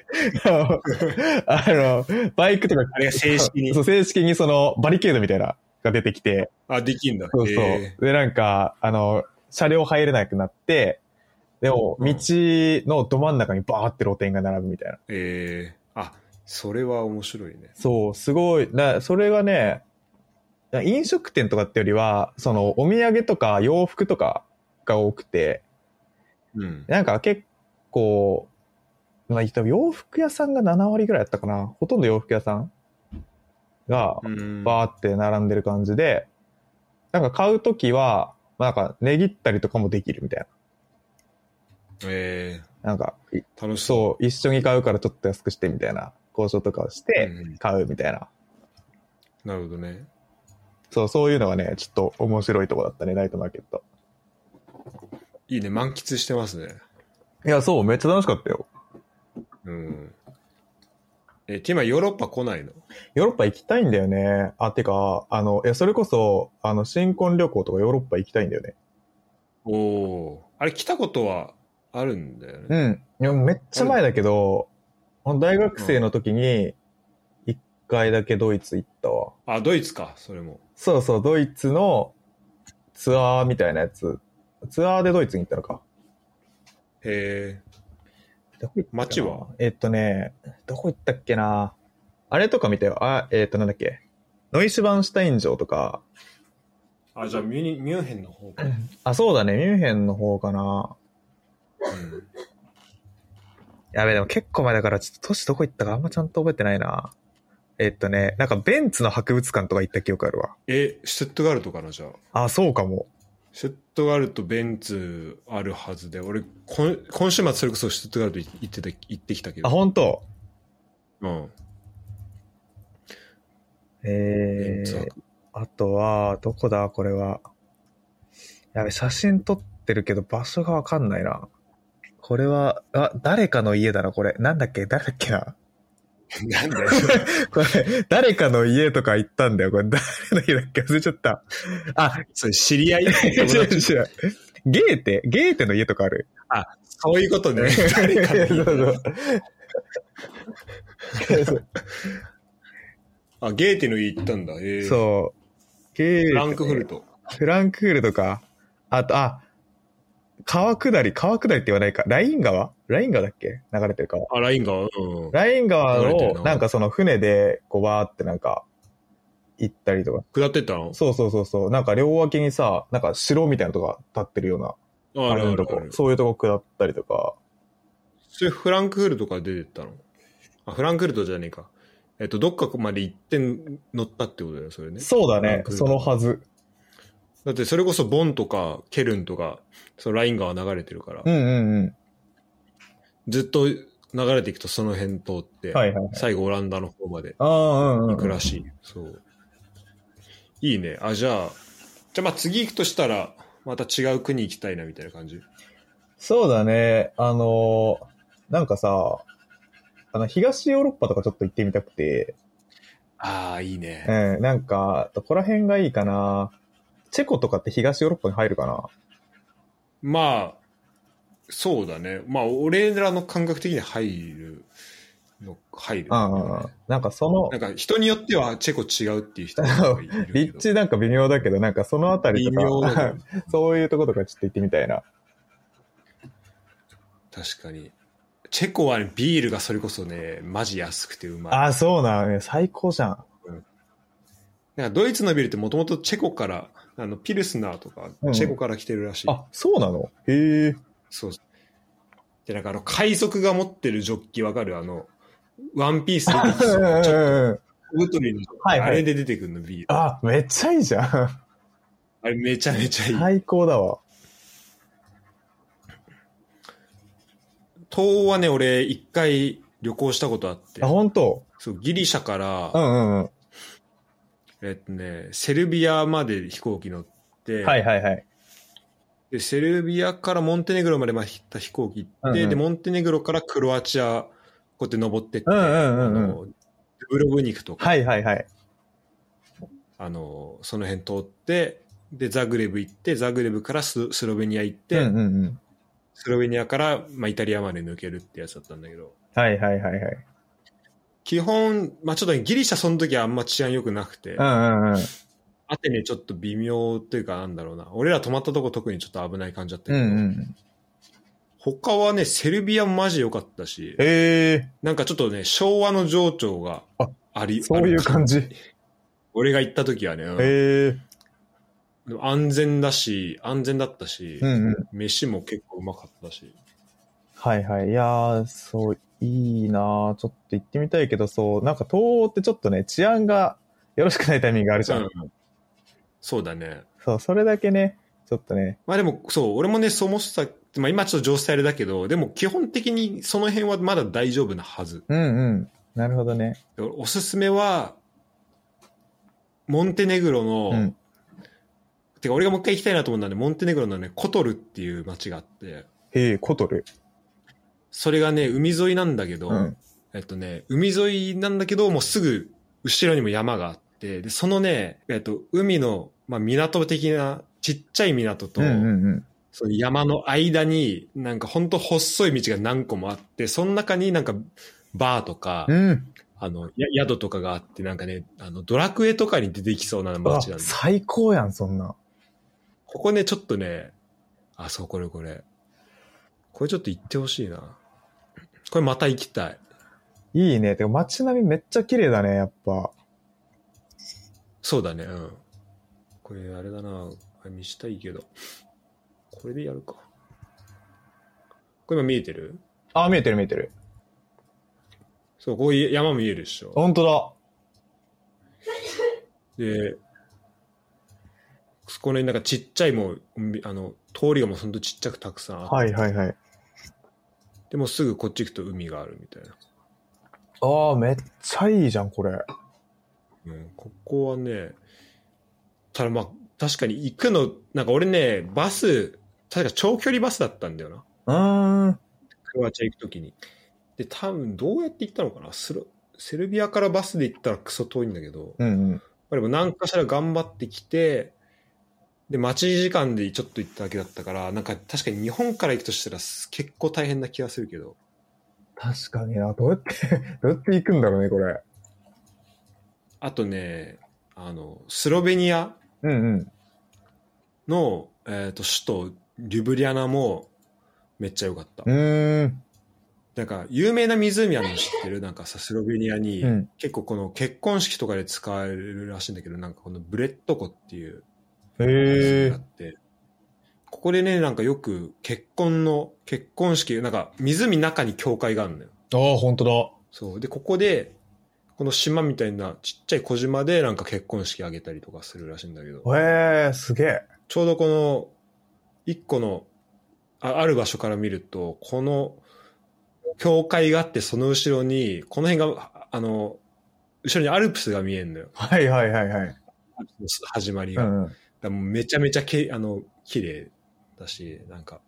Speaker 2: あの、バイクとか、
Speaker 1: あれが正式に
Speaker 2: そう、正式にその、バリケードみたいな、が出てきて、
Speaker 1: あ、できんだ。
Speaker 2: そうそう。
Speaker 1: へえ
Speaker 2: で、なんか、あの、車両入れなくなって、でも、
Speaker 1: うん
Speaker 2: 道のど真ん中にバーって露店が並ぶみたいな。
Speaker 1: ええあ、それは面白いね。
Speaker 2: そう、すごい。な、それがね、飲食店とかってよりは、その、お土産とか洋服とかが多くて、
Speaker 1: うん。
Speaker 2: なんか結構、まあ、多分洋服屋さんが7割ぐらいだったかな。ほとんど洋服屋さんが
Speaker 1: うん
Speaker 2: バーって並んでる感じで、なんか買うときは、まあ、なんか値切ったりとかもできるみたい
Speaker 1: え
Speaker 2: な。なんか、い
Speaker 1: え楽しそう。
Speaker 2: そう、一緒に買うからちょっと安くしてみたいな交渉とかをし
Speaker 1: う
Speaker 2: て
Speaker 1: ん
Speaker 2: 買うみたいな。
Speaker 1: なるほどね。
Speaker 2: そう、そういうのがね、ちょっと面白いとこだったね、ナイトマーケット。
Speaker 1: いいね。満喫してますね。
Speaker 2: いや、そう、めっちゃ楽しかったよ。
Speaker 1: うん。え、て今ヨーロッパ来ないの
Speaker 2: ヨーロッパ行きたいんだよね。あ、てか、あの、いや、それこそ、あの、新婚旅行とかヨーロッパ行きたいんだよね。
Speaker 1: おお。あれ来たことはあるんだよね。
Speaker 2: うん。いや、めっちゃ前だけど、あの大学生の時に、一回だけドイツ行ったわ。
Speaker 1: あ、ドイツか、それも。
Speaker 2: そうそう、ドイツのツアーみたいなやつ。ツアーでドイツに行ったのか。
Speaker 1: へえ。
Speaker 2: どこ行ったかな
Speaker 1: 街は
Speaker 2: えっとね、どこ行ったっけなあれとか見たよ。あ、えっと、なんだっけ。ノイシュバンシュタイン城とか。
Speaker 1: あ、じゃあミュニミュンヘンの方か。
Speaker 2: あ、そうだね、ミュンヘンの方かな。
Speaker 1: うん
Speaker 2: やべえ、でも結構前だから、ちょっと都市どこ行ったかあんまちゃんと覚えてないな。えっとね、なんかベンツの博物館とか行った記憶あるわ。
Speaker 1: え、シュットガルトかな、じゃあ。
Speaker 2: あ、そうかも。
Speaker 1: シュットガルト、ベンツあるはずで、俺、こん今週末それこそシュットガルト行ってた、行ってきたけど。
Speaker 2: あ、本当
Speaker 1: うん。ベ
Speaker 2: え
Speaker 1: ンツ
Speaker 2: *laughs*
Speaker 1: は
Speaker 2: ー、あとは、どこだこれは。やべ、写真撮ってるけど場所がわかんないな。これは、あ、誰かの家だな、これ。なんだっけ誰だっけな *laughs*
Speaker 1: なんだよ。
Speaker 2: これ、 *laughs* 誰かの家とか行ったんだよ。これ、誰の家だっけ忘れちゃった。あ、
Speaker 1: それ知り合い
Speaker 2: 違う
Speaker 1: *laughs*
Speaker 2: 違う違う。ゲーテゲーテの家とかある
Speaker 1: そういうことね。誰かの
Speaker 2: そうそう。
Speaker 1: あ、ゲーテの家行ったんだ。ええ
Speaker 2: *laughs* そう。ゲーテ
Speaker 1: フランクフルト。
Speaker 2: フランクフルトか。あと、あ、川下り、川下りって言わないか。ライン川ライン川だっけ流れてる川。
Speaker 1: あ、ラインが、うん。
Speaker 2: ライン川
Speaker 1: 流れてる
Speaker 2: を、
Speaker 1: な
Speaker 2: なんかその船で、こう、わーってなんか、行ったりとか。
Speaker 1: 下ってったの
Speaker 2: そうそうそうそう。なんか両脇にさ、なんか城みたいなとこが立ってるような、
Speaker 1: あ
Speaker 2: あれのと
Speaker 1: あ
Speaker 2: こ
Speaker 1: る。
Speaker 2: そういうとこ下ったりとか。
Speaker 1: それフランクフルトから出てったのあ、フランクフルトじゃねえか。えっと、どっかまで行って乗ったってことだよね、それね。
Speaker 2: そうだ
Speaker 1: フラ
Speaker 2: ね
Speaker 1: ン。クフル
Speaker 2: そ
Speaker 1: ト
Speaker 2: のはず。
Speaker 1: だってそれこそボンとかケルンとか、そのライン川流れてるから、
Speaker 2: うんうん
Speaker 1: ずっと流れていくとその辺通って、
Speaker 2: うん。はいはい。
Speaker 1: 最後オランダの方まで
Speaker 2: ああ、うんうん。
Speaker 1: 行くらしい。そう。いいね。あ、じゃあ、じゃあまあ次行くとしたら、また違う国行きたいなみたいな感じ。
Speaker 2: そうだね。あのーなんかさ、あの、東ヨーロッパとかちょっと行ってみたくて、
Speaker 1: ああ、いいね。
Speaker 2: うん、なんか、どこら辺がいいかな。チェコとかって東ヨーロッパに入るかな
Speaker 1: まあ、そうだね。まあ、俺らの感覚的に入るの、入る。
Speaker 2: うんうんうん。なんかその
Speaker 1: なん、か人によってはチェコ違うっていう人もいるけど。
Speaker 2: *laughs* 立地なんか微妙だけど、なんかそのあたりと
Speaker 1: 微妙だ
Speaker 2: か
Speaker 1: ね、
Speaker 2: *laughs* そういうとことかちょっと行ってみたいな。
Speaker 1: 確かに。チェコはね、ビールがそれこそね、マジ安くてうまい。
Speaker 2: ああ、そうなのね。最高じゃん。
Speaker 1: なんかドイツのビールってもともとチェコから、あの、ピルスナーとか
Speaker 2: うん、
Speaker 1: チェコから来てるらしい。
Speaker 2: あ、そうなのへえ。
Speaker 1: そう。で、なんかあの、海賊が持ってるジョッキわかるあの、ワンピース
Speaker 2: *laughs*
Speaker 1: 出てきて
Speaker 2: うんうん
Speaker 1: ちょっと
Speaker 2: うんうん。
Speaker 1: 小太りの、
Speaker 2: はいはい
Speaker 1: あれで出てくるの、ビール。
Speaker 2: あ、めっちゃいいじゃん。
Speaker 1: あれめちゃめちゃいい。
Speaker 2: 最高だわ。
Speaker 1: 東欧はね、俺、一回旅行したことあって
Speaker 2: あ、、本当
Speaker 1: そう、ギリシャから、
Speaker 2: うんうんうん。
Speaker 1: えっとね、セルビアまで飛行機乗って、
Speaker 2: はいはいはい。
Speaker 1: で、セルビアからモンテネグロまでまあ行った飛行機行って、
Speaker 2: うんうん
Speaker 1: で、モンテネグロからクロアチア、こうやって登ってって、
Speaker 2: うんうんう
Speaker 1: あ
Speaker 2: んうん。
Speaker 1: の、ドゥブロブニクとか、
Speaker 2: はいはいはい。
Speaker 1: あの、その辺通って、で、ザグレブ行って、ザグレブからススロベニア行って、
Speaker 2: うんうんうん。
Speaker 1: スロベニアから、まあ、イタリアまで抜けるってやつだったんだけど、
Speaker 2: はいはいはいはい。
Speaker 1: 基本、まあ、ちょっとね、ギリシャその時はあんま治安良くなくて、
Speaker 2: うんうんうん。
Speaker 1: アテネちょっと微妙というかなんだろうな。俺ら泊まったとこ特にちょっと危ない感じだったけ
Speaker 2: う
Speaker 1: ど、
Speaker 2: んうん。
Speaker 1: 他はね、セルビアマジ良かったし、
Speaker 2: え
Speaker 1: なんかちょっとね、昭和の情緒があり、
Speaker 2: えそういう
Speaker 1: ある
Speaker 2: 感じ。
Speaker 1: 俺が行った時はね、うん
Speaker 2: え
Speaker 1: でも安全だし、安全だったし、
Speaker 2: えうんうん。
Speaker 1: 飯も結構うまかったし。
Speaker 2: はいはい。いやー、そう、いいなーちょっと行ってみたいけど、そう、なんか東欧ってちょっとね、治安がよろしくないタイミングがあるじゃ
Speaker 1: う
Speaker 2: ん。
Speaker 1: んそうだね。
Speaker 2: そう、それだけね、ちょっとね。
Speaker 1: まあでも、そう、俺もね、そう思ってた、まあ今ちょっと情勢あれだけど、でも基本的にその辺はまだ大丈夫なはず。
Speaker 2: うんうん。なるほどね。
Speaker 1: でおすすめは、モンテネグロの、
Speaker 2: うん
Speaker 1: てか俺がもう一回行きたいなと思うんだね、モンテネグロのね、コトルっていう街があって、
Speaker 2: へえ、コトル。
Speaker 1: それがね、海沿いなんだけど、
Speaker 2: うん。
Speaker 1: えっとね、海沿いなんだけど、もうすぐ後ろにも山があって、で、そのね、えっと、海の、まあ、港的な、ちっちゃい港と、
Speaker 2: うんうんうん。
Speaker 1: その山の間に、なんかほんと細い道が何個もあって、その中になんか、バーとか、
Speaker 2: うん。
Speaker 1: あの、や宿とかがあって、なんかね、あの、ドラクエとかに出てきそうな
Speaker 2: あ
Speaker 1: 街なんで、
Speaker 2: 最高やん、そんな。
Speaker 1: ここね、ちょっとね、あ、そう、これこれ。これちょっと行ってほしいな。これまた行きたい。
Speaker 2: いいね。てか街並みめっちゃ綺麗だね、やっぱ。
Speaker 1: そうだね、うん。これあれだな、あれ見したいけど。これでやるか。これ今見えてる
Speaker 2: あ、見えてる見えてる。
Speaker 1: そう、こういう山見えるでしょ。
Speaker 2: ほんとだ。
Speaker 1: で、そこの辺なんかちっちゃいもう、みあの、通りがもうほんとちっちゃくたくさんあって、
Speaker 2: はいはいはい。
Speaker 1: でもうすぐこっち行くと海があるみたいな。
Speaker 2: ああ、めっちゃいいじゃん、これ。
Speaker 1: うん、ここはね、ただまあ、確かに行くの、なんか俺ね、バス、確か長距離バスだったんだよな。
Speaker 2: うーん。
Speaker 1: クロアチア行くときに。で、多分どうやって行ったのかなスロセルビアからバスで行ったらクソ遠いんだけど、
Speaker 2: うんうん。
Speaker 1: まあでも何かしら頑張ってきて、で、待ち時間でちょっと行っただけだったから、なんか確かに日本から行くとしたらす結構大変な気がするけど、
Speaker 2: 確かにな。どうやって、 *laughs* どうやって行くんだろうね、これ。
Speaker 1: あとね、あの、スロベニア
Speaker 2: うんうん。
Speaker 1: の、えー、と首都リュブリアナもめっちゃ良かった。
Speaker 2: うーん。
Speaker 1: なんか有名な湖あるの知ってるなんかさ、スロベニアに、
Speaker 2: うん。
Speaker 1: 結構この結婚式とかで使えるらしいんだけど、なんかこのブレット湖っていう
Speaker 2: へ
Speaker 1: 湖があ
Speaker 2: え
Speaker 1: っ。て、ここでね、なんかよく結婚の、結婚式、なんか湖の中に教会があるのよ。
Speaker 2: ああ、本当だ。
Speaker 1: そう。で、ここで、この島みたいなちっちゃい小島でなんか結婚式あげたりとかするらしいんだけど、
Speaker 2: へえ、すげえ。
Speaker 1: ちょうどこの一個のあある場所から見ると、この教会があってその後ろに、この辺が、ああの、後ろにアルプスが見えるのよ。
Speaker 2: はいはいはいはい。
Speaker 1: アルプスの始まり
Speaker 2: う
Speaker 1: が。だか
Speaker 2: んうん。
Speaker 1: らもうめちゃめちゃけあの綺麗だし、なんか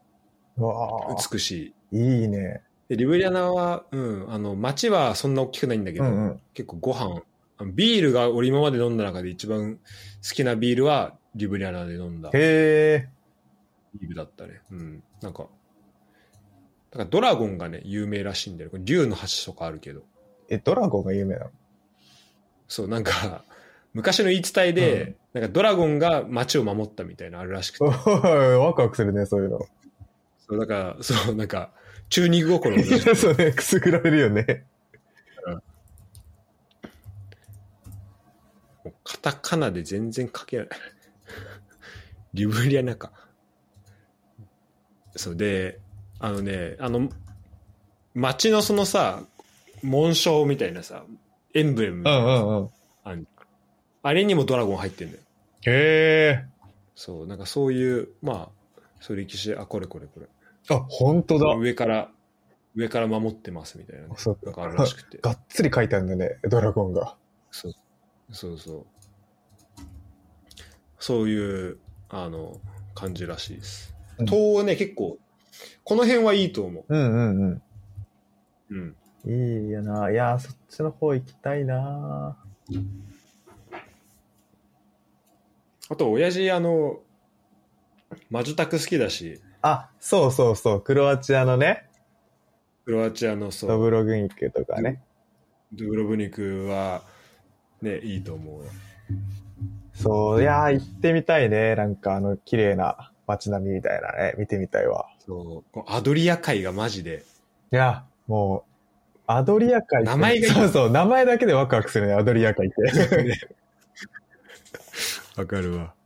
Speaker 2: うわあ、
Speaker 1: 美しい。
Speaker 2: いいね。
Speaker 1: でリブリアナは、うん、あの、街はそんな大きくないんだけ
Speaker 2: う
Speaker 1: ど、
Speaker 2: んうん。
Speaker 1: 結構ご飯、あのビールが俺今まで飲んだ中で一番好きなビールはリブリアナで飲んだビ
Speaker 2: へえ。
Speaker 1: ールだったね。うん。なんか、だからドラゴンがね、有名らしいんだよ。これ竜の橋とかあるけど。
Speaker 2: え、ドラゴンが有名なの
Speaker 1: そう、なんか、 *laughs* 昔の言い伝えで、なんかドラゴンが街を守ったみたいなのあるらしくて
Speaker 2: お。ー *laughs* ワクワクするね、そういうの。
Speaker 1: そう、だから、そう、なんか、中肉心を感じる。
Speaker 2: *laughs* そうね、くすぐられるよね。
Speaker 1: もうカタカナで全然書けない。 *laughs* リブリアナか。そうで、あのね、あの、街のそのさ、紋章みたいなさ、エンブレムみ
Speaker 2: う
Speaker 1: たい
Speaker 2: んう
Speaker 1: なさ、
Speaker 2: んうん。
Speaker 1: あんあれにもドラゴン入ってんだよ。
Speaker 2: へえ。
Speaker 1: そう、なんかそういう、まあ、そういう歴史、あ、これこれこれ。
Speaker 2: あ、本当だ。
Speaker 1: 上から、上から守ってますみたいなね。
Speaker 2: そう
Speaker 1: なんかあるらしくて。
Speaker 2: *laughs* がっつり書いてあるんだね、ドラゴンが。
Speaker 1: そうそうそう。そういう、あの、感じらしいです。
Speaker 2: うん
Speaker 1: 東欧ね、結構、この辺はいいと思
Speaker 2: うんうん
Speaker 1: う。うん。
Speaker 2: うん。いいよな。いやー、そっちの方行きたいな。
Speaker 1: あと、親父、あの、マジュタク好きだし、
Speaker 2: あ、そうそうそう、クロアチアのね、
Speaker 1: クロアチアの、そう、
Speaker 2: ドブログニクとかね。
Speaker 1: ドゥブロブニクは、ね、いいと思うよ。
Speaker 2: そう、いやー、行ってみたいね。なんか、あの、綺麗な街並みみたいなね、見てみたいわ。
Speaker 1: そう、このアドリア海がマジで、
Speaker 2: いや、もう、アドリア海って
Speaker 1: 名前がいい
Speaker 2: そうそう、名前だけでワクワクするね、アドリア海
Speaker 1: *laughs*
Speaker 2: って。
Speaker 1: わかるわ。
Speaker 2: *laughs*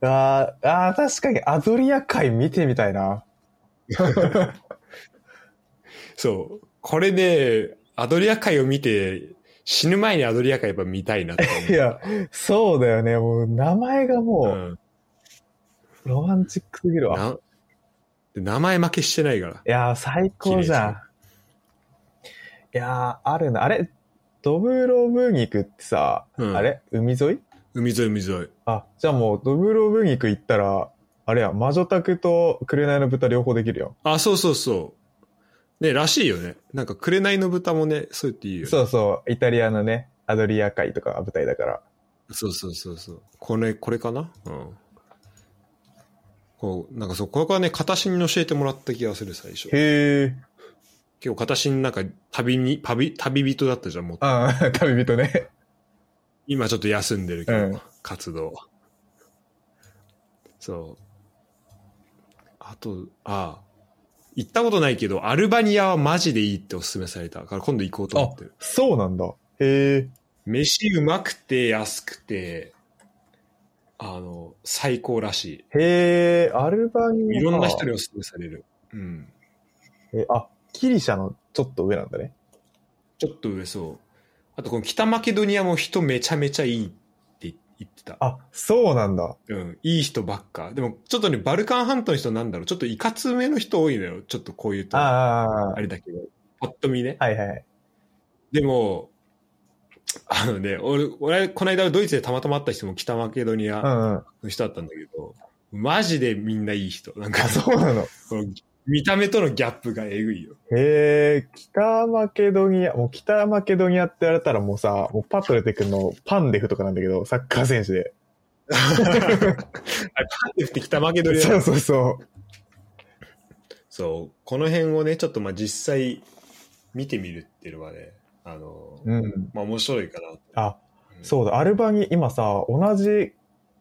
Speaker 2: あーあー、確かにアドリア海見てみたいな。
Speaker 1: そう、これね、アドリア海を見て、死ぬ前にアドリア海やっぱ見 *laughs* たいなって思う
Speaker 2: いや、そうだよね。もう、名前が
Speaker 1: う
Speaker 2: も
Speaker 1: ん
Speaker 2: う、ロマンチックすぎるわ。
Speaker 1: なで名前負けしてないから。
Speaker 2: いやー、最高じゃん。いやー、あるな。あれ、ドブロブニクってさ、
Speaker 1: うん
Speaker 2: あれ海沿い
Speaker 1: 海沿い海沿い。
Speaker 2: あ、じゃあもう、ドブロブニク行ったら、あれや、魔女宅と紅の豚両方できるよ。
Speaker 1: あ、そうそうそう。ね、らしいよね。なんか、紅の豚もね、そう言っていいよね、
Speaker 2: そうそう、イタリアのね、アドリア海とかが舞台だから。
Speaker 1: そうそうそうそう。これ、これかなうん。こう、なんかそう、これからね、片新に教えてもらった気がする、最初。
Speaker 2: へえ。
Speaker 1: 結構、片新なんか、旅に、旅、旅人だったじゃん、もう。
Speaker 2: あ *laughs* あ、旅人ね。
Speaker 1: 今ちょっと休んでるけど、
Speaker 2: うん
Speaker 1: 活動。そう。あと、ああ。行ったことないけど、アルバニアはマジでいいっておすすめされたから今度行こうと思ってる。
Speaker 2: そうなんだ。へえ。
Speaker 1: 飯うまくて安くて、あの、最高らし
Speaker 2: へえ、アルバニ
Speaker 1: い。
Speaker 2: ア。
Speaker 1: いろんな人におすすめされる。うん。
Speaker 2: えあ、ギリシャのちょっと上なんだね。
Speaker 1: ちょっと上そう。あと、この北マケドニアも人めちゃめちゃいいって言ってた。
Speaker 2: あ、そうなんだ。
Speaker 1: うん、いい人ばっか。でも、ちょっとね、バルカン半島の人なんだろう。ちょっといかつめの人多いのよ。ちょっとこういうと。あ
Speaker 2: ああ、
Speaker 1: れだけど。ぱっと見ね。
Speaker 2: はいはい。
Speaker 1: でも、あのね、俺、俺、この間ドイツでたまたま会った人も北マケドニ
Speaker 2: う
Speaker 1: ア
Speaker 2: んうん。
Speaker 1: の人だったんだけど、マジでみんないい人。なんか
Speaker 2: あ、そうなの。へ
Speaker 1: この見た目とのギャップがえぐい
Speaker 2: *laughs*
Speaker 1: よ。
Speaker 2: え、北マケドニア、もう北マケドニアって言われたらもうさ、もうパッと出てくるの、パンデフとかなんだけど、サッカー選手で。
Speaker 1: あれパンデフって北マケドニア
Speaker 2: そうそうそう。
Speaker 1: そう、この辺をね、ちょっとまあ実際見てみるっていうのはね、あの、
Speaker 2: うん。
Speaker 1: まあ面白いかなと。
Speaker 2: あ、そうだ、アルバニ、今さ、同じ、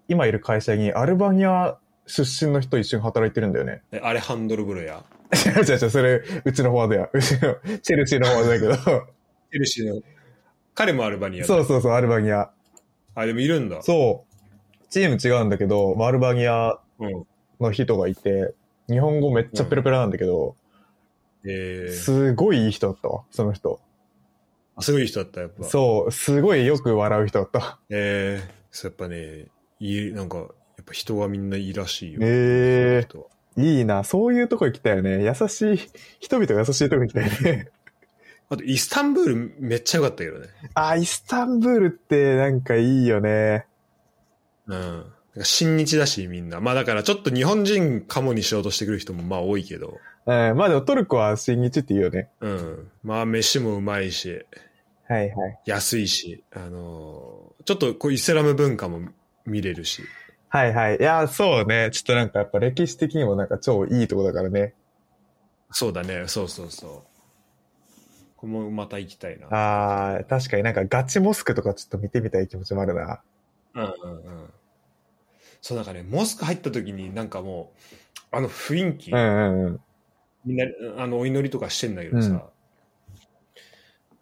Speaker 2: 今いる会社にアルバニア出身の人一緒に働いてるんだよね。 *laughs*
Speaker 1: えアレハンドロブロや、
Speaker 2: 違う違う違う、それ、うちのフォワードや。うちの、 *laughs* チェルシーのフォワードだけど。
Speaker 1: ヘルシーの、彼もアルバニアだ
Speaker 2: そうそうそう、アルバニア。
Speaker 1: あ、でもいるんだ。
Speaker 2: そう。チーム違うんだけど、まあアルバニア
Speaker 1: うん。
Speaker 2: の人がいて、日本語めっちゃペラペラなんだけど、
Speaker 1: えー、
Speaker 2: すごいいい人だったわ、その人。
Speaker 1: あすごい人だった、やっぱ。う。
Speaker 2: そう、すごいよく笑う人だった。
Speaker 1: えー、そうやっぱね、いい、なんか、やっっぱ人はみんないいらしいよ。
Speaker 2: え
Speaker 1: 人は
Speaker 2: えいいな。そういうとこ行きたいよね。優しい、人々が優しいとこ行きたいね。
Speaker 1: あと、イスタンブールめっちゃ良かったけどね。
Speaker 2: あ、イスタンブールってなんかいいよね。
Speaker 1: うん。なんか親日だし、みんな。まあだからちょっと日本人かもにしようとしてくる人もまあ多いけど。
Speaker 2: うん。まあでもトルコは新日って言うよね。
Speaker 1: うん。まあ飯もうまいし、
Speaker 2: はいはい。
Speaker 1: 安いし、あのーちょっとこうイスラム文化も見れるし。
Speaker 2: はいはい。いや、そうね。ちょっとなんかやっぱ歴史的にもなんか超いいとこだからね。
Speaker 1: そうだね、そうそうそう。これもまた行きたいな。
Speaker 2: ああ、確かになんかガチモスクとかちょっと見てみたい気持ちもあるな。
Speaker 1: うんうんうん。そうなんかね、モスク入った時になんかもう、あの雰囲気、
Speaker 2: うんうんうん。
Speaker 1: みんな、あの、お祈りとかしてんだけどさ、
Speaker 2: うん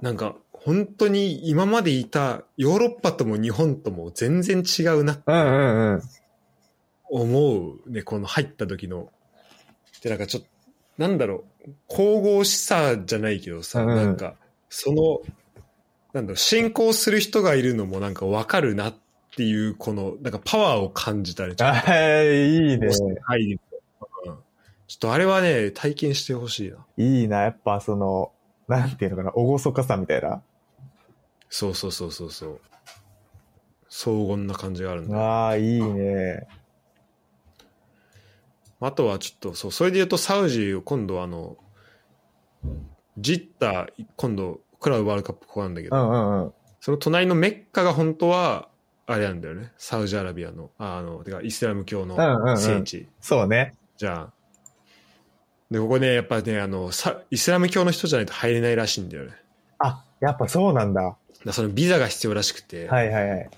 Speaker 1: なんか、本当に今までいたヨーロッパとも日本とも全然違うなって
Speaker 2: うんうんうん。
Speaker 1: 思うね、この入った時の。で、なんかちょっと、なんだろう、神々しさじゃないけどさ、
Speaker 2: うん
Speaker 1: なんか、その、なんだろう、信仰する人がいるのもなんかわかるなっていう、この、なんかパワーを感じたりとか。
Speaker 2: あーいいね。
Speaker 1: はい。うんちょっとあれはね、体験してほしいな。
Speaker 2: いいな。やっぱその、なんていうのかな、おごそかさみたいな。
Speaker 1: そうそうそうそうそう。荘厳な感じがあるんだ。
Speaker 2: ああ、いいね。
Speaker 1: あとはちょっと、そう、それで言うとサウジを今度あの、ジッタ、今度、クラブワールドカップここなんだけ
Speaker 2: う
Speaker 1: ど、
Speaker 2: んうんうん。
Speaker 1: その隣のメッカが本当は、あれなんだよね。サウジアラビアの、ああの、てかイスラム教の
Speaker 2: うんうんうん
Speaker 1: 聖地。
Speaker 2: そうね。
Speaker 1: じゃあ。で、ここね、やっぱね、あの、さイスラム教の人じゃないと入れないらしいんだよね。
Speaker 2: あ、やっぱそうなんだ。
Speaker 1: だからそのビザが必要らしくて、
Speaker 2: はいはいはい。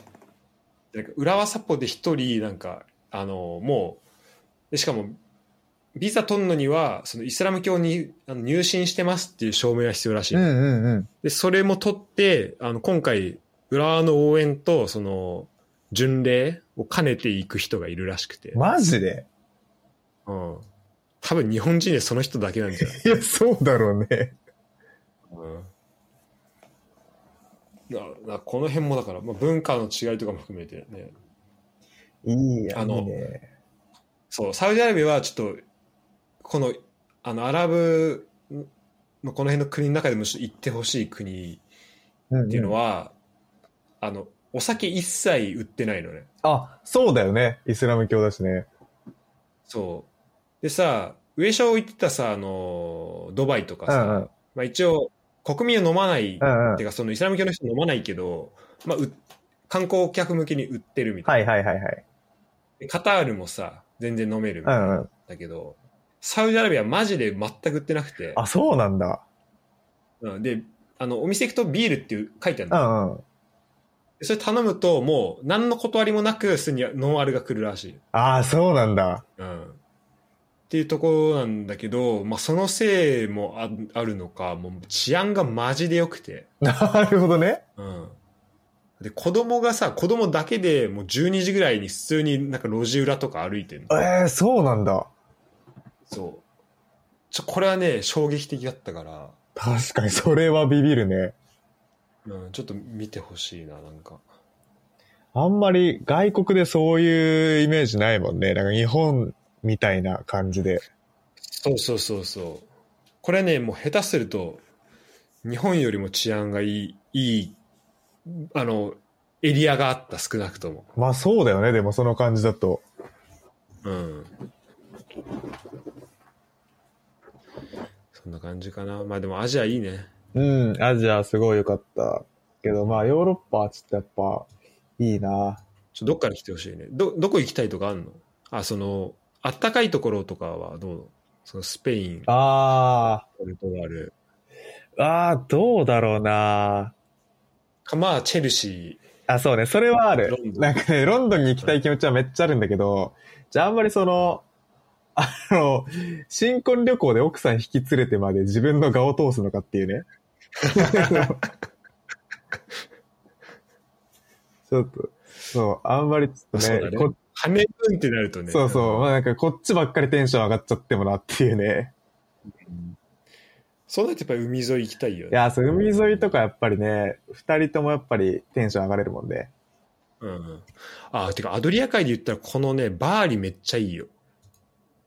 Speaker 1: なんか浦和サポで一人なんかあのもうでしかもビザ取るのにはそのイスラム教にあの入信してますっていう証明が必要らしい、
Speaker 2: うんうんうん。
Speaker 1: でそれも取ってあの今回浦和の応援とその巡礼を兼ねていく人がいるらしくて、
Speaker 2: マジで
Speaker 1: うん、多分日本人でその人だけなん
Speaker 2: *laughs*
Speaker 1: じゃない
Speaker 2: いや、そうだろうね。
Speaker 1: ななこの辺もだから、まあ、文化の違いとかも含めてね
Speaker 2: いいや、
Speaker 1: あの
Speaker 2: いいね。
Speaker 1: そう、サウジアラビアはちょっと、この、あの、アラブのこの辺の国の中でもちょっと行ってほしい国
Speaker 2: っ
Speaker 1: っていうのは、あの、お酒一切売ってないのね。
Speaker 2: あ、そうだよね。イスラム教だしね。
Speaker 1: そう。でさ、上昇行ってたさ、あの、ドバイとか
Speaker 2: う
Speaker 1: さ、
Speaker 2: んうん。
Speaker 1: まあ一応、国民は飲まない、
Speaker 2: う
Speaker 1: っ
Speaker 2: んうん。
Speaker 1: ていうか、そのイスラム教の人飲まないけど、まあ、う観光客向けに売ってるみた
Speaker 2: はいいはいはいはい。
Speaker 1: な。でカタールもさ、全然飲めるみ
Speaker 2: う
Speaker 1: たいなん
Speaker 2: うん。
Speaker 1: だけど、サウジアラビアマジで全く売ってなくて。
Speaker 2: あ、そうなんだ。
Speaker 1: うん、であのお店行くとビールっていう書いてある
Speaker 2: う
Speaker 1: の、
Speaker 2: んうん。
Speaker 1: それ頼むともう何の断りもなく普通にノンアルが来るらしい、
Speaker 2: ああ、そうなんだ。 *laughs*
Speaker 1: うん、っていうところなんだけど、まあ、そのせいもああるのかもう治安がマジで良くて、
Speaker 2: なるほどね。
Speaker 1: うん、で子供がさ子供だけでもう12時ぐらいに普通になんか路地裏とか歩いてるの
Speaker 2: ええそうなんだ。
Speaker 1: そうちょこれはね衝撃的だったから、
Speaker 2: 確かに、それはビビるね。
Speaker 1: うん、ちょっと見てほしいななんか
Speaker 2: あんまり外国でそういうイメージないもんね。なんか日本みたいな感じで。
Speaker 1: そうそうそうそう。これね、もう下手すると、日本よりも治安がいい、いい、あの、エリアがあった、少なくとも。
Speaker 2: まあそうだよね。でもその感じだと。
Speaker 1: うん。そんな感じかな。まあでもアジアいいね。
Speaker 2: うん、アジアすごい良かった。けど、まあヨーロッパはちょっとやっぱいいな。
Speaker 1: ちょどっから来てほしいね。ど、どこ行きたいとかあんのあ、その、あったかいところとかはどうそのスペイン、
Speaker 2: あ
Speaker 1: ポルトガル。
Speaker 2: あ、ああ、どうだろうな。
Speaker 1: か、まあ、チェルシ
Speaker 2: あ、そうね、それはある
Speaker 1: ロン。ドン
Speaker 2: なんかね、ロンドンに行きたい気持ちはめっちゃあるんだけど、じゃああんまりその、あの、新婚旅行で奥さん引き連れてまで自分の顔を通すのかっていうね。 *laughs* ちょっと、そう、あんまりちょっと
Speaker 1: そう
Speaker 2: ね、
Speaker 1: だね
Speaker 2: こ
Speaker 1: ー。ハネムーンってなるとね。
Speaker 2: そうそう、まあなんかこっちばっかりテンション上がっちゃってもなっていうね。
Speaker 1: そうなるとやっぱり海沿い行きたいよね。
Speaker 2: いや、そう、海沿いとかやっぱりね、二人ともやっぱりテンション上がれるもんで。
Speaker 1: うん。あ、てか、アドリア海で言ったら、このね、バーリめっちゃいいよ。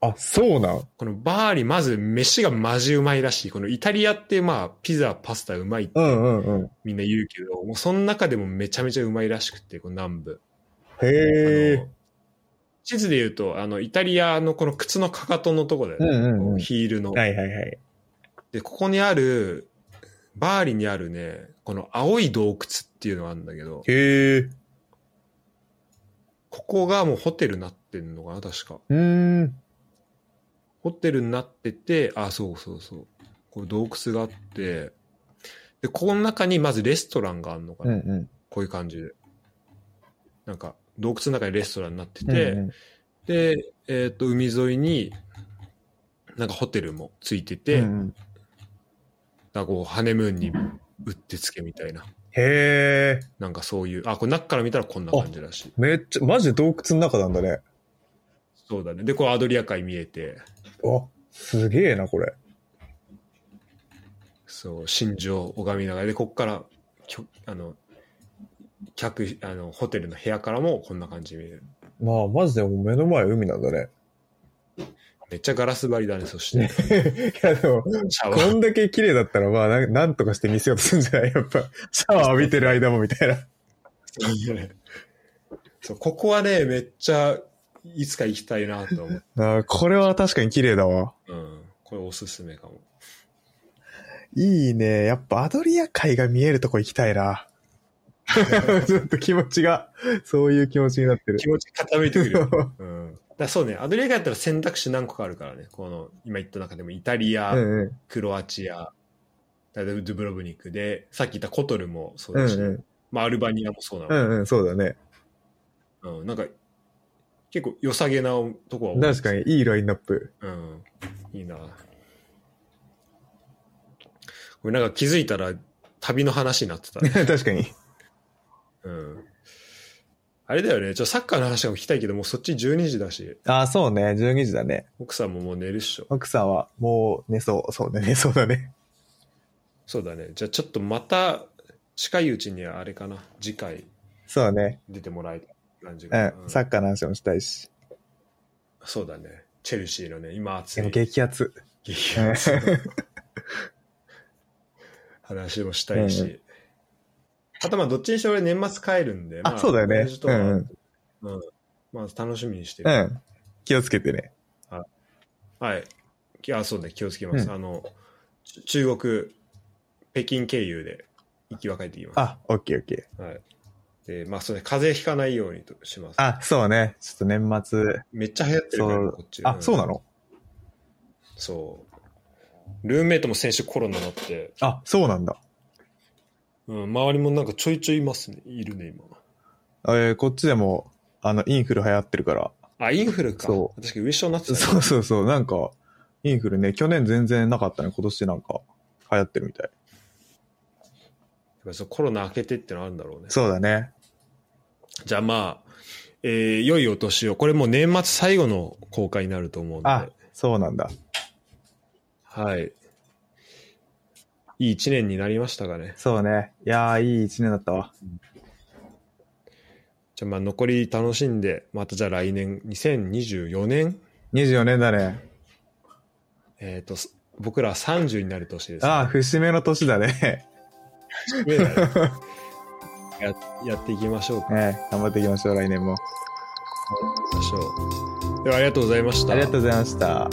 Speaker 2: あ、そうなん
Speaker 1: このバーリ、まず、飯がマジうまいらしい。このイタリアって、まあ、ピザ、パスタうまいって
Speaker 2: うんうんうん。
Speaker 1: みんな言うけど、もうその中でもめちゃめちゃうまいらしくて、この南部。
Speaker 2: へ
Speaker 1: あ
Speaker 2: え
Speaker 1: の。地図で言うと、あの、イタリアのこの靴のかかとのとこだよ
Speaker 2: うん
Speaker 1: ね。
Speaker 2: うんうん。
Speaker 1: ヒールの。
Speaker 2: はいはいはい。
Speaker 1: で、ここにある、バーリにあるね、この青い洞窟っていうのがあるんだけど、
Speaker 2: へえ。う
Speaker 1: ここがもうホテルになってんのかな、確か。
Speaker 2: ーん。
Speaker 1: ホテルになってて、あ、そうそうそう。これ洞窟があって、で、ここの中にまずレストランがあるのか
Speaker 2: うん
Speaker 1: な。
Speaker 2: うん。
Speaker 1: こういう感じで。なんか、洞窟の中にレストランになってて、
Speaker 2: うんうん
Speaker 1: で、えっ、と、海沿いに、なんかホテルもついてて、
Speaker 2: うんうん
Speaker 1: なんかこう、ハネムーンにうってつけみたいな。
Speaker 2: へえ。
Speaker 1: なんかそういう、あ、これ中から見たらこんな感じらしい。
Speaker 2: めっちゃ、マジで洞窟の中なんだね。
Speaker 1: そうだね。で、こうアドリア海見えて、
Speaker 2: あ、すげえな、これ。
Speaker 1: そう、心情を拝みながら、で、こっから、きょあの、客、あの、ホテルの部屋からもこんな感じ見える。
Speaker 2: まあ、マジでもう目の前海なんだね。
Speaker 1: めっちゃガラス張りだね、そして。
Speaker 2: *laughs* いや、でも、
Speaker 1: シャワ
Speaker 2: こ
Speaker 1: ー。
Speaker 2: んだけ綺麗だったら、まあな、なんとかして見せようとするんじゃないやっぱ、シャワー浴びてる間もみた *laughs* いな。
Speaker 1: そう、ここはね、めっちゃ、いつか行きたいなと思う。
Speaker 2: あーこれは確かに綺麗だわ。
Speaker 1: うん。これおすすめかも。
Speaker 2: いいね。やっぱアドリア海が見えるとこ行きたいな。 *laughs* ちょっと気持ちが、そういう気持ちになってる。
Speaker 1: 気持ち傾いてくる
Speaker 2: *laughs*
Speaker 1: よ。うん。だからそうね、アドリア海だったら選択肢何個かあるからね。この、今言った中でもイタリア、
Speaker 2: うんうん。
Speaker 1: クロアチア、だドゥブロブニクで、さっき言ったコトルもそう
Speaker 2: うん
Speaker 1: だし、
Speaker 2: うん。
Speaker 1: まあアルバニアもそうな
Speaker 2: う
Speaker 1: の、
Speaker 2: んうん、そうだね。
Speaker 1: うんなんか、結構良さげなとこは多い
Speaker 2: 確かに、いいラインナップ。 *laughs*
Speaker 1: うん。いいな。これなんか気づいたら旅の話になってたね。
Speaker 2: 確かに。
Speaker 1: うん。あれだよね。ちょ、サッカーの話も聞きたいけど、もうそっち12時だし、
Speaker 2: ああ、そうね。12時だね。
Speaker 1: 奥さんももう寝るっしょ。
Speaker 2: 奥さんは、もう寝そう。そうね、寝 *laughs* そうだね。
Speaker 1: そうだね。じゃあちょっとまた近いうちにはあれかな。次回
Speaker 2: そうだね。
Speaker 1: 出てもらえた感じ
Speaker 2: う
Speaker 1: が。
Speaker 2: ん。
Speaker 1: うん
Speaker 2: サッカーの話もしたいし。
Speaker 1: そうだね。チェルシーのね、今熱
Speaker 2: で
Speaker 1: い
Speaker 2: も激アツ。
Speaker 1: 激アツの *laughs* 話もしたいし。
Speaker 2: うん
Speaker 1: あとまあどっちにしろ俺年末帰るんで。
Speaker 2: あ
Speaker 1: ま
Speaker 2: そうだよね
Speaker 1: 親父とは
Speaker 2: うん
Speaker 1: うんまあ楽しみにして
Speaker 2: う
Speaker 1: る。
Speaker 2: ん。気をつけてね。
Speaker 1: はい。きあ、そうね、気をつけます。
Speaker 2: うん
Speaker 1: あの、ち中国、北京経由で行きは帰ってきま
Speaker 2: あ、オッケーオッケー。
Speaker 1: す。はい。で、まあそれ風邪ひかないようにとします。
Speaker 2: あ、そうね。ちょっと年末。
Speaker 1: めっちゃ流行ってるから
Speaker 2: そ
Speaker 1: ね、
Speaker 2: う
Speaker 1: こっち。
Speaker 2: あ、そうな
Speaker 1: の
Speaker 2: の
Speaker 1: そう。ルームメイトも先週コロナになって、
Speaker 2: あ、そうなんだ。
Speaker 1: うん、周りもなんかちょいちょいいますね、いるね、今。
Speaker 2: えーこっちでも、あの、インフル流行ってるから。
Speaker 1: あ、インフルか。
Speaker 2: そ
Speaker 1: 確かに上昇になってた、ね。
Speaker 2: そうそうそう。なんか、インフルね、去年全然なかったね。今年なんか、流行ってるみたい。
Speaker 1: やっぱりそうコロナ明けてってのあるんだろうね。
Speaker 2: そうだね。
Speaker 1: じゃあまあ、えー、良いお年を。これもう年末最後の公開になると思うんで。
Speaker 2: あ、そうなんだ。
Speaker 1: はい。いい一年になりましたかね。
Speaker 2: そうね。いやー、いい一年だったわ。
Speaker 1: じゃあまあ残り楽しんで、またじゃあ来年、2024年、
Speaker 2: 24年だね。
Speaker 1: えっ、と、す僕ら30になる年です、
Speaker 2: あー、節目の年だね。 *laughs*
Speaker 1: 上だね *laughs* ややっていきましょうか。
Speaker 2: ね頑張っていきましょう、来年も。
Speaker 1: 行きましょう。ではありがとうございました。
Speaker 2: ありがとうございました。